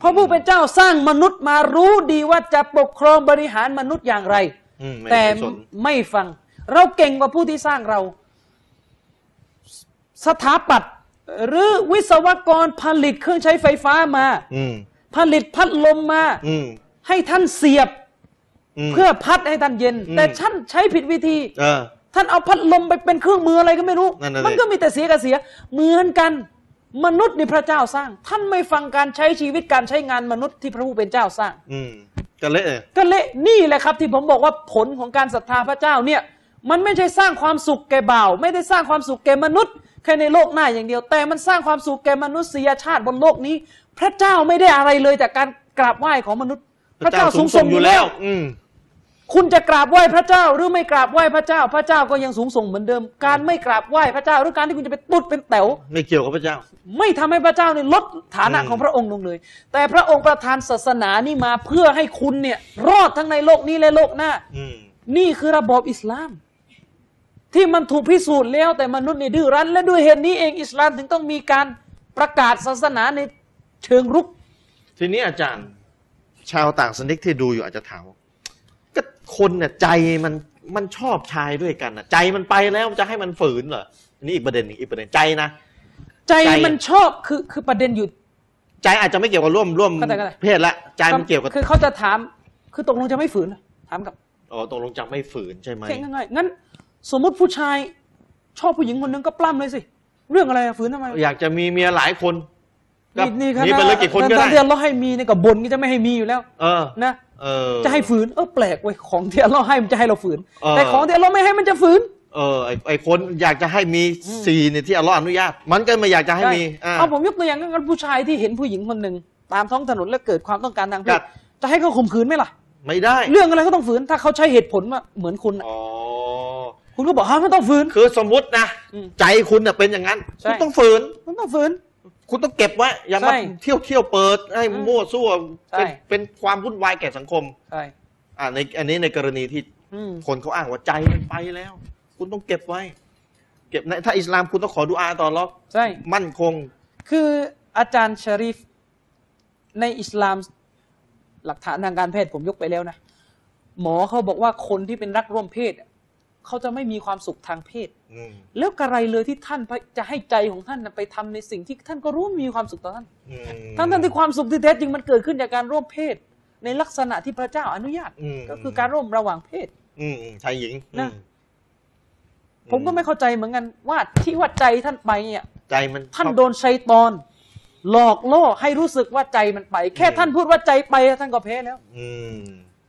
[SPEAKER 2] พระผู้เป็นเจ้าสร้างมนุษย์มารู้ดีว่าจะปกครองบริหารมนุษย์อย่างไร
[SPEAKER 1] อืมไม่
[SPEAKER 2] แต่
[SPEAKER 1] ไม่สน
[SPEAKER 2] ไม่ฟัง เราเก่งกว่าผู้ที่สร้างเรา สสถาปัตย์หรือวิศวกรผลิตเครื่องใช้ไฟฟ้ามา
[SPEAKER 1] อืม
[SPEAKER 2] ผลิตพัดลมมา
[SPEAKER 1] อืม
[SPEAKER 2] ให้ท่านเสียบ
[SPEAKER 1] ม
[SPEAKER 2] เพื่อพัดให้ท่านเย็น
[SPEAKER 1] อืม
[SPEAKER 2] แต่ท่านใช้ผิดวิธี
[SPEAKER 1] เออ
[SPEAKER 2] ท่านเอาพัดลมไปเป็นเครื่องมืออะไรก็ไม่รู้
[SPEAKER 1] นั่นน่ะสิ
[SPEAKER 2] มันก็มีแต่เสียกับเสีย เหมือนกัน มนุษย์นี่พระเจ้าสร้าง ท่านไม่ฟังการใช้ชีวิตการใช้งานมนุษย์ที่พระผู้เป็นเจ้าสร้าง
[SPEAKER 1] อืมก็เละเลย
[SPEAKER 2] ก็เละนี่แหละครับที่ผมบอกว่าผลของการศรัทธาพระเจ้าเนี่ย มันไม่ใช่สร้างความสุขแก่บ่าว ไม่ได้สร้างความสุขแก่มนุษย์แค่ในโลกหน้าอย่างเดียว แต่มันสร้างความสุขแก่มนุษยชาติบนโลกนี้ พระเจ้าไม่ได้อะไรเลยจากการกราบไหว้ของมนุษย์ พระเจ้าสูงส่งอยู่แล้ว
[SPEAKER 1] อืม
[SPEAKER 2] คุณจะกราบไหว้พระเจ้าหรือไม่กราบไหว้พระเจ้า พระเจ้าก็ยังสูงส่งเหมือนเดิม การไม่กราบไหว้พระเจ้า หรือการที่คุณจะไปตุดเป็นแต๋ว
[SPEAKER 1] ไม่เกี่ยวกับพระเจ้า
[SPEAKER 2] ไม่ทำให้พระเจ้าเนี่ยลดฐานะ
[SPEAKER 1] อืม
[SPEAKER 2] ของพระองค์ลงเลย แต่พระองค์ประทานศาสนานี่มาเพื่อให้คุณเนี่ยรอดทั้งในโลกนี้และโลกหน้า
[SPEAKER 1] อืม
[SPEAKER 2] นี่คือระบอบอิสลาม ที่มันถูกพิสูจน์แล้วแต่มนุษย์เนี่ยดื้อรั้น และด้วยเหตุนี้เองอิสลามถึงต้องมีการประกาศศาสนาในเชิงรุก
[SPEAKER 1] ทีนี้อาจารย์ ชาวต่างสนิกที่ดูอยู่อาจจะถามว่าก็คนเนี่ยใจมันมันชอบชายด้วยกันนะใจมันไปแล้วจะให้มันฝืนเหรออันนี้อีกประเด็นหนึงอีกประเด็นใจนะ
[SPEAKER 2] ใจ
[SPEAKER 1] ใจ
[SPEAKER 2] มันชอบคือคือประเด็นอยู่
[SPEAKER 1] ใจอาจจะไม่เกี่ยวกับร่วมร่วม
[SPEAKER 2] เข้าใจเข้าใจ
[SPEAKER 1] เพศละใจมันเกี่ยวกับ
[SPEAKER 2] คือเขาจะถาม คือตกลงจะไม่ฝืนเหรอถามกับ
[SPEAKER 1] อ๋อตกลงจะไม่ฝืนใช่ไหม
[SPEAKER 2] แค่ง่ายๆงั้น สมมติผู้ชาย ชอบผู้หญิงคนหนึงก็ปล้ำเลยสิ เรื่องอะไรอะฝืนทำไม
[SPEAKER 1] อยากจะมีเมียหลายคนก็
[SPEAKER 2] นี่นี่ข
[SPEAKER 1] มี
[SPEAKER 2] นา
[SPEAKER 1] ไปเลยกี่คนก็
[SPEAKER 2] ตอ
[SPEAKER 1] ได้
[SPEAKER 2] ที่อัลเลาะห์ให้มีเนี่ยก็บ่นก็จะไม่ให้มีอยู่แล้ว
[SPEAKER 1] เออ
[SPEAKER 2] นะ
[SPEAKER 1] เออ
[SPEAKER 2] จะให้ฝืนเออแปลกเว้ยของที่อัลเลาะห์ให้มันจะให้เราฝืน
[SPEAKER 1] เออ
[SPEAKER 2] แต่ของที่อัลเลาะห์ไม่ให้มันจะฝืน
[SPEAKER 1] เออไอไอคนอยากจะให้มีสี่เนี่ยที่อัลเลอฮ์อนุญาต มันก็ไม่อยากจะให้มี
[SPEAKER 2] ใช่
[SPEAKER 1] อ่า
[SPEAKER 2] เอาผมยกตัวอย่างงั้นผู้ชายที่เห็นผู้หญิงคนหนึ่งตามท้องถนนแล้วเกิดความต้องการทางเพ
[SPEAKER 1] ครั
[SPEAKER 2] ศ
[SPEAKER 1] บ
[SPEAKER 2] จะให้เขาข่มขืนไหมล่ะ
[SPEAKER 1] ไม่ได้
[SPEAKER 2] เรื่องอะไรก็ต้องฝืน ถ้าเขาใช้เหตุผลว่าเหมือนคุณน่ะ
[SPEAKER 1] อ๋อ
[SPEAKER 2] คุณก็บอกฮะไม่ต้องฝืน
[SPEAKER 1] คือสมมุตินะ
[SPEAKER 2] อืม
[SPEAKER 1] ใจคุณน่ะเป็นอย่างนั้น
[SPEAKER 2] ใช่
[SPEAKER 1] คุณต้องฝืน
[SPEAKER 2] มันต้องฝืน
[SPEAKER 1] คุณต้องเก็บไว้อย่า
[SPEAKER 2] ใช่
[SPEAKER 1] มาเที่ยวเที่ยวเปิด ให้
[SPEAKER 2] อืม
[SPEAKER 1] มั่วซั่ว
[SPEAKER 2] ใช่
[SPEAKER 1] เป็นเป็นความวุ่นวายแก่สังคม
[SPEAKER 2] ใช่
[SPEAKER 1] อ่าในอันนี้ในกรณีที่
[SPEAKER 2] อืม
[SPEAKER 1] คนเขาอ้างว่าใจมันไปแล้ว คุณต้องเก็บไว้ เก็บในถ้าอิสลามคุณต้องขอดุอาต่ออัลล็อก
[SPEAKER 2] ใช่
[SPEAKER 1] มั่นคง
[SPEAKER 2] คืออาจารย์ชะริฟในอิสลามหลักฐานทางการแพทย์ผมยกไปแล้วนะ หมอเขาบอกว่าคนที่เป็นรักร่วมเพศอะเขาจะไม่มีความสุขทางเพศ
[SPEAKER 1] อืม
[SPEAKER 2] แล้วกระไรเลยที่ท่านจะให้ใจของท่านน่ะไปทำในสิ่งที่ท่านก็รู้ว่ามีความสุขต่อท่าน
[SPEAKER 1] อืม
[SPEAKER 2] ทั้งๆที่ความสุขที่แท้จริงมันเกิดขึ้นจากการร่วมเพศ ในลักษณะที่พระเจ้าอนุญาต
[SPEAKER 1] ม
[SPEAKER 2] ก็คือการร่วมระหว่างเพศ
[SPEAKER 1] อืมอืมชายหญิง
[SPEAKER 2] นะ
[SPEAKER 1] อืม
[SPEAKER 2] ผมก็ไม่เข้าใจเหมือนกันว่าที่ว่าใจท่านไปเนี่ย
[SPEAKER 1] ใจมัน
[SPEAKER 2] ท่าน
[SPEAKER 1] ชอบ
[SPEAKER 2] โดนชัยตอน หลอกล่อให้รู้สึกว่าใจมันไป แค่
[SPEAKER 1] อืม
[SPEAKER 2] ท่านพูดว่าใจไปท่านก็แพ้แล้ว
[SPEAKER 1] อืม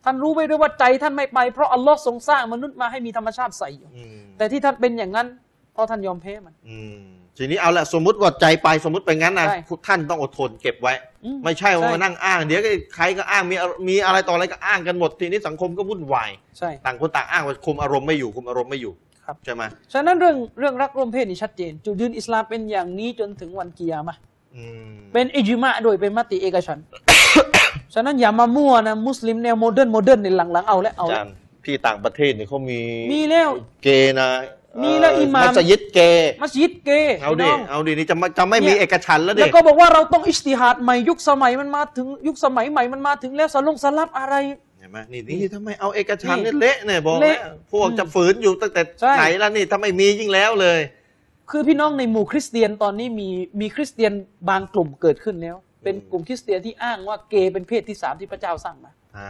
[SPEAKER 2] ท่านรู้ไว้ด้วยว่าใจท่านไม่ไปเพราะอัลลอฮ์ทรงสร้างมนุษย์มาให้มีธรรมชาติใสอยู่
[SPEAKER 1] อืม
[SPEAKER 2] แต่ที่ท่านเป็นอย่างนั้น เพราะท่านยอมแพ้มัน
[SPEAKER 1] อืมทีนี้เอาละสมมุติว่าใจไปสมมุติไปงั้นนะ
[SPEAKER 2] ใช่
[SPEAKER 1] ท่านต้องอดทนเก็บไว้
[SPEAKER 2] อืม
[SPEAKER 1] ไม่ใช่ว่า
[SPEAKER 2] ใช่
[SPEAKER 1] มานั่งอ้าง เดี๋ยวก็ใครก็อ้างมีมีอะไรต่ออะไรก็อ้างกันหมด ทีนี้สังคมก็วุ่นวาย
[SPEAKER 2] ใช่
[SPEAKER 1] ต่างคนต่างอ้างว่าคุมอารมณ์ไม่อยู่คุมอารมณ์ไม่อยู่
[SPEAKER 2] ครับ
[SPEAKER 1] ใช่ไหม
[SPEAKER 2] ฉะนั้นเรื่องเรื่องรักร่วมเพศนี่ชัดเจน จุดยืนอิสลามเป็นอย่างนี้จนถึงวันกิยามะห์
[SPEAKER 1] อืม
[SPEAKER 2] เป็นอิจมะห์โดวยเป็นมติเอกฉันท์ ฉะนั้นอย่ามามั่วนะมุสลิมแนวโมเดิร์นโมเดิร์นในหลังๆเอาแล้วเอา
[SPEAKER 1] อา
[SPEAKER 2] แล้
[SPEAKER 1] จาว รย์ที่ต่างประเทศเนี่ยเขามี
[SPEAKER 2] มีแล้ว
[SPEAKER 1] เกย์นะ
[SPEAKER 2] มีแล้ว
[SPEAKER 1] เ
[SPEAKER 2] อิหม่าม
[SPEAKER 1] มัสยิดเกย์
[SPEAKER 2] มัสยิดเกย์
[SPEAKER 1] เอาดิ
[SPEAKER 2] พี่น้ง
[SPEAKER 1] เอาดินี่จะไม่จะไม่มี
[SPEAKER 2] เนี่ย
[SPEAKER 1] เอกฉันท์แล้วดิ
[SPEAKER 2] แล้วก็บอกว่าเราต้องอิสติฮาดใหม่ยุคสมัยมันมาถึงยุคสมัยใหม่มันมาถึงแล้วสลงสลับอะไร
[SPEAKER 1] เห็นไหมนี่นี่ทำไมเอาเอกฉันท์
[SPEAKER 2] นี่
[SPEAKER 1] เนี่ยเละเนี่ยบอก
[SPEAKER 2] เละ
[SPEAKER 1] แล้วพวกจะฝืนอยู่ตั้งแต่
[SPEAKER 2] ใช่
[SPEAKER 1] ไหนแล้วนี่ถ้าไม่มียิ่งแล้วเลย
[SPEAKER 2] คือพี่น้องในหมู่คริสเตียนตอนนี้มีมีคริสเตียนบางกลุ่มเกิดขึ้นแล้ว เป็นกลุ่มคริสเตียนที่อ้างว่าเกย์เป็นเพศที่สามที่พระเจ้าสร้างมา
[SPEAKER 1] อ่า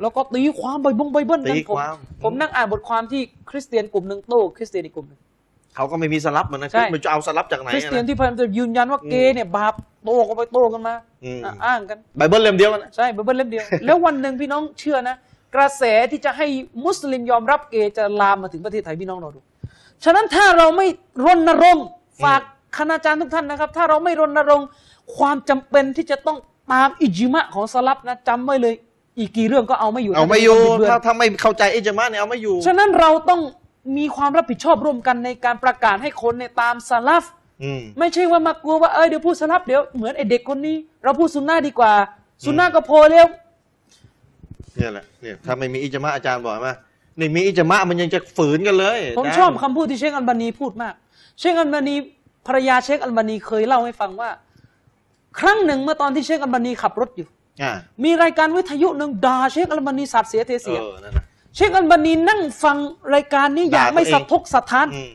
[SPEAKER 2] แล้วก็ตีความไบงไบเบิลกัน
[SPEAKER 1] ตี
[SPEAKER 2] ผม
[SPEAKER 1] ความ
[SPEAKER 2] ผมนั่งอ่านบทความที่คริสเตียนกลุ่มหนึ่งโต้คริสเตียนอีกกลุ่มหนึ่ง
[SPEAKER 1] เขาก็ไม่มีสลับเหมือนนะ
[SPEAKER 2] ใช่
[SPEAKER 1] มันจะเอาสลับจากไหน
[SPEAKER 2] คริสเตียน
[SPEAKER 1] นะ
[SPEAKER 2] ที่พยายามจะยืนยันว่าเกย์เนี่ยบาปโต้กันไปโต้กันมา
[SPEAKER 1] อืม
[SPEAKER 2] อ่ะอ้างกัน
[SPEAKER 1] ไบเบิลเล่มเดียวกันนะ
[SPEAKER 2] ใช่ไบเบิลเล่มเดียว แล้ววันหนึ่งพี่น้องเชื่อนะ กระแสที่จะให้มุสลิมยอมรับเกย์จะลามมาถึงประเทศไทยพี่น้องเราดู ฉะนั้นถ้าเราไม่รณรงค์ฝากคณาจารย์ทุกท่านนะครับ ถ้าเราไม่รณรงค์ความจำเป็นที่จะต้องตามอิจิมะของสลับนะจำไว้เลย อีกกี่เรื่องก็เอาไม่อยู่
[SPEAKER 1] เอาไม่อยู่
[SPEAKER 2] บิดเบืน
[SPEAKER 1] ถ้าถ้าไม่เข้าใจอิจมาเนี่ยเอาไม่อยู่
[SPEAKER 2] ฉะนั้นเราต้องมีความรับผิดชอบร่วมกันในการประกาศให้คนเนี่ยตามสลับ
[SPEAKER 1] อืม
[SPEAKER 2] ไม่ใช่ว่ามากลัวว่าเอ้ยเดี๋ยวพูดสลับเดี๋ยวเหมือนไอเด็กคนนี้ เราพูดซุนน่าดีกว่าซุนน่าก็พอแล้ว
[SPEAKER 1] เนี่ยแหละเนี่ยถ้าไม่มีอิจมาอาจารย์บอกมานี่มีอิจมามันยังจะฝืนกันเลย
[SPEAKER 2] ผมชอบคำพูดที่เชคอัลบานีพูดมาก เชคอัลบานีภรรยาเชคอัลบานีเคยเล่าให้ฟังว่า ครั้งหนึ่งเมื่อตอนที่เชคอัลบานีขับรถอยู่
[SPEAKER 1] อ่า
[SPEAKER 2] มีรายการวิทยุหนึ่งด่าเชคอัลบานีสาบเสียเท
[SPEAKER 1] เอ
[SPEAKER 2] เสีย
[SPEAKER 1] อนั่นนะ
[SPEAKER 2] เชคอัลบานีนั่งฟังรายการนี้อย่าง
[SPEAKER 1] ด่าตัวเอง
[SPEAKER 2] ไม่สะทกสะท้าน
[SPEAKER 1] อืม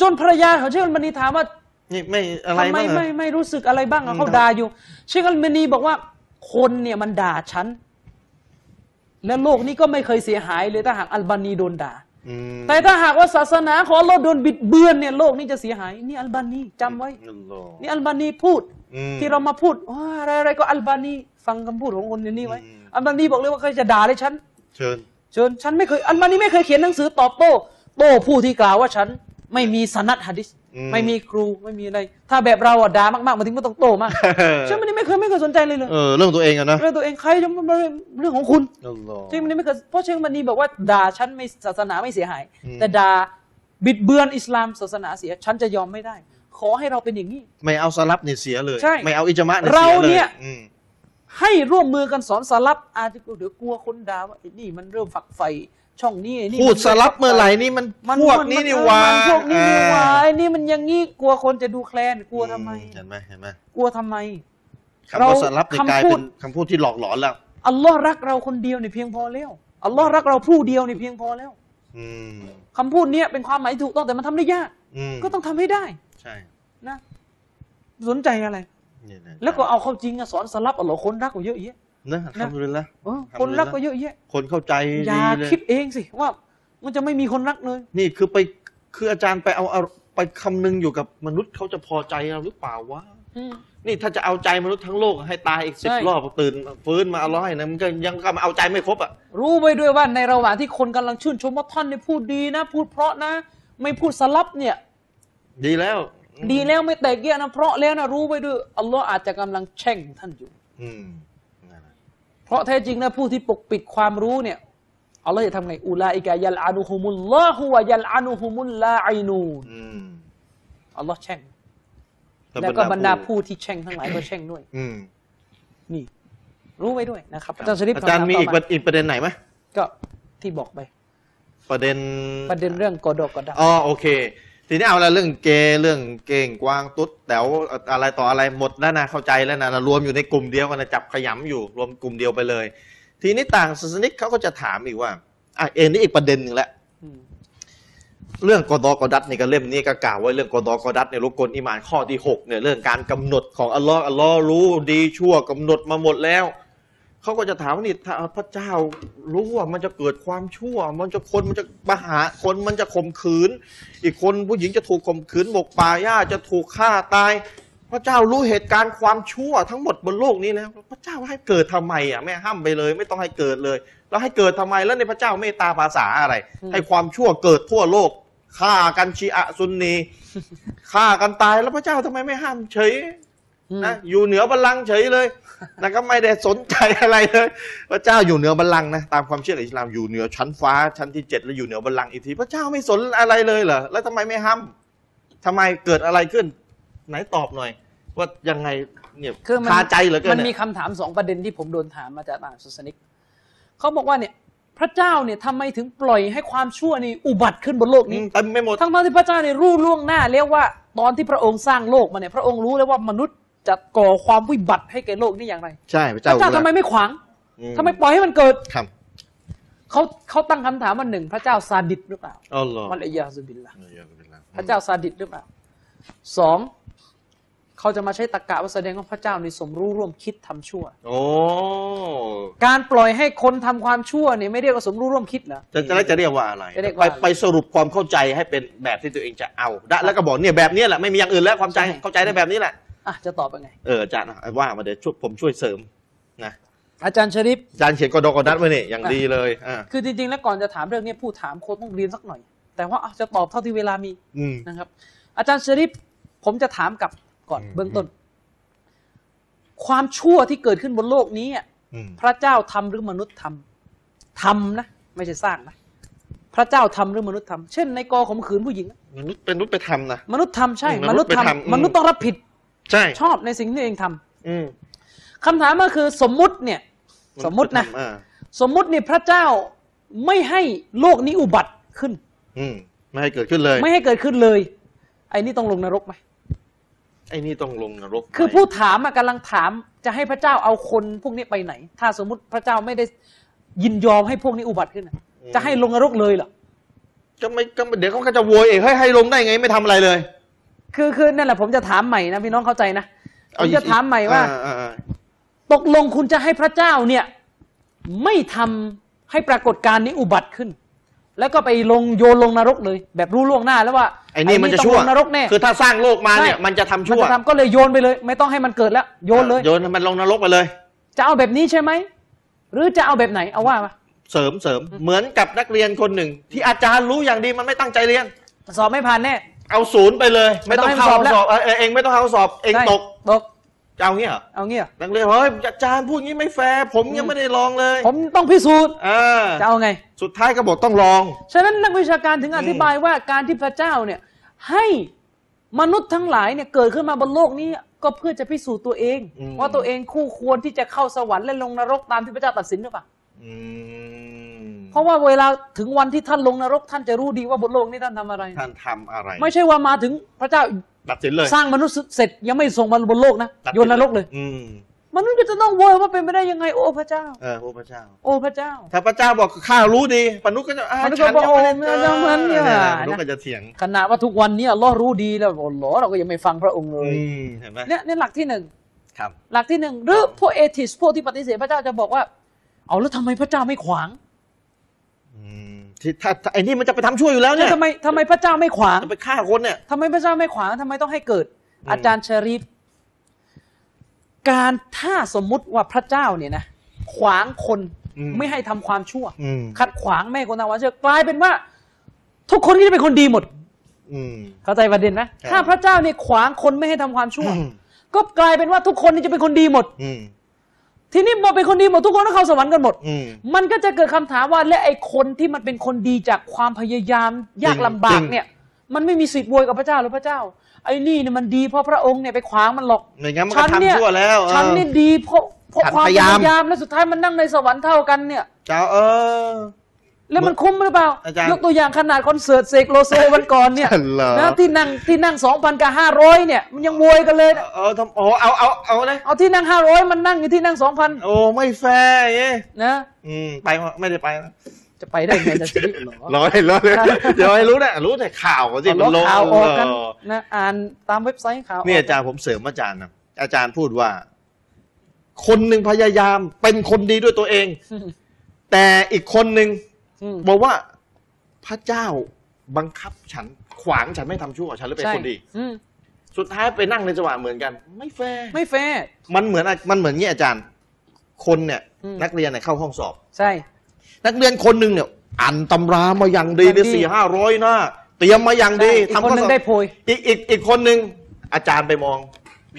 [SPEAKER 2] จนภรรยาของเชคอัลบานีถามว่า
[SPEAKER 1] นี่ไม่อะไร
[SPEAKER 2] ทำไม
[SPEAKER 1] บ้างอะ
[SPEAKER 2] ไม่ไม่รู้สึกอะไรบ้าง
[SPEAKER 1] อื
[SPEAKER 2] อะ
[SPEAKER 1] ม
[SPEAKER 2] เขาด่าอยู่ เชคอัลเมนีบอกว่าคนเนี่ยมันด่าฉัน และโลกนี้ก็ไม่เคยเสียหายเลยถ้าหากอัลบานีโดนด่า
[SPEAKER 1] อืม
[SPEAKER 2] แต่ถ้าหากว่าศาสนาของอัลลอฮ์โดนบิดเบือนเนี่ยโลกนี้จะเสียหาย นี่อัลบานีจำไว้
[SPEAKER 1] อัลลอฮ์
[SPEAKER 2] นี่อัลบานีพูด
[SPEAKER 1] อืม
[SPEAKER 2] ที่เรามาพูดว่าอะไรอะไรก็อัลบานีฟังคำพูดของคนในนี้ไว้
[SPEAKER 1] อืม
[SPEAKER 2] อัลบานีบอกเลยว่าใครจะด่าเลยฉัน
[SPEAKER 1] เชิญ
[SPEAKER 2] เชิญฉันไม่เคยอันมานี้ไม่เคยเขียนหนังสือตอบโต้โต้ผู้ที่กล่าวว่าฉันไม่มีสนัดหะดิษ
[SPEAKER 1] อืม
[SPEAKER 2] ไม่มีครูไม่มีอะไร ถ้าแบบเราอ่ะด่ามากๆมาถึงก็ต้องโต้ มาก
[SPEAKER 1] เออ
[SPEAKER 2] ฉันมันนี่ไม่เคยไม่เคยสนใจเลยเลย
[SPEAKER 1] เออเรื่องตัวเองอะนะ
[SPEAKER 2] เรื่องตัวเองใครจะมาเรื่องของคุณ
[SPEAKER 1] อัลลอฮ์
[SPEAKER 2] ฉันมันนี่ไม่เคยเพราะฉันมันนี่บอกว่าด่าฉันไม่ศาสนาไม่เสียหาย
[SPEAKER 1] อืม
[SPEAKER 2] แต่ด่าบิดเบือนอิสลามศาสนาเสียฉันจะยอมไม่ได้ ขอให้เราเป็นอย่างนี้
[SPEAKER 1] ไม่เอาสลับเนี่ยเสียเลย
[SPEAKER 2] ใช่
[SPEAKER 1] ไม่เอาอิจมะเนี่ย
[SPEAKER 2] เรา
[SPEAKER 1] เสียเลย
[SPEAKER 2] เนี่ย
[SPEAKER 1] อืม
[SPEAKER 2] ให้ร่วมมือกันสอนสลับอาจจะเดี๋ยวกลัวคนด่าว่าไอ้นี่มันเริ่มฝักใฝ่ช่องนี้ไอ้นี่
[SPEAKER 1] พูด
[SPEAKER 2] น
[SPEAKER 1] ส
[SPEAKER 2] ริ่
[SPEAKER 1] ลับเมื่อไหร่นี่มัน
[SPEAKER 2] มัน
[SPEAKER 1] พวก
[SPEAKER 2] มั
[SPEAKER 1] นี้นี่
[SPEAKER 2] มั
[SPEAKER 1] หวา
[SPEAKER 2] พวกนี้นี่หวา
[SPEAKER 1] อ่
[SPEAKER 2] ไอ้นี่มันอยังงี้กลัวคนจะดูแคลนกลัวทำไม
[SPEAKER 1] อืเห็นไหมเห็นไหม
[SPEAKER 2] กลัวทำไม
[SPEAKER 1] คำว่า
[SPEAKER 2] เรา
[SPEAKER 1] สลับเนี่ย
[SPEAKER 2] คำ
[SPEAKER 1] กลาย
[SPEAKER 2] พู
[SPEAKER 1] เป็
[SPEAKER 2] ด
[SPEAKER 1] นคำพูดที่หลอกหลอนแล้ว
[SPEAKER 2] อัลลอฮ์รักเราคนเดียวนี่เพียงพอแล้วอัลลอฮ์รักเราผู้เดียวนี่เพียงพอแล้ว
[SPEAKER 1] อืม
[SPEAKER 2] คำพูดเนี้ยเป็นความหมายถูกต้องแต่มันทำได้ยาก
[SPEAKER 1] อืม
[SPEAKER 2] ก็ต้องทำให้ได้
[SPEAKER 1] ใช่
[SPEAKER 2] นะสนใจอะไร
[SPEAKER 1] เนี่ยนะ
[SPEAKER 2] แล้วก็เอาเข้าจริงอะสอนสลับอัลลอฮ์คนรักก็เยอะแยะ
[SPEAKER 1] นะทำเลยละ
[SPEAKER 2] เออ
[SPEAKER 1] ทำเลยนะ
[SPEAKER 2] คนรักก็เยอะแยะ
[SPEAKER 1] คนเข้าใจ
[SPEAKER 2] อ
[SPEAKER 1] ดี
[SPEAKER 2] ย่า
[SPEAKER 1] เลย
[SPEAKER 2] คิดเองสิว่า มันจะไม่มีคนรักเลย
[SPEAKER 1] นี่คือไปคืออาจารย์ไปเอาเอาไปคำนึงอยู่กับมนุษย์เขาจะพอใจเราหรือเปล่าวะ
[SPEAKER 2] อืม
[SPEAKER 1] นี่ถ้าจะเอาใจมนุษย์ทั้งโลกให้ตายอีกสิบ
[SPEAKER 2] ใช่
[SPEAKER 1] รอบตื่นฟื้นมาเอาร้อยนะมันก็ยังก็เอาใจไม่ครบอ่ะ
[SPEAKER 2] รู้ไว้ด้วยว่าในระหว่างที่คนกำลังชื่นชมว่าท่านเนี่ยพูดดีนะ พูดเพราะนะ ไม่พูดสลับเนี่ย
[SPEAKER 1] ดีแล้ว
[SPEAKER 2] ดีแล้วไม่แตกแยกนะเพราะแล้วนะรู้ไว้ด้วยอัลลอฮ์อาจจะกำลังแช่งท่านอยู่
[SPEAKER 1] อืมนั่นน่ะ
[SPEAKER 2] เพราะแท้จริงนะผู้ที่ปกปิดความรู้เนี่ยอัลลอฮ์จะทำไงอูลาอิกายัลอานุฮุมุลลอฮุวะยัลอานุฮุมุลลาอินูน
[SPEAKER 1] อืม
[SPEAKER 2] อัลลอฮ์แช่ง แล้วก็บรรดาผู้ที่แช่งทั้งหลายก็ แช่งด้วย
[SPEAKER 1] อืม
[SPEAKER 2] นี่ รู้ไว้ด้วยนะครับอาจารย์ชริป
[SPEAKER 1] อาจารย์มีอีกประ
[SPEAKER 2] ถ
[SPEAKER 1] อีกประเด็นไหนไหม
[SPEAKER 2] ก็ที่บอกไป
[SPEAKER 1] ประเด็น
[SPEAKER 2] ประเด็นเรื่องกอดอกกอดัก
[SPEAKER 1] อ๋อโอเค ทีนี้เอาละเรื่องเกย์เรื่องเก่งกวางตุ๊ดแต๋วอะไรต่ออะไรหมดแล้วนะเข้าใจแล้วนะรวมอยู่ในกลุ่มเดียวกันนะจับขยำอยู่รวมกลุ่มเดียวไปเลย ทีนี้ต่างศาสนิกเขาก็จะถามอีกว่าอ่ะเอ็นนี่อีกประเด็นหนึ่งละ
[SPEAKER 2] อืม
[SPEAKER 1] เรื่องกอดอกอดัตนี่ก็เล่มนี้ก็กล่าวไว้เรื่องกอดอกอดัตในยรุกลอิหมานข้อที่หกเนี่ยเรื่องการกำหนดของอัลลอฮ์อัลลอฮ์รู้ดีชั่วกำหนดมาหมดแล้วเขาก็จะถามว่านี่ถ้าพระเจ้ารู้ว่ามันจะเกิดความชั่ว มันจะคนมันจะประหารคนมันจะข่มขืน อีกคนผู้หญิงจะถูกข่มขืนหมกป่าหญ้าจะถูกฆ่าตาย พระเจ้ารู้เหตุการณ์ความชั่วทั้งหมดบนโลกนี้แล้วพระเจ้าให้เกิดทำไมอ่ะไม่ห้ามไปเลย ไม่ต้องให้เกิดเลย แล้วให้เกิดทำไมแล้วในพระเจ้าเมตตาภาษาอะไร ให้ความชั่วเกิดทั่วโลกฆ่ากันชีอะซุนนีฆ่ากันตายแล้วพระเจ้าทำไมไม่ห้ามเฉย
[SPEAKER 2] อืม
[SPEAKER 1] นะอยู่เหนือบัลลังก์เฉย เลยนะครับไม่ได้สนใจอะไรเลย พระเจ้าอยู่เหนือบัลลังก์นะตามความเชื่อของอิสลามอยู่เหนือชั้นฟ้าชั้นที่เจ็ดแล้วอยู่เหนือบัลลังก์อีกทีพระเจ้าไม่สนอะไรเลยเหรอแล้วทำไมไม่ห้ามทำไมเกิดอะไรขึ้น ไหนตอบหน่อย ว่ายังไงเนี่ย
[SPEAKER 2] คือมัน
[SPEAKER 1] คาใจเหลือเกิ
[SPEAKER 2] มัน นมี
[SPEAKER 1] เนี่ย
[SPEAKER 2] คำถามสองประเด็นที่ผมโดนถามมาจากต่างศาสนิกเขาบอกว่าเนี่ยพระเจ้าเนี่ยทำไมถึงปล่อยให้ความชั่วนี่อุบัติขึ้นบนโลก
[SPEAKER 1] อื
[SPEAKER 2] นี้
[SPEAKER 1] มเต็มไม่หมด
[SPEAKER 2] ทั้งๆที่พระเจ้าเนี่ยรู้ล่วงหน้าเรียกว่าตอนที่พระองค์สร้างโลกมาเนี่ยพระองค์รู้แล้วว่ามนุษย์จะก่อความวิบัติให้แก่โลกนี้อย่างไร
[SPEAKER 1] ใช่พระ
[SPEAKER 2] พ
[SPEAKER 1] เจ้า
[SPEAKER 2] ระเจ้าทำไมไม่ขวาง
[SPEAKER 1] อื
[SPEAKER 2] ทำไมปล่อยให้มันเกิด
[SPEAKER 1] ครับ
[SPEAKER 2] เขาเขาตั้งคำถามว่าหนึ่งพระเจ้าซาดิสหรือเปล่า
[SPEAKER 1] อ๋อเหรอ
[SPEAKER 2] มัลยาซุบิลละพ
[SPEAKER 1] พระ
[SPEAKER 2] ระ
[SPEAKER 1] เจ้า
[SPEAKER 2] เจ้าซาดิสหรือเปล่าสองเขาจะมาใช้ตะกะว่าแสดงว่าพระเจ้านี่สมรู้ร่วมคิดทำชั่ว
[SPEAKER 1] โอ้
[SPEAKER 2] การปล่อยให้คนทำความชั่วเนี่ยไม่เรียกว่าสมรู้ร่วมคิดนะ
[SPEAKER 1] จะจะแล้วจะเรียกว่าอะไร
[SPEAKER 2] จะเรียก
[SPEAKER 1] ไป
[SPEAKER 2] ว่าอะไร
[SPEAKER 1] ไปสรุปความเข้าใจให้เป็นแบบที่ตัวเองจะเอาได้แล้วก็บอกเนี่ยแบบเนี้ยแหละไม่มีอย่างอื่นแล้วความใจ
[SPEAKER 2] ใช่
[SPEAKER 1] เข้าใจได้แบบนี้แหละ
[SPEAKER 2] อ่ะจะตอบยังไง
[SPEAKER 1] เอออาจารย์อ่ะว่ามาเดี๋ยวช่วยผมช่วยเสริมนะ
[SPEAKER 2] อาจารย์ชริป
[SPEAKER 1] อาจารย์เขียนกอดอกอดัดไว้นี่อย่าง
[SPEAKER 2] อ่ะ
[SPEAKER 1] ดีเลยอ่า
[SPEAKER 2] คือจริงๆ แล้วก่อนจะถามเรื่องนี้ผู้ถามโค้ดต้องเรียนสักหน่อย แต่ว่าอ่ะจะตอบเท่าที่เวลามี
[SPEAKER 1] อืม
[SPEAKER 2] นะครับอาจารย์ชริปผมจะถามกลับก่อน
[SPEAKER 1] อืม
[SPEAKER 2] เบื้องต้น ความชั่วที่เกิดขึ้นบนโลกนี้อะ
[SPEAKER 1] อืม
[SPEAKER 2] พระเจ้าทำหรือมนุษย์ทำทำนะ ไม่ใช่สร้างนะพระเจ้าทำหรือมนุษย์ทำเช่นในกอข่มขืนผู้หญิง
[SPEAKER 1] มนุษย์เป็นมนุษย์ไปทำนะ
[SPEAKER 2] มนุษย์ทำใช่
[SPEAKER 1] อืม
[SPEAKER 2] มนุษย์
[SPEAKER 1] มนุษย์ไป
[SPEAKER 2] ทำ
[SPEAKER 1] ทำอืม
[SPEAKER 2] มนุษย์ต้องรับผิด
[SPEAKER 1] ใช่
[SPEAKER 2] ชอบในสิ่งที่ตัวเองทำ
[SPEAKER 1] อืม
[SPEAKER 2] คำถามก็คือสมมุติเนี่ย สมมุตินะ
[SPEAKER 1] อ่า
[SPEAKER 2] สมมุติเนี่ยพระเจ้าไม่ให้โลกนี้อุบัติขึ้น
[SPEAKER 1] อืมไม่ให้เกิดขึ้นเลย
[SPEAKER 2] ไม่ให้เกิดขึ้นเลย ไอ้นี่ต้องลงนรกไหม
[SPEAKER 1] ไอ้นี่ต้องลงนรก
[SPEAKER 2] คือ
[SPEAKER 1] ไหม
[SPEAKER 2] ผู้ถามอะกำลังถามจะให้พระเจ้าเอาคนพวกนี้ไปไหน ถ้าสมมุติพระเจ้าไม่ได้ยินยอมให้พวกนี้อุบัติขึ้นอะจะให้ลงนรกเลยเหรอ
[SPEAKER 1] ก็ไม่ก็เดี๋ยวเขาก็จะโวยเองให้ให้ลงได้ไงไม่ทำอะไรเลย
[SPEAKER 2] คือคือนั่นแหละผมจะถามใหม่นะพี่น้องเข้าใจนะผมจะถามใหม่ว่า
[SPEAKER 1] อ่อ่อ่
[SPEAKER 2] ตกลงคุณจะให้พระเจ้าเนี่ยไม่ทำให้ปรากฏการณ์นี้อุบัติขึ้น แล้วก็ไปลงโยนลงนรกเลย แบบรู้ล่วงหน้าแล้วว่า
[SPEAKER 1] ไอ้นี่มันจะชั่ว
[SPEAKER 2] ต้องลงนรกแน่
[SPEAKER 1] คือถ้าสร้างโลกมาเนี่ย
[SPEAKER 2] ใช่
[SPEAKER 1] มันจะทำ
[SPEAKER 2] มัน
[SPEAKER 1] ชั่ว
[SPEAKER 2] จะทำก็เลยโยนไปเลย ไม่ต้องให้มันเกิดแล้วโยนเลย
[SPEAKER 1] โยนให้มันลงนรกไปเลย
[SPEAKER 2] จะเอาแบบนี้ใช่ไหมหรือจะเอาแบบไหนเอาว่ามา
[SPEAKER 1] เสริมเสริมเหมือนกับนักเรียนคนหนึ่ง ที่อาจารย์รู้อย่างดีมันไม่ตั้งใจเรียน
[SPEAKER 2] สอบไม่ผ่านแน่
[SPEAKER 1] เอาศูนย์ไปเลย ไม่ต้องเข้า
[SPEAKER 2] ไม่ต้
[SPEAKER 1] ห้อง งสอบบ เอ
[SPEAKER 2] อให้มันสอ
[SPEAKER 1] อเออเองไม่ต้องเข้าห้องสอบ เอง
[SPEAKER 2] ใช่
[SPEAKER 1] ตก
[SPEAKER 2] ตก
[SPEAKER 1] จะเอาเงี้ยเหรอ
[SPEAKER 2] เอางี้เหรอ
[SPEAKER 1] นักเรียนเฮ้ยอาจารย์พูดงี้ไม่แฟร์ผมยังไม่ได้ลองเลย
[SPEAKER 2] ผมต้องพิสูจน์
[SPEAKER 1] อ่า
[SPEAKER 2] จะเอาไง
[SPEAKER 1] สุดท้ายก็บอกต้องลอง
[SPEAKER 2] ฉะนั้นนักวิชาการถึง
[SPEAKER 1] อืม
[SPEAKER 2] อธิบายว่าการที่พระเจ้าเนี่ย ให้มนุษย์ทั้งหลายเนี่ยเกิดขึ้นมาบนโลกนี้ก็เพื่อจะพิสูจน์ตัวเอง ว่าตัวเองคู่ควรที่จะเข้าสวรรค์และลงนรกตามที่พระเจ้าตัดสินหรือเปล่า
[SPEAKER 1] อืม
[SPEAKER 2] เพราะว่าเวลาถึงวันที่ท่านลงนรก ท่านจะรู้ดีว่าบนโลกนี้ท่านทำอะไร
[SPEAKER 1] ท่านทำอะไร
[SPEAKER 2] ไม่ใช่ว่ามาถึงพระเจ้า
[SPEAKER 1] ตัดสินเลย
[SPEAKER 2] สร้างมนุษย์เสร็จยังไม่ส่งมาบนโลกนะ
[SPEAKER 1] ตัดสิ
[SPEAKER 2] โยนนรกเลย
[SPEAKER 1] อืม
[SPEAKER 2] มนุษย์ก็จะต้องโวยว่าเป็นไปได้ยังไง โอ้พระเจ้า
[SPEAKER 1] เออพระพุทธเจ้า
[SPEAKER 2] โอ้พระเจ้า
[SPEAKER 1] ถ้าพระเจ้าบอกข้ารู้ดีมนุษย์ก็จะาม
[SPEAKER 2] นุษย์ก็บอก
[SPEAKER 1] ฉัยัง
[SPEAKER 2] โอ้ไม่เอาเหมือนเนี่ย
[SPEAKER 1] ยมนุษย์ก็จะเถียง
[SPEAKER 2] ขณะว่าทุกวันนี้อัลลอฮ์รู้ดีแล้วอัลลอฮ์เราก็ยังไม่ฟังพระองค์เล
[SPEAKER 1] อื
[SPEAKER 2] ย
[SPEAKER 1] มเห็นไหม
[SPEAKER 2] เนี่ยเนี่ยหลักที่หนึ่ง
[SPEAKER 1] ครับ
[SPEAKER 2] หลักที่หนึ่งหรือพวกเอทิสพวกที่ปฏิเสธพระเจ้าจะบอกว่า เอาแล้วทำไมพระเจ้าไม่ขวาง
[SPEAKER 1] อืมที่ถ้าถ้าไอ้นี่มันจะไปทำชั่วอยู่แล้ว
[SPEAKER 2] แล้
[SPEAKER 1] เนี่
[SPEAKER 2] วยทำไมทำไมพระเจ้าไม่ขวาง
[SPEAKER 1] จะไปฆ่าคนเนี่ย
[SPEAKER 2] ทำไมพระเจ้าไม่ขวางทำไมต้องให้เกิด
[SPEAKER 1] อืม
[SPEAKER 2] อาจารย์ชะริฟการถ้าสมมุติว่าพระเจ้าเนี่ยนะขวางคนไม่ให้ทำความชั่ว
[SPEAKER 1] อืม
[SPEAKER 2] ขัดขวางไม่ให้คนทำความชั่วกลายเป็นว่า ทุกคนก็จะเป็นคนดีหมด
[SPEAKER 1] อืม
[SPEAKER 2] เข้าใจประเด็นไหม
[SPEAKER 1] ครับ
[SPEAKER 2] ถ้าพระเจ้าเนี่ยขวางคนไม่ให้ทำความชั่ว
[SPEAKER 1] อืม
[SPEAKER 2] ก็กลายเป็นว่าทุกคนนี่จะเป็นคนดีหมด
[SPEAKER 1] อืม
[SPEAKER 2] ทีนี้พอเป็นคนดีหมดทุกคนก็เข้าสวรรค์กันหมด
[SPEAKER 1] อืม
[SPEAKER 2] มันก็จะเกิดคำถามว่าและไอ้คนที่มันเป็นคนดีจากความพยายามยากลำบา
[SPEAKER 1] จริ
[SPEAKER 2] ก
[SPEAKER 1] ง
[SPEAKER 2] เนี่ย มันไม่มีสิทธิ์บวยกับพระเจ้าหรือพระเจ้า ไอ้นี่เนี่ยมันดีเพราะพระองค์เนี่ยไปขวางมันหรอก
[SPEAKER 1] ไม่งั้นมัน
[SPEAKER 2] ฉั
[SPEAKER 1] ก็
[SPEAKER 2] นเนี่ย
[SPEAKER 1] ทำชั่วแล้วเออ
[SPEAKER 2] ฉันนี่ดีเพราะเพราะ
[SPEAKER 1] ฉัน
[SPEAKER 2] ความ
[SPEAKER 1] พยาย
[SPEAKER 2] พา
[SPEAKER 1] าม
[SPEAKER 2] ยามและสุดท้ายมันนั่งในสวรรค์เท่ากันเนี่ย
[SPEAKER 1] เจ้าเออ
[SPEAKER 2] แล้วมันคุ้มหรือเปล่า
[SPEAKER 1] อาจารย์
[SPEAKER 2] ยกตัวอย่างขนาดคอนเสิร์ตเสกโลโซวันก่อนเนี่ย
[SPEAKER 1] อัลลอฮ์
[SPEAKER 2] นะที่นั่งที่นั่งสองพันกับห้าร้อยเนี่ยมันยังโวยกันเลยนะ
[SPEAKER 1] เออทำโอ้เอาเอาเอาเลย
[SPEAKER 2] เอาที่นั่งห้าร้อยมันนั่งอยู่ที่นั่งสองพัน
[SPEAKER 1] โอ้ไม่แฟร์เอ๊ะ
[SPEAKER 2] นะ
[SPEAKER 1] อืมไปวะไม่ได้ไปนะ
[SPEAKER 2] จะไปได้ไงจะชีวิตเหรอ
[SPEAKER 1] ร้อยร้ อยเลยเดี๋ยวให้รู้นะรู้แต่ข่าวสิมันลง
[SPEAKER 2] ข่าวออกกัน
[SPEAKER 1] เออ
[SPEAKER 2] นะอ่านตามเว็บไซต์ข่าว
[SPEAKER 1] นี่อาจารย์ผมเสริมอาจารย์นะอาจารย์พูดว่า คนหนึ่งพยายามเป็นคนดีด้วยตัวเอง
[SPEAKER 2] อืม
[SPEAKER 1] แต่อีกคนหนึ่ง
[SPEAKER 2] อืม
[SPEAKER 1] บอกว่าพระเจ้าบังคับฉันขวางฉันไม่ทำชั่วฉันเลยเป็น
[SPEAKER 2] ใช่
[SPEAKER 1] คนดี
[SPEAKER 2] อืม
[SPEAKER 1] สุดท้ายไปนั่งในจังหวะเหมือนกัน ไม่แฟร์
[SPEAKER 2] ไม่แฟร์
[SPEAKER 1] มันเหมือนอะมันเหมือนเงี้ยอาจารย์ คนเนี่ย
[SPEAKER 2] อืม
[SPEAKER 1] นักเรียนเนี่ยเข้าห้องสอบ
[SPEAKER 2] ใช่
[SPEAKER 1] นักเรียนคนหนึ่งเนี่ยอ่านตำรามาอย่างดี
[SPEAKER 2] อย่างดี
[SPEAKER 1] ได้สี่ห้าร้อยหน้าเตรียมมาอย่างดี
[SPEAKER 2] อีกคนหนึงได้โพย
[SPEAKER 1] อีกอีกอีกคนหนึ่งอาจารย์ไปมอง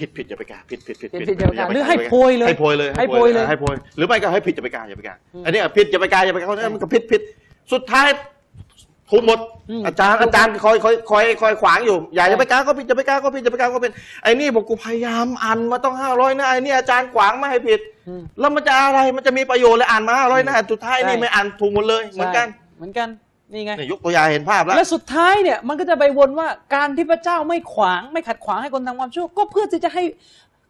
[SPEAKER 1] ผิดผิดอย่าไปกล้าผิดผิดผิด
[SPEAKER 2] เปลี่ยนผิดเดียวกันหรือให้โพยเลย
[SPEAKER 1] ให้โพยเลย
[SPEAKER 2] ให้โพยเลย
[SPEAKER 1] ให้โพยหรือไม่ก็ให้ผิดจะไปกาอย่าไปกา
[SPEAKER 2] อืม
[SPEAKER 1] อันนี้อะผิดจะไปกาอย่าไปกาเขาเนี่ยมันก็ผิดผิดสุดท้ายถูกหมด
[SPEAKER 2] อืม
[SPEAKER 1] อาจารย์อาจารย์คอยคอยคอยคอยขวางอยู่อย่า
[SPEAKER 2] ใช่
[SPEAKER 1] จะไปกาก็ผิดจะไปกาก็ผิดจะไปกาก็เป็นไอ้นี่บอกกูพยายามอ่านมาต้องห้าร้อยหน้าไอ้นี่อาจารย์ขวางไม่ให้ผิด
[SPEAKER 2] อืม
[SPEAKER 1] แล้วมันจะอะไรมันจะมีประโยชน์เลยอ่านมาห้าร้อยหน้าสุดท้าย
[SPEAKER 2] ใช่
[SPEAKER 1] นี่ไม่อ่านถูกหมดเลยเหมือนกัน
[SPEAKER 2] ใช่เหมือนกันนี่ไง
[SPEAKER 1] เนี่ยยกตัวอย่างเห็นภาพแล้ว
[SPEAKER 2] และสุดท้ายเนี่ยมันก็จะไปวนว่าการที่พระเจ้าไม่ขวางไม่ขัดขวางให้คนทำความชั่ว ก็เพื่อที่จะให้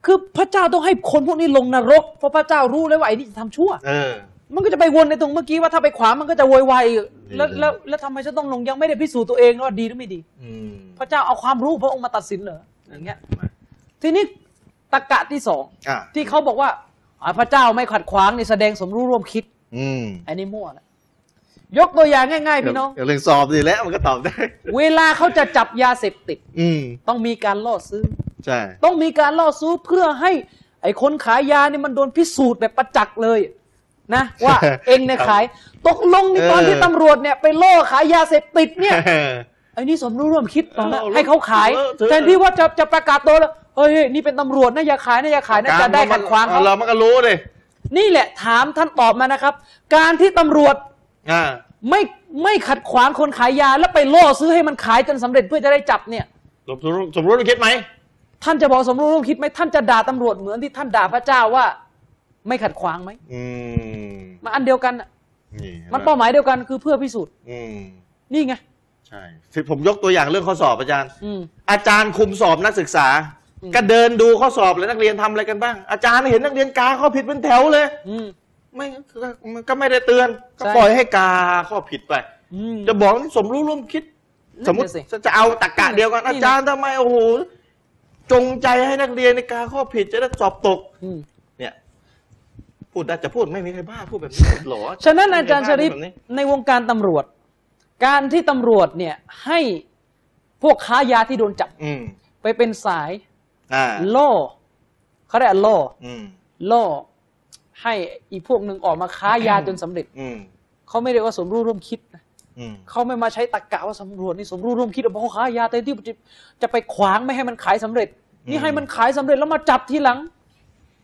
[SPEAKER 2] คือพระเจ้าต้องให้คนพวกนี้ลงนรกเพราะพระเจ้ารู้แล้วว่าไอ้นี่จะทำชั่ว
[SPEAKER 1] เออ
[SPEAKER 2] มันก็จะไปวนในตรงเมื่อกี้ว่าถ้าไปขวางมันก็จะโวยวายอีกแล้ว
[SPEAKER 1] อืม
[SPEAKER 2] แล้วแล้วทำไมฉันต้องลงยังไม่ได้พิสูจน์ตัวเองว่าดีหรือไม่ดี
[SPEAKER 1] อืม
[SPEAKER 2] พระเจ้าเอาความรู้พระองค์มาตัดสินเหรออย่างเงี้ย ทีนี้ตะกะที่สอง
[SPEAKER 1] อ่ะ
[SPEAKER 2] ที่เขาบอกว่าอ่าพระเจ้าไม่ขัดขวางนี่แสดงสมรู้ร่วมคิด
[SPEAKER 1] อืม
[SPEAKER 2] อันนี้มั่วแหละยกตัวอย่างง่าย ๆ พี่น้อง
[SPEAKER 1] เดี๋ยวเรื่องสอบดีแล้วมันก็ตอบได้
[SPEAKER 2] เวลาเขาจะจับยาเสพติด
[SPEAKER 1] อืม
[SPEAKER 2] ต้องมีการล่อซื้อ
[SPEAKER 1] ใช่
[SPEAKER 2] ต้องมีการล่อซื้อเพื่อให้ ไอ้คนขายยานี่มันโดนพิสูจน์แบบประจักษ์เลยนะ ว่าเองเนี่ยขาย ตกลงใน
[SPEAKER 1] เออ
[SPEAKER 2] ตอนที่ตำรวจเนี่ยไปล่อขายยาเสพติดเนี่ยไอ้นี่สมรู้ร่วมคิดตอนนั้น
[SPEAKER 1] เออ
[SPEAKER 2] ให้เขาขาย
[SPEAKER 1] เออถือ
[SPEAKER 2] แทนที่ว่าจะจะประกาศตัวแล้วเฮ้ยนี่เป็นตำรวจนะอย่าขายนะอย่าขายนะจะได้ขัดขวาง
[SPEAKER 1] อ
[SPEAKER 2] เขา
[SPEAKER 1] เรามันก็รู้เลย
[SPEAKER 2] นี่แหละถามท่านตอบมานะครับ การที่ตำรวจ
[SPEAKER 1] อ่า
[SPEAKER 2] ไม่ไม่ขัดขวางคนขายยา แล้วไปล่อซื้อให้มันขายจนสำเร็จเพื่อจะได้จับเนี่ย
[SPEAKER 1] สมรู้สมรู้ร่วมคิดไหม
[SPEAKER 2] ท่านจะบอกสมรู้ร่วมคิดไหมท่านจะด่าตำรวจเหมือนที่ท่านด่าพระเจ้าว่า ไม่ขัดขวางไหม
[SPEAKER 1] อืม
[SPEAKER 2] มันอันเดียวกันน่ะ
[SPEAKER 1] นี่เห็ไห
[SPEAKER 2] มันเป้าหมายเดียวกันคือเพื่อพิสูจน์
[SPEAKER 1] อืม
[SPEAKER 2] นี่ไง
[SPEAKER 1] ใช่ที่ผมยกตัวอย่างเรื่องข้อสอบอาจารย์
[SPEAKER 2] อืม
[SPEAKER 1] อาจารย์คุมสอบนักศึกษา
[SPEAKER 2] อืม
[SPEAKER 1] ก็เดินดูข้อสอบเลยนักเรียนทำอะไรกันบ้าง อาจารย์เห็นนักเรียนกาข้อผิดเป็นแถวเลย
[SPEAKER 2] อืม
[SPEAKER 1] ไม่ก็ก็ไม่ได้เตือน ก็
[SPEAKER 2] ใช่
[SPEAKER 1] ปล่อยให้กาข้อผิดไป
[SPEAKER 2] อืม
[SPEAKER 1] จะบอกว่าสมรู้ร่วมคิดส
[SPEAKER 2] นั่นน่ะ
[SPEAKER 1] มมติ
[SPEAKER 2] สิ
[SPEAKER 1] จะเอาตรกกะเดียวกัน
[SPEAKER 2] นี่
[SPEAKER 1] อา
[SPEAKER 2] นะ
[SPEAKER 1] จารย์ทำไมโอ้โหจงใจให้นักเรียนในการข้อผิดจะได้สอบตก
[SPEAKER 2] อืม
[SPEAKER 1] เนี่ย พูดได้จะพูดไม่มีใครบ้าพูดแบบนี้ หรอ
[SPEAKER 2] ฉะนั้นอาจารย์ชริฟ
[SPEAKER 1] แบบนี้
[SPEAKER 2] ในวงการตำรวจ การที่ตำรวจเนี่ยให้พวกค้ายาที่โดนจับ
[SPEAKER 1] อืม
[SPEAKER 2] ไปเป็นสาย
[SPEAKER 1] อ่า
[SPEAKER 2] ล่อเขาเรียกว่าล่อ
[SPEAKER 1] อืม
[SPEAKER 2] ล่อให้อีกพวกหนึ่งออกมาค้ายาจนสำเร็จ
[SPEAKER 1] อืม
[SPEAKER 2] เขาไม่เรียกว่าสมรู้ร่วมคิดนะ
[SPEAKER 1] อืม
[SPEAKER 2] เขาไม่มาใช้ตรกกะว่าสำรวจนี่สมรู้ร่วมคิดเพราะค้ายาแต่ที่จะจะไปขวางไม่ให้มันขายสำเร็จ นี่ให้มันขายสำเร็จแล้วมาจับทีหลัง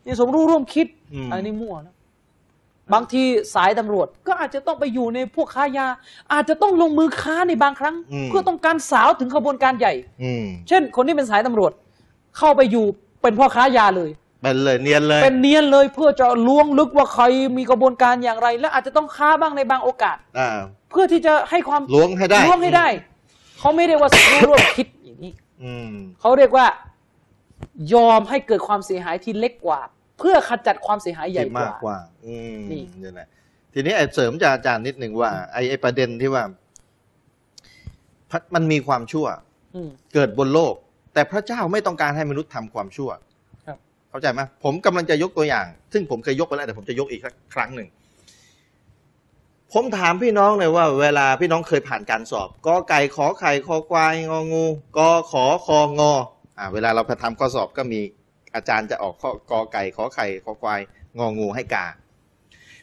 [SPEAKER 2] นี่สมรู้ร่วมคิดอันนี้มั่วนะบางทีสายตำรวจ ก็อาจจะต้องไปอยู่ในพวกค้ายา อาจจะต้องลงมือค้าในบางครั้ง เพื่อต้องการสาวถึงขบวนการใหญ่
[SPEAKER 1] อืม
[SPEAKER 2] เช่น คนที่เป็นสายตำรวจ เข้าไปอยู่เป็นพ่อค้ายาเลย
[SPEAKER 1] เป็นเลยเนียนเลย
[SPEAKER 2] เป็นเนียนเลยเพื่อจะล้วงลึกว่าใครมีกระบวนการอย่างไร และอาจจะต้องค้าบ้างในบางโอกาส
[SPEAKER 1] อ่า
[SPEAKER 2] เพื่อที่จะให้ความ
[SPEAKER 1] ล้วงให้ได้
[SPEAKER 2] ล้วงให้ได้ เขาไม่เรียกว่าสมรู้ร่วมคิดอย่างนี้
[SPEAKER 1] อืม
[SPEAKER 2] เขาเรียกว่ายอมให้เกิดความเสียหายที่เล็กกว่า เพื่อขจัดความเสียหายใหญ่
[SPEAKER 1] ที่
[SPEAKER 2] ก
[SPEAKER 1] มาก
[SPEAKER 2] ว่า
[SPEAKER 1] กว่า อืม
[SPEAKER 2] นี่
[SPEAKER 1] นี่แหละทีนี้ไอ้เสริมจากอาจารย์นิดหนึ่งว่าไอ้ไอ้ประเด็นที่ว่าพระมันมีความชั่ว
[SPEAKER 2] อืม
[SPEAKER 1] เกิดบนโลก แต่พระเจ้าไม่ต้องการให้มนุษย์ทำความชั่ว
[SPEAKER 2] ครับ
[SPEAKER 1] เข้าใจไหมผมกำลังจะยกตัวอย่าง ซึ่งผมเคยยกไปแล้วแต่ผมจะยกอีกสักครั้งหนึ่ง ผมถามพี่น้องเลยว่า เวลาพี่น้องเคยผ่านการสอบกอไก่ขอไข่คอควายงองูกอขอคองออ่าเวลาเราไปทำข้อสอบก็มีอาจารย์จะออกข้อกอไก่ขอไข่คอควายงองูให้กา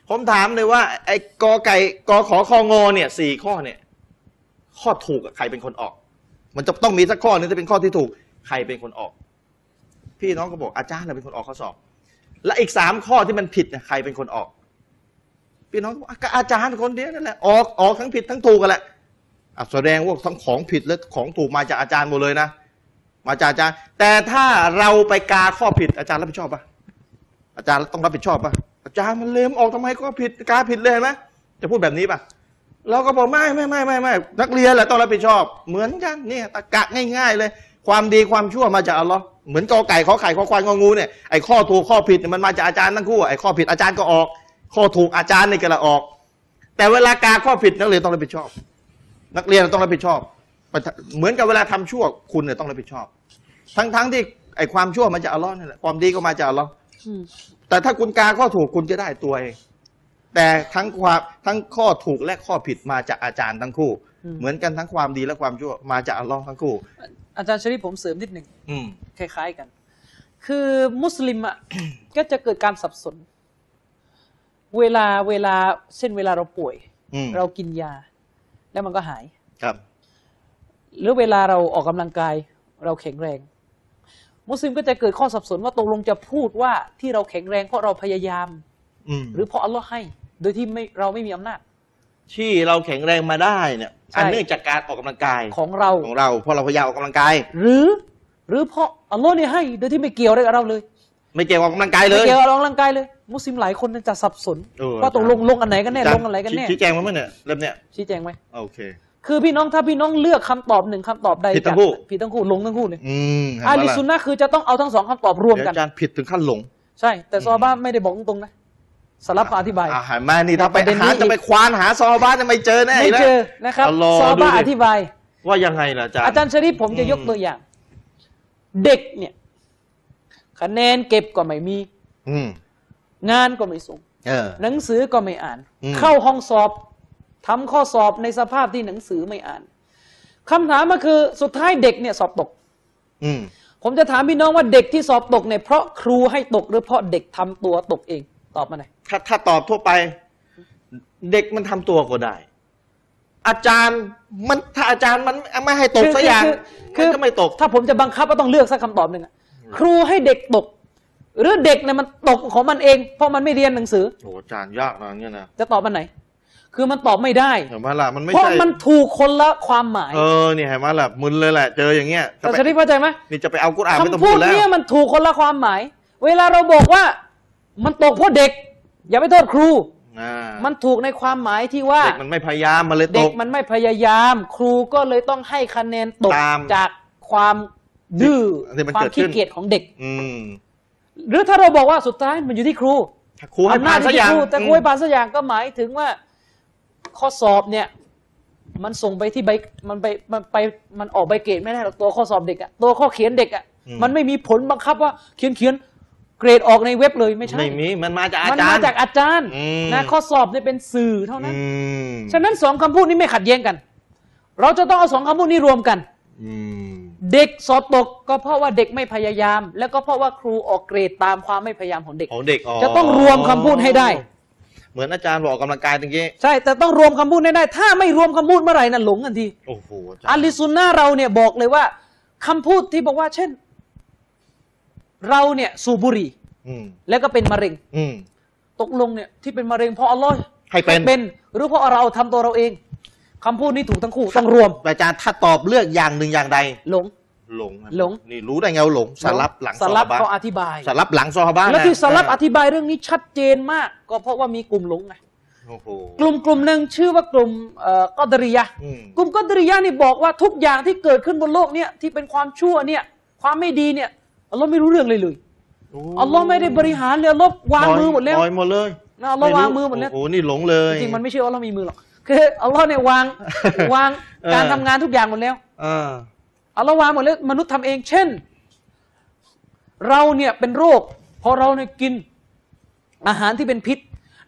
[SPEAKER 1] ผมถามเลยว่า ไอ้กอไก่กอขอคองอเนี่ยสี่ข้อเนี่ย ข้อถูกอะใครเป็นคนออก มันจะต้องมีสักข้อหนึงที่เป็นข้อที่ถูก ใครเป็นคนออก พี่น้องก็บอกอาจารย์เราเป็นคนออกข้อสอบ และอีกสามข้อที่มันผิดเนี่ยใครเป็นคนออก พี่น้องก็บอกก็อาจารย์คนเดียวนั่นแหละออกออกทั้งผิดทั้งถูกกันแหละอ่ะแสดงว่าทั้งของผิดและของถูกมาจากอาจารย์หมดเลยนะมาจากอาจารย์ แต่ถ้าเราไปกาข้อผิด อาจารย์รับผิดชอบปะอาจารย์ต้องรับผิดชอบปะอาจารย์มันเลมออกทำไมข้อผิดกาผิดเลยเห็นไหมจะพูดแบบนี้ปะ เราก็บอกไม่ไม่ไม่ไม่ไม่นักเรียนแหละต้องรับผิดชอบ เหมือนกันเนี่ยตะกะง่าย ๆ เลย ความดีความชั่วมาจากอัลลอฮ์เหมือนกอไก่ขอไข่ขอควายงองูเนี่ยไอ้ข้อถูกข้อผิดเนี่ยมันมาจากอาจารย์ทั้งคู่ไอ้ข้อผิดอาจารย์ก็ออก ข้อถูกอาจารย์นี่ก็ละออก แต่เวลากาข้อผิดนักเรียนต้องรับผิดชอบ นักเรียนต้องรับผิดชอบ เหมือนกับเวลาทำชั่วคุณเนี่ยต้องรับผิดชอบ ทั้งๆที่ไอ้ความชั่วมาจากอัลลอฮ์นี่แหละความดีก็มาจากอัลลอฮ์แต่ถ้าคุณกาข้อถูกคุณจะได้ตัวเอง แต่ทั้งความทั้งข้อถูกและข้อผิดมาจากอาจารย์ทั้งคู่
[SPEAKER 2] อืม
[SPEAKER 1] เหมือนกันทั้งความดีและความชั่วมาจากอัลลอฮ์ทั้งคู่
[SPEAKER 2] อาจารย์ชริฟผมเสริมนิดหนึ่ง
[SPEAKER 1] อืม
[SPEAKER 2] คล้ายๆกัน คือมุสลิมอ่ะ ก็จะเกิดการสับสน เวลาเวลาเช่นเวลาเราป่วย
[SPEAKER 1] อืม
[SPEAKER 2] เรากินยา แล้วมันก็หาย
[SPEAKER 1] ครับ
[SPEAKER 2] หรือเวลาเราออกกำลังกาย เราแข็งแรง มุสลิมก็จะเกิดข้อสับสนว่าตกลงจะพูดว่าที่เราแข็งแรงเพราะเราพยายาม
[SPEAKER 1] อืม
[SPEAKER 2] หรือเพราะอัลลอฮ์ให้ โดยที่ไม่เราไม่มีอำนาจ
[SPEAKER 1] ที่เราแข็งแรงมาได้เนี่ย
[SPEAKER 2] ใช่
[SPEAKER 1] อันเนื่องจากการออกกำลังกาย
[SPEAKER 2] ของเรา
[SPEAKER 1] ของเราเพราะเราพยายามออกกำลังกาย
[SPEAKER 2] หรือหรือเพราะอัลลอฮ์เนี่ยให้ โดยที่ไม่เกี่ยวอะไรกับเราเลย
[SPEAKER 1] ไม่เกี่ยวกับออกกำลังกายเล
[SPEAKER 2] ไม่
[SPEAKER 1] ย
[SPEAKER 2] เกี่ยวกับออกกำลังกายเลย มุสลิมหลายคนจะสับสน
[SPEAKER 1] เออ
[SPEAKER 2] ว่าตกลงลงอันไหนกันแน่
[SPEAKER 1] จา
[SPEAKER 2] ลงอันไหนกันแน่
[SPEAKER 1] ชี้ชี้แจงมาเมื่อเนี่ยเริ่มเนี่ย
[SPEAKER 2] ชี้แจงไหม
[SPEAKER 1] โอเค
[SPEAKER 2] คือพี่น้องถ้าพี่น้องเลือกคำตอบหนึ่งคำตอบใด
[SPEAKER 1] ผิดทั้ง
[SPEAKER 2] จาก
[SPEAKER 1] คู่
[SPEAKER 2] ผิดทั้งคู่ลงทั้งคู่เลย
[SPEAKER 1] อืมเห็น
[SPEAKER 2] อา
[SPEAKER 1] ปะ
[SPEAKER 2] ลี
[SPEAKER 1] ล่ะ
[SPEAKER 2] ซุนนะห์คือจะต้องเอาทั้งสองคำตอบรวม
[SPEAKER 1] เดี๋ยว
[SPEAKER 2] กัน
[SPEAKER 1] อาจารย์ผิดถึงขั้นหลง
[SPEAKER 2] ใช่ แต่ซอฮาบ้าไม่ได้บอกตรงๆนะสลับอธิบาย
[SPEAKER 1] อาหารมานี่ถ้าไป
[SPEAKER 2] ประเด็นนี้
[SPEAKER 1] หาจะ
[SPEAKER 2] อีก
[SPEAKER 1] ไปควานหาซอฮาบ้านจะไม่เจอแน่
[SPEAKER 2] ไม่
[SPEAKER 1] กแล้ว
[SPEAKER 2] เจอนะครับ
[SPEAKER 1] อัลลอฮ์
[SPEAKER 2] ซอฮาบ้า
[SPEAKER 1] ดูดิ
[SPEAKER 2] อธิบาย
[SPEAKER 1] ว่ายังไงล่ะอาจารย์
[SPEAKER 2] อาจารย์ชริปผมจะยก
[SPEAKER 1] อืม
[SPEAKER 2] ตัวอย่าง เด็กเนี่ย คะแนนเก็บก็ไม่มี
[SPEAKER 1] อืม
[SPEAKER 2] งานก็ไม่ส่ง
[SPEAKER 1] เออ
[SPEAKER 2] หนังสือก็ไม่อ่าน
[SPEAKER 1] อืม
[SPEAKER 2] เข้าห้องสอบทำข้อสอบในสภาพที่หนังสือไม่อ่านคำถามก็คือสุดท้ายเด็กเนี่ยสอบตก
[SPEAKER 1] อืม
[SPEAKER 2] ผมจะถามพี่น้องว่าเด็กที่สอบตกเนี่ยเพราะครูให้ตกหรือเพราะเด็กทำตัวตกเอง ตอบมาหน่อย
[SPEAKER 1] ถ้าถ้าตอบทั่วไป เด็กมันทำตัวก็ได้ อาจารย์มันถ้าอาจารย์มันไม่ให้ตกสักอย่างมันก็ไม่ตก
[SPEAKER 2] ถ้าผมจะบังคับว่าต้องเลือกสักคำตอบหนึ่งอะครูให้เด็กตก หรือเด็กเนี่ยมันตกของมันเอง เพราะมันไม่เรียนหนังสือ
[SPEAKER 1] โอ้อาจารย์ยากนะเนี่ยนะ
[SPEAKER 2] จะตอบมันไหน คือมันตอบไม่ได้
[SPEAKER 1] เห็นไหมล่ะมันไม่
[SPEAKER 2] เพราะ
[SPEAKER 1] ใช่
[SPEAKER 2] มันถูกคนละความหมาย
[SPEAKER 1] เออเนี่ยเห็นไหมล่ะมึนเลยแหละเจออย่างเงี้ยจะ
[SPEAKER 2] แต่
[SPEAKER 1] ไป
[SPEAKER 2] ชริฟเข้าใจไหม
[SPEAKER 1] นี่จะไปเอากุรอานไม่ต้อง
[SPEAKER 2] คำพู
[SPEAKER 1] พู
[SPEAKER 2] ด
[SPEAKER 1] ดแล้ว
[SPEAKER 2] เนี่ยมันถูกคนละความหมาย เวลาเราบอกว่า มันตกเพราะเด็ก อย่าไปโทษครู
[SPEAKER 1] อ่า
[SPEAKER 2] มันถูกในความหมายที่ว่า
[SPEAKER 1] เด็กมันไม่พยายามมันเลยต
[SPEAKER 2] เด็ก
[SPEAKER 1] ก
[SPEAKER 2] มันไม่พยายาม ครูก็เลยต้องให้คะแนนตก
[SPEAKER 1] ตาม
[SPEAKER 2] จากความดื้อ
[SPEAKER 1] ที่มัน
[SPEAKER 2] ควา
[SPEAKER 1] เกิด
[SPEAKER 2] ม
[SPEAKER 1] ขึ้
[SPEAKER 2] ขี้
[SPEAKER 1] น
[SPEAKER 2] เกียจของเด็ก
[SPEAKER 1] อืม
[SPEAKER 2] หรือถ้าเราบอกว่าสุดท้ายมันอยู่ที่ครู
[SPEAKER 1] ถ้าครูให้
[SPEAKER 2] อำ
[SPEAKER 1] ผ่านสัก
[SPEAKER 2] ที่
[SPEAKER 1] อย่าง
[SPEAKER 2] ครูแต่ครู
[SPEAKER 1] อืม
[SPEAKER 2] ให้ผ่านสักอย่างก็หมายถึงว่า ข้อสอบเนี่ย มันส่งไปที่ใบมันไปมันไปมันออกใบเกรดไม่ได้หรอกตัวข้อสอบเด็กอะตัวข้อเขียนเด็กอะ
[SPEAKER 1] อืม
[SPEAKER 2] มันไม่มีผลบังคับว่าเขียนเขียนเกรดออกในเว็บเลยไม่ใช่
[SPEAKER 1] ไม่มี มันมาจากอา
[SPEAKER 2] มัน
[SPEAKER 1] จาร
[SPEAKER 2] มา
[SPEAKER 1] ย์
[SPEAKER 2] จากอาจารย์
[SPEAKER 1] อืม
[SPEAKER 2] นะข้อสอบเนี่ยเป็นสื่อเท่านั้น
[SPEAKER 1] อืม
[SPEAKER 2] ฉะนั้นสองคำพูดนี้ไม่ขัดแย้งกัน เราจะต้องเอาสองคำพูดนี้รวมกัน
[SPEAKER 1] อืม
[SPEAKER 2] เด็กสอบตกก็เพราะว่าเด็กไม่พยายาม แล้วก็เพราะว่าครูออกเกรดตามความไม่พยายามของเด็ก
[SPEAKER 1] ของเด็ก
[SPEAKER 2] จะต้องรวมคำพูดให้ได้
[SPEAKER 1] เหมือนอาจารย์บอกออกกำลังกายตรงนี้
[SPEAKER 2] ใช่แต่ต้องรวมคำพูดให้ได้ ถ้าไม่รวมคำพูดเมื่อไหร่น่ะหลงกันที
[SPEAKER 1] โอ้โหาจารย์
[SPEAKER 2] อาลิซุนนาเราเนี่ยบอกเลยว่าคำพูดที่บอกว่า เช่น เราเนี่ยสูบบุหรี่
[SPEAKER 1] อืม
[SPEAKER 2] แล้วก็เป็นมะเร็ง
[SPEAKER 1] อืม
[SPEAKER 2] ตกลงเนี่ยที่เป็นมะเร็งเพราะอัลลอฮ์
[SPEAKER 1] ให้เป็น
[SPEAKER 2] เป็นหรือเพราะเราทำตัวเราเองคำพูดนี้ถูกทั้งคู่ต้องรวม
[SPEAKER 1] แต่อาจารย์ถ้าตอบเลือกอย่างหนึ่งอย่างใด
[SPEAKER 2] หลง
[SPEAKER 1] หลง
[SPEAKER 2] หลง
[SPEAKER 1] นี่รู้ได้ไงว่าหลงสลับหลัง
[SPEAKER 2] สลับ
[SPEAKER 1] ซอฮา
[SPEAKER 2] เขา
[SPEAKER 1] บะ
[SPEAKER 2] อธิบาย
[SPEAKER 1] สลับหลังซอฮาบะ
[SPEAKER 2] แล้วที่
[SPEAKER 1] นะ
[SPEAKER 2] สลับ
[SPEAKER 1] เ
[SPEAKER 2] อธิบายเรื่องนี้ชัดเจนมาก ก็เพราะว่ามีกลุ่มหลงไง
[SPEAKER 1] โอ้โห
[SPEAKER 2] กลุ่มกลุ่มหนึ่งชื่อว่ากลุ่มเอ่อกอดริยะห์
[SPEAKER 1] อืม
[SPEAKER 2] กลุ่มกอดริยะห์นี่บอกว่าทุกอย่างที่เกิดขึ้นบนโลกเนี่ยที่เป็นความชั่วเนี่ยความไม่ดีเนี่ยอัลลอฮ์ไม่รู้เรื่องเลยเลยอัลลอฮ์ไม่ได้บริหารเลยอัลลอฮ์วางมือหมดแล้ว
[SPEAKER 1] ลอยหมดเลย
[SPEAKER 2] นะอัลลอฮ์วางมือหมดแล้ว
[SPEAKER 1] โอ้โหนี่หลงเลย
[SPEAKER 2] จริงๆมันไม่ใช่ว่าอัลลอฮ์มีมือหรอก คืออัลลอฮ์เนี่ยวางวาง
[SPEAKER 1] เออ
[SPEAKER 2] การทำงานทุกอย่างหมดแล้ว
[SPEAKER 1] อ่า
[SPEAKER 2] อัลลอฮ์วางหมดแล้วมนุษย์ทำเอง เช่น เราเนี่ยเป็นโรคเพราะเราเนี่ยกิน อาหารที่เป็นพิษ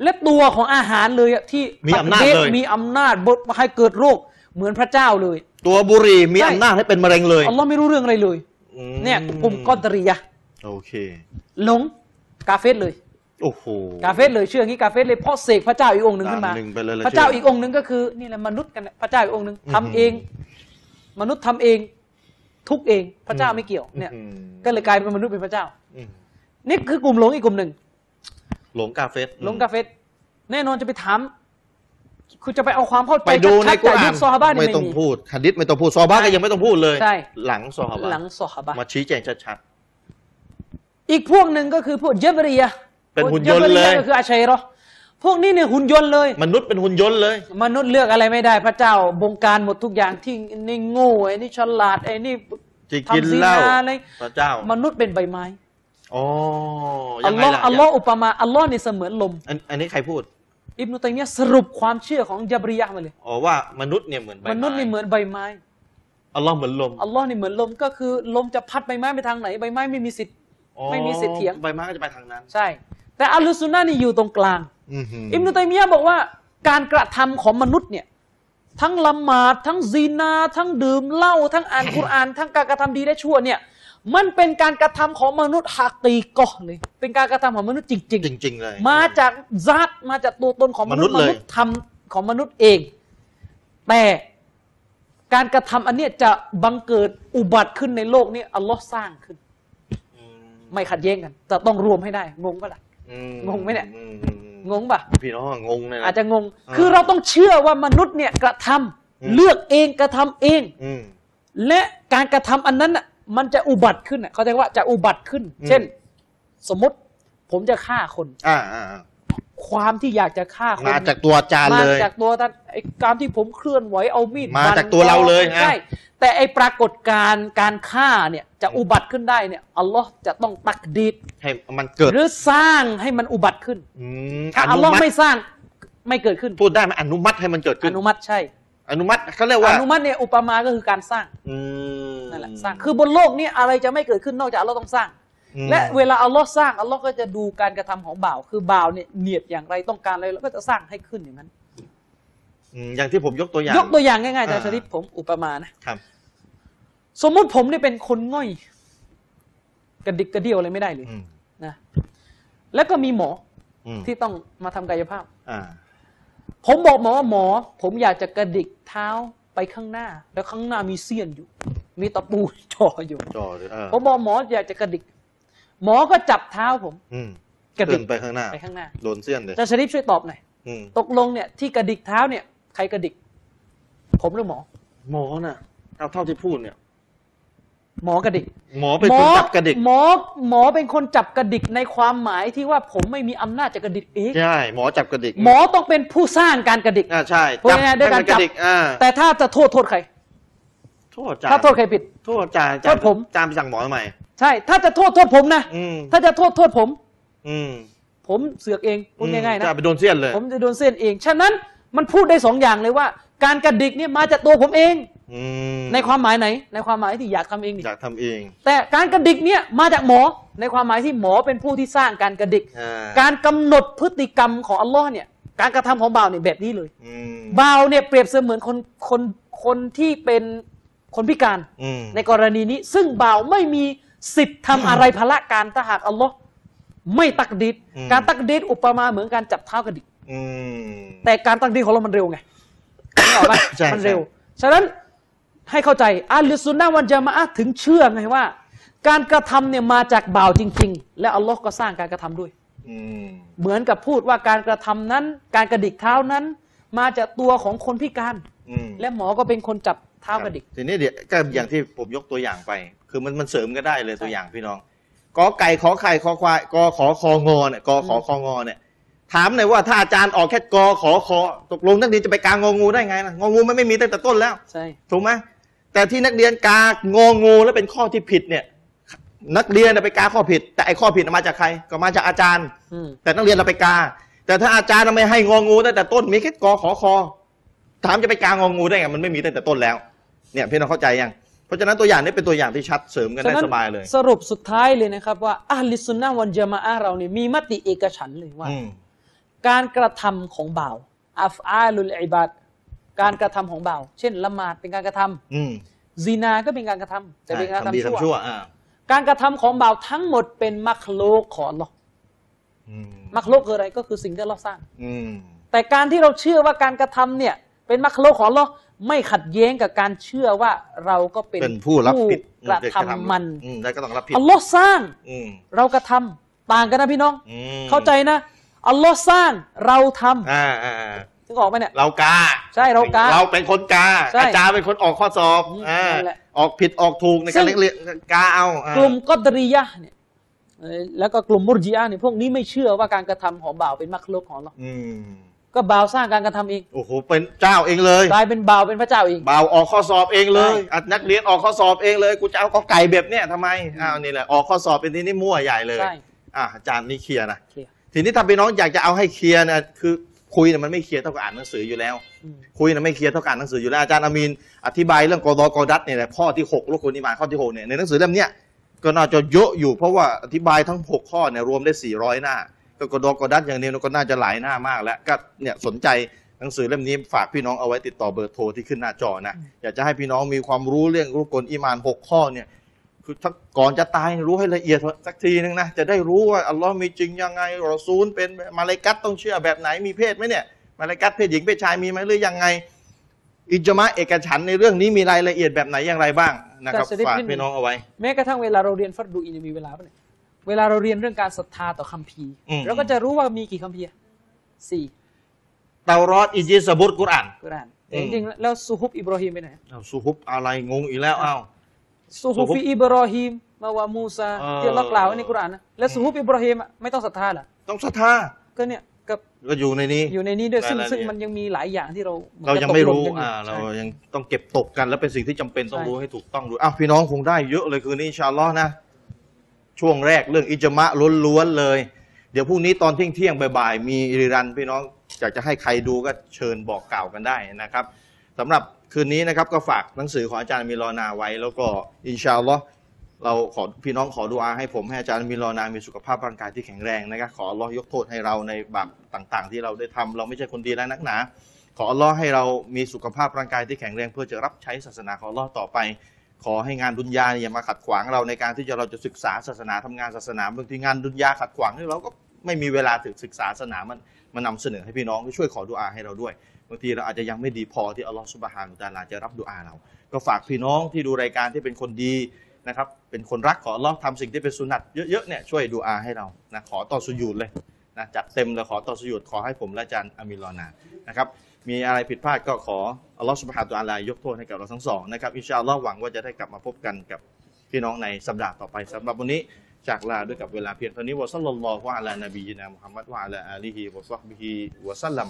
[SPEAKER 2] และตัวของอาหารเลยอะที่
[SPEAKER 1] มีอำนาจเลย
[SPEAKER 2] มีอำนาจบดให้เกิดโรคเหมือนพระเจ้าเลย
[SPEAKER 1] ตัวบุหรี่มี
[SPEAKER 2] ใช่
[SPEAKER 1] อำนาจให้เป็นมะเร็งเลย
[SPEAKER 2] อัลลอฮ์ไม่รู้เรื่องอะไรเลย
[SPEAKER 1] อืม
[SPEAKER 2] เนี่ยกลุ่มกอดริยะห์
[SPEAKER 1] โอเค
[SPEAKER 2] หลงกาเฟสเลย
[SPEAKER 1] โอ้โห
[SPEAKER 2] กาเฟสเลยเชื่ออย่างนี้กาเฟสเลยเพราะเสกพระเจ้าอีกองค์หนึ่งขึ้นมา
[SPEAKER 1] อ่าหนึ่งไปเลยเลย
[SPEAKER 2] พระเจ้า
[SPEAKER 1] เชื่ออี
[SPEAKER 2] อีกองค์หนึ่งก็คือนี่แหละมนุษย์กันน่ะพระเจ้าอีกองค์หนึ่ง
[SPEAKER 1] อือหื
[SPEAKER 2] ทำ
[SPEAKER 1] อ
[SPEAKER 2] เอง มนุษย์ทำเอง ทุกเอง พระเจ้าไม่เกี่ยวเนี่ย
[SPEAKER 1] อืม
[SPEAKER 2] ก็เลยกลายเป็นมนุษย์เป็นพระเจ้า
[SPEAKER 1] อืม
[SPEAKER 2] นี่คือกลุ่มหลงอีกกลุ่มหนึ่ง
[SPEAKER 1] หลงกาเฟส
[SPEAKER 2] ลงกาเฟสแน่นอนจะไปถาม คุณจะไปเอาความเข้าใจ
[SPEAKER 1] ไปดูในกุรอาน
[SPEAKER 2] ชัดๆจยุคซอฮาบะนี่
[SPEAKER 1] ไม่
[SPEAKER 2] ไม่
[SPEAKER 1] ต้อง
[SPEAKER 2] มี
[SPEAKER 1] พูดฮัดดิษไม่ต้องพูดซอฮาบะก็ยังไม่ต้องพูดเลย
[SPEAKER 2] ใช่
[SPEAKER 1] หลังซอฮาบะ
[SPEAKER 2] หลังซอฮาบะ
[SPEAKER 1] มาชี้แจงชัด
[SPEAKER 2] อีกพวกหนึ่งก็คือพวกเยบรียะห์
[SPEAKER 1] เป็นหุ่นยนต์
[SPEAKER 2] พวกบรีะห์
[SPEAKER 1] เลย
[SPEAKER 2] ก็คืออาชัยเราะห์ พวกนี้เนี่ยหุ่นยนต์เลย
[SPEAKER 4] มนุษย์เป็นหุ่นยนต์เลย
[SPEAKER 2] มนุษย์เลือกอะไรไม่ได้พระเจ้าบงการหมดทุกอย่างที่ไอ้นี่โง่ไอ้นี่ฉลาดไอ้นี่
[SPEAKER 4] จะกินเหล้า
[SPEAKER 2] ทำซินาเลย
[SPEAKER 4] พระเจ้าม
[SPEAKER 2] นุษย์เป็นใบไม้
[SPEAKER 4] อ๋อยั
[SPEAKER 2] อั
[SPEAKER 4] ง
[SPEAKER 2] ล
[SPEAKER 4] ไง
[SPEAKER 2] ลอฮ์
[SPEAKER 4] ล่ะ
[SPEAKER 2] อัลลอฮ์อุปมาอัลลอฮ์นี่เสมือนลม
[SPEAKER 4] อันอันนี้ใครพูด
[SPEAKER 2] อิบนุตัยมียะห์สรุปความเชื่อของยับริยะห์มาเลย
[SPEAKER 4] อ๋อว่ามนุษย์เนี่ยเหมือนใบ
[SPEAKER 2] ม
[SPEAKER 4] ไม้
[SPEAKER 2] นุษย์นี่เหมือนใบไม้
[SPEAKER 4] อัลลอฮ์เหมือนลม
[SPEAKER 2] อัลลอฮ์นี่เหมือนลมก็คือลมจะพัดใบไม้ไปทางไหนใบไม้ไม่มีสิทธิ์
[SPEAKER 4] อ๋อ
[SPEAKER 2] ไม่มีสิทธิ์เถียง
[SPEAKER 4] ใบไม้ก็จะไปทางนั้น
[SPEAKER 2] ใช่ แต่อัลลุสซุนนะห์นี่อยู่ตรงกลาง
[SPEAKER 4] อื้อหือ
[SPEAKER 2] อิมนุตัยมียะห์บอกว่าการกระทำของมนุษย์เนี่ยทั้งละหมาดทั้งซีนา ทั้งดื่มเหล้าทั้งอ่านกุรอาน ทั้งการกระทำดีและชั่วเนี่ยมันเป็นการกระทำของมนุษย์ฮักกีกอเลย เป็นการกระทำของมนุษย์จริง
[SPEAKER 4] จริง ๆ เลย
[SPEAKER 2] ๆ มาจากซัตมาจากตัวตนของมนุษย์
[SPEAKER 4] ม
[SPEAKER 2] ม
[SPEAKER 4] นุษย์เลย
[SPEAKER 2] นุษย์ทำของมนุษย์เอง แต่การกระทำอันเนี้ยจะบังเกิดอุบัติขึ้นในโลกนี้อัลลอฮ์สร้างขึ้น
[SPEAKER 4] อืม
[SPEAKER 2] ไม่ขัดแย้งกัน แต่ต้องรวมให้ได้งงปะล่ะ
[SPEAKER 4] อื
[SPEAKER 2] งงไหมเนี่ย
[SPEAKER 4] อื
[SPEAKER 2] งงปะ
[SPEAKER 4] พี่น้องงงเลยนะ
[SPEAKER 2] อาจจะงง
[SPEAKER 4] อ่า
[SPEAKER 2] คือเราต้องเชื่อว่ามนุษย์เนี่ยกระทำ
[SPEAKER 4] อืม
[SPEAKER 2] เลือกเองกระทำเอง
[SPEAKER 4] อืม
[SPEAKER 2] และการกระทำอันนั้นน่ะมันจะอุบัติขึ้นน่ะเขาเรียกว่าจะอุบัติขึ้น
[SPEAKER 4] อืม
[SPEAKER 2] เช่น สมมติผมจะฆ่าคน
[SPEAKER 4] อ่าอ่าอ่า
[SPEAKER 2] ความที่อยากจะฆ่าคน
[SPEAKER 4] มาจากตัวอาจารย์
[SPEAKER 2] มา
[SPEAKER 4] เลย
[SPEAKER 2] จากตัวท่านไอ้การที่ผมเคลื่อนไหวเอามีด
[SPEAKER 4] มา
[SPEAKER 2] ฟัน
[SPEAKER 4] จากตัวเราเลย
[SPEAKER 2] ใช่
[SPEAKER 4] อ่ะ
[SPEAKER 2] แต่ไอปรากฏการณ์การฆ่าเนี่ยจะอุบัติขึ้นได้เนี่ยอัลลอฮ์จะต้องตักดีด
[SPEAKER 4] ให้มันเกิด
[SPEAKER 2] หรือสร้างให้มันอุบัติขึ้น
[SPEAKER 4] อืม
[SPEAKER 2] ถ้า
[SPEAKER 4] อ
[SPEAKER 2] อัล
[SPEAKER 4] นุ
[SPEAKER 2] ลอฮ์
[SPEAKER 4] มัติ
[SPEAKER 2] ไม่สร้างไม่เกิดขึ้น
[SPEAKER 4] พูดได้ไหมอนุมัติให้มันเกิด
[SPEAKER 2] อ
[SPEAKER 4] ขึ้น
[SPEAKER 2] นุมัติใช่
[SPEAKER 4] อนุมัติเขาเรียกว่า
[SPEAKER 2] อนุมัติเนี่ยอุปมาก็คือการสร้าง
[SPEAKER 4] อืม
[SPEAKER 2] นั่นแหละสร้างคือบนโลกนี้อะไรจะไม่เกิดขึ้นนอกจากอัลลอฮ์ต้องสร้าง
[SPEAKER 4] ม
[SPEAKER 2] และเวลาอัลลอฮ์สร้างอัลลอฮ์ก็จะดูการกระทำของบ่าว คือบ่าวเนี่ยเนียดอย่างไรต้องการอะไรแล้วก็จะสร้างให้ขึ้นอย่างนั้น
[SPEAKER 4] อืมอย่างที่ผมยกตัวอย่าง
[SPEAKER 2] ยกตัวอย่างง่ายๆอาจารย์
[SPEAKER 4] อ่า
[SPEAKER 2] ชริปผมอุปมานะครับ สมมุติผมเนี่ยเป็นคนง่อย กระดิกกระเดี่ยวอะไรไม่ได้เลย
[SPEAKER 4] อืม
[SPEAKER 2] นะแล้วก็มีหมอ
[SPEAKER 4] อืม
[SPEAKER 2] ที่ต้องมาทำกายภาพ
[SPEAKER 4] อ่า
[SPEAKER 2] ผมบอกหมอว่าหมอ ผมอยากจะกระดิกเท้าไปข้างหน้า แล้วข้างหน้ามีเสี้ยนอยู่ มีตะปู จ่ออยู่
[SPEAKER 4] จอหรือเออ
[SPEAKER 2] ผมบอกหมออยากจะกระดิก หมอก็จับเท้าผม
[SPEAKER 4] อืม
[SPEAKER 2] กระดิ
[SPEAKER 4] เดิ
[SPEAKER 2] ก
[SPEAKER 4] นไปข้างหน้า
[SPEAKER 2] ไปข้างหน้า
[SPEAKER 4] โดนเสี้ยนเลย
[SPEAKER 2] อาจารย์ชริปช่วยตอบหน่อย
[SPEAKER 4] อืม
[SPEAKER 2] ตกลงเนี่ยที่กระดิกเท้าเนี่ยใครกระดิก ผมหรือหมอ
[SPEAKER 4] หมอน่ะเอาเท่าที่พูดเนี่ย
[SPEAKER 2] หมอกระดิก
[SPEAKER 4] หมอเป็น
[SPEAKER 2] หม
[SPEAKER 4] ค
[SPEAKER 2] อน
[SPEAKER 4] จับกระดิก
[SPEAKER 2] หมอหมอเป็นคนจับกระดิกในความหมายที่ว่าผมไม่มีอำนาจจะกระดิกเอง
[SPEAKER 4] ใช่ หมอจับกระดิก
[SPEAKER 2] หมอต้องเป็นผู้สร้างการกระดิก
[SPEAKER 4] อ่าใช่
[SPEAKER 2] พูดง่ายๆด้วยการ
[SPEAKER 4] ให้มักระดิก
[SPEAKER 2] จับ
[SPEAKER 4] อ่า
[SPEAKER 2] แต่ถ้าจะโทษโทษใคร
[SPEAKER 4] โทษจ่า
[SPEAKER 2] ถ้าโทษใครผิด
[SPEAKER 4] โทษจ่า
[SPEAKER 2] โทษผม
[SPEAKER 4] จามไปสั่งหมอใหม่
[SPEAKER 2] ใช่ ถ้าจะโทษโทษผมนะ
[SPEAKER 4] อืม
[SPEAKER 2] ถ้าจะโทษโทษผม
[SPEAKER 4] อืม
[SPEAKER 2] ผมเสือกเองพูดง่ายๆนะ
[SPEAKER 4] ใช่ไปโดนเสี้ยนเลย
[SPEAKER 2] ผมจะโดนเส้นเอง ฉะนั้นมันพูดได้สองอย่างเลยว่า การกระดิกเนี่ยมาจากตัวผมเอง
[SPEAKER 4] อืม
[SPEAKER 2] ในความหมายไหน ในความหมายที่อยากทำเองนี่
[SPEAKER 4] อยากทำเอง
[SPEAKER 2] แต่การกระดิกเนี่ยมาจากหมอ ในความหมายที่หมอเป็นผู้ที่สร้างการกระดิก
[SPEAKER 4] อ่า
[SPEAKER 2] การกำหนดพฤติกรรมของอัลลอฮ์เนี่ย การกระทำของบ่าวเนี่ยแบบนี้เลย
[SPEAKER 4] อืม
[SPEAKER 2] บ่าวเนี่ยเปรียบเสมือนคนคนคนที่เป็นคนพิการ
[SPEAKER 4] อืม
[SPEAKER 2] ในกรณีนี้ ซึ่งบ่าวไม่มีสิทธิ์ทำอะไรพละการถ้าหากอัลลอฮ์ไม่ตักดิดการตักดิดอุปมาเหมือนการจับเท้ากระดิก
[SPEAKER 4] อืม
[SPEAKER 2] แต่การตั้งดีของเรามันเร็วไงนึกออกปะ
[SPEAKER 4] ใช่
[SPEAKER 2] มันเร็ว ฉะนั้นให้เข้าใจอัลลอฮซุนนะฮ์วันจะมาอะฮ์ถึงเชื่อไงว่า การกระทำเนี่ยมาจากบ่าวจริง ๆ และอัลลอฮ์ก็สร้างการกระทำด้วย
[SPEAKER 4] อืม
[SPEAKER 2] เหมือนกับพูดว่าการกระทำนั้น การกระดิกเท้านั้น มาจากตัวของคนพิการ
[SPEAKER 4] อืม
[SPEAKER 2] และหมอก็เป็นคนจับเท้า
[SPEAKER 4] ค
[SPEAKER 2] ก
[SPEAKER 4] รับ
[SPEAKER 2] ระดิก
[SPEAKER 4] ทีนี้เดี๋ยวก็อย่างที่ผมยกตัวอย่างไป คือมันมันเสริมก็ได้เลย
[SPEAKER 2] ใช่
[SPEAKER 4] ตัวอย่างพี่น้องกอไก่ขอไข่ขอควายกอขอคองอเนี่ยกอขอคองอเนี่ย ถามหน่อยว่าถ้าอาจารย์ออกแค่กอขอคอตกลงนักเรียนจะไปกางงองูได้ไงล่ะงองูมันไม่มีตั้งแต่ต้นแล้ว
[SPEAKER 2] ใช่
[SPEAKER 4] ถูกไหมแต่ที่นักเรียนกางองูแล้วเป็นข้อที่ผิดเนี่ย นักเรียนน่ะไปกาข้อผิด แต่ไอ้ข้อผิดน่ะมาจากใครก็มาจากอาจารย์
[SPEAKER 2] อืม
[SPEAKER 4] แต่นักเรียนเราไปกา แต่ถ้าอาจารย์เราไม่ให้งองูตั้งแต่ต้นมีแค่กอขอคอถามจะไปกางองูได้ไงมันไม่มีตั้งแต่ต้นแล้ว เนี่ยพี่น้องเข้าใจยังเพราะฉะนั้นตัวอย่างนี้เป็นตัวอย่างที่ชัดเสริมกัน
[SPEAKER 2] ฉะ
[SPEAKER 4] ได้
[SPEAKER 2] นั้น
[SPEAKER 4] สบายเลย
[SPEAKER 2] สรุปสุดท้ายเลยนะครับว่าอัลลอฮซุนนะฮ์วันจะมาอะฮ์เราเนี่ยมีมติเอกฉันท์เลยว่า
[SPEAKER 4] อืม
[SPEAKER 2] การกระทำของบ่าวอัฟอาลุลอิบัดการกระทำของบ่าว เช่นละหมาดเป็นการกระทำ
[SPEAKER 4] อืม
[SPEAKER 2] ซีนาก็เป็นการกระทำแต่เป็นการกระ
[SPEAKER 4] ทำดี
[SPEAKER 2] ทำชั่
[SPEAKER 4] ทำ
[SPEAKER 2] ว
[SPEAKER 4] ชั่วอ่า
[SPEAKER 2] การกระทำของบ่าวทั้งหมดเป็นมักโลกของอัลลอฮ์
[SPEAKER 4] อืม
[SPEAKER 2] มักโลกคืออะไรก็คือสิ่งที่เราสร้าง
[SPEAKER 4] อืม
[SPEAKER 2] แต่การที่เราเชื่อว่าการกระทำเนี่ย เป็นมักโลกของอัลลอฮ์ไม่ขัดแย้งกับการเชื่อว่าเราก็เป็น
[SPEAKER 4] เป็นผู้รับผิด
[SPEAKER 2] กระทำมัน
[SPEAKER 4] อืมแล้วก็ต้องรับผิด
[SPEAKER 2] อัลลอฮ์สร้าง
[SPEAKER 4] อืม
[SPEAKER 2] เรากระทำต่างกันนะพี่น้อง
[SPEAKER 4] อืม
[SPEAKER 2] เข้าใจนะอัลลอฮ์สร้างเราท
[SPEAKER 4] อ่าอ่าอ่า
[SPEAKER 2] ำถึงออกไหมเนี่ย
[SPEAKER 4] เรากา
[SPEAKER 2] ใช่เรากา
[SPEAKER 4] เราเป็นคนกา
[SPEAKER 2] ใช่
[SPEAKER 4] อาจารย์เป็นคนออกข้อสอบ
[SPEAKER 2] อืม
[SPEAKER 4] อ่า
[SPEAKER 2] นั่นแหละ
[SPEAKER 4] ออกผิดออกถูกใน
[SPEAKER 2] ซึ่
[SPEAKER 4] การ
[SPEAKER 2] ง
[SPEAKER 4] เรียนกาเอาอ่าก
[SPEAKER 2] ลุ่มกอดริยะห์เนี่ย เอ่อแล้วก็กลุ่มมุรจิอาเนี่ยพวกนี้ไม่เชื่อว่าการกระทำของบ่าวเป็นมักลุกของอัลเลาะห์
[SPEAKER 4] อืม
[SPEAKER 2] ก็บ่าวสร้างการกระทำเอง
[SPEAKER 4] โอ้โหเป็นเจ้าเองเลย
[SPEAKER 2] กลายเป็นบ่าวเป็นพระเจ้าเอง
[SPEAKER 4] บ่าวออกข้อสอบเองเลย
[SPEAKER 2] ใช่
[SPEAKER 4] อัดนักเรียนออกข้อสอบเองเลยกูจะเอากอไก่แบบเนี้ยทำไมอ้าวนี่แหละออกข้อสอบเป็นที่นี่มั่วใหญ่เลย
[SPEAKER 2] ใช่
[SPEAKER 4] อ่ะอาจารย์นี่เคลียร์นะ
[SPEAKER 2] เคลียร์
[SPEAKER 4] ทีนี้ถ้าพี่น้องอยากจะเอาให้เคลียร์นะคือคุยเนี่ยมันไม่เคลียร์เท่ากับอ่านหนังสืออยู่แล้ว
[SPEAKER 2] อืม
[SPEAKER 4] คุยนะไม่เคลียร์เท่ากับอ่านหนังสืออยู่แล้วอาจารย์อามีนอธิบายเรื่องกอดอกอดัตเนี่ยแหละข้อที่หกลูกคนนิมานข้อที่หกเนี่ยในหนังสือเล่มเนี้ยก็น่าจะเยอะอยู่เพราะว่าอธิบายทั้งหกข้อเนี่ยรวมได้สี่ร้อยหน้า ก็กอดอกอดัตอย่างเดียวก็น่าจะหลายหน้ามากแล้วก็เนี่ยสนใจหนังสือเล่มนี้ฝากพี่น้องเอาไว้ติดต่อเบอร์โทรที่ขึ้นหน้าจอนะอยากจะให้พี่น้องมีความรู้เรื่องลูกกลอิมานหกข้อเนี่ยคือถ้าก่อนจะตายรู้ให้ละเอียดสักทีนึงนะจะได้รู้ว่าอัลลอฮ์มีจริงยังไงรอซูลเป็นมาลาอิกัตต้องเชื่อแบบไหนมีเพศไหมเนี่ย มาลาอิกัตเพศหญิงเพศชายมีไหมหรือยังไง อิจมะเอกฉันท์ในเรื่องนี้มีรายละเอียดแบบไหนอย่างไรบ้างนะครับฝากพี่น้องเอาไว้
[SPEAKER 2] แม้กระทั่งเวลาเราเรียนฟัดดูอินมีเวลาปะเนี่ยเวลาเราเรียนเรื่องการศรัทธาต่อคัมภีร์
[SPEAKER 4] อืม
[SPEAKER 2] เราก็จะรู้ว่ามีกี่คัมภีร์อะสี่
[SPEAKER 4] เตารอดอิจิสบุตรกุรอาน
[SPEAKER 2] กุรอานแต่
[SPEAKER 4] อืม
[SPEAKER 2] จริงๆแล้วซูฮุบอิบรอฮีมไปไหน
[SPEAKER 4] อ้าวสุฮุบอะไรงงอีกแล้วอ้าว
[SPEAKER 2] ซูฮุบ
[SPEAKER 4] ซูฮุบ
[SPEAKER 2] อิบรอฮีมมาวามูซา
[SPEAKER 4] เออ
[SPEAKER 2] ที่อัลเลาะห์กล่าวไว้ในกุรอานนะแล้วซูฮุบอิบรอฮีมอะไม่ต้องศรัทธาเหรอ
[SPEAKER 4] ต้องศรัทธา
[SPEAKER 2] ก็เนี่ยก็
[SPEAKER 4] ก็อยู่ในนี้
[SPEAKER 2] อยู่ในนี้ด้วยซึ่ง
[SPEAKER 4] รายละเอียด
[SPEAKER 2] ซึ่งมันยังมีหลายอย่างที่เราหอน
[SPEAKER 4] เรา
[SPEAKER 2] กับ
[SPEAKER 4] ยังไม่รู้
[SPEAKER 2] ตกลกันอยู่
[SPEAKER 4] อ่าเรา
[SPEAKER 2] ใช่
[SPEAKER 4] ยังต้องเก็บตกกันและเป็นสิ่งที่จำเป็นต้อง
[SPEAKER 2] ใช่
[SPEAKER 4] รู้ให้ถูกต้องด้วยอ้าวพี่น้องคงได้เยอะเลยคืนนี้อินชาอัลลอฮ์นะ ช่วงแรกเรื่องอิจมะล้วนๆเลย เดี๋ยวพรุ่งนี้ตอนเที่ยงเที่ยงๆบ่ายๆมีอิริรันพี่น้องอยากจะให้ใครดูก็เชิญบอกกล่าวกันได้นะครับสำหรับคืนนี้นะครับก็ฝากหนังสือของอาจารย์มิลอนาไว้ แล้วก็อินชาอัลลอฮ์เราขอพี่น้องขอดูอาให้ผมให้อาจารย์มิลอนามีสุขภาพร่างกายที่แข็งแรงนะครับขออัลลอฮ์ยกโทษให้เราในบาปต่าง ๆ ที่เราได้ทำเราไม่ใช่คนดีแล้วนักหนา ขออัลลอฮ์ให้เรามีสุขภาพร่างกายที่แข็งแรง เพื่อจะรับใช้ศาสนาของอัลลอฮ์ต่อไป ขอให้งานดุนยาเนี่ยอย่ามาขัดขวางเราในการที่จะเราจะศึกษาศาสนาทำงานศาสนาบางทีงานดุนยาขัดขวางเราก็ไม่มีเวลาถึงศึกษาศาสนามันมานำเสนอให้พี่น้องช่วยขอดุอาให้เราด้วยบางทีเราอาจจะยังไม่ดีพอที่อัลลอฮ์สุบฮานุตะอาลาจะรับดุอาเรา ก็ฝากพี่น้องที่ดูรายการที่เป็นคนดีนะครับเป็นคนรักของอัลลอฮ์ทำสิ่งที่เป็นสุนัตเยอะๆเนี่ยช่วยดูอาให้เรานะขอต่อสุญูดเลยนะจัดเต็มเลยขอต่อสุญูดขอให้ผมและอาจารย์อามินรอนา นะครับ มีอะไรผิดพลาดก็ขออัลลอฮฺสุบฮานะฮูวะตะอาลายกโทษให้กับเราทั้งสองนะครับอินชาอัลลอฮ์หวังว่าจะได้กลับมาพบกันกับพี่น้องในสัปดาห์ต่อไปสำหรับวันนี้จากลาด้วยกับเวลาเพียงเท่านี้วะซัลลัลลอฮุอะลานบีนะมุฮัมมัดวะอะลาอาลีฮิวะซอฮบิฮิวะสัลลัม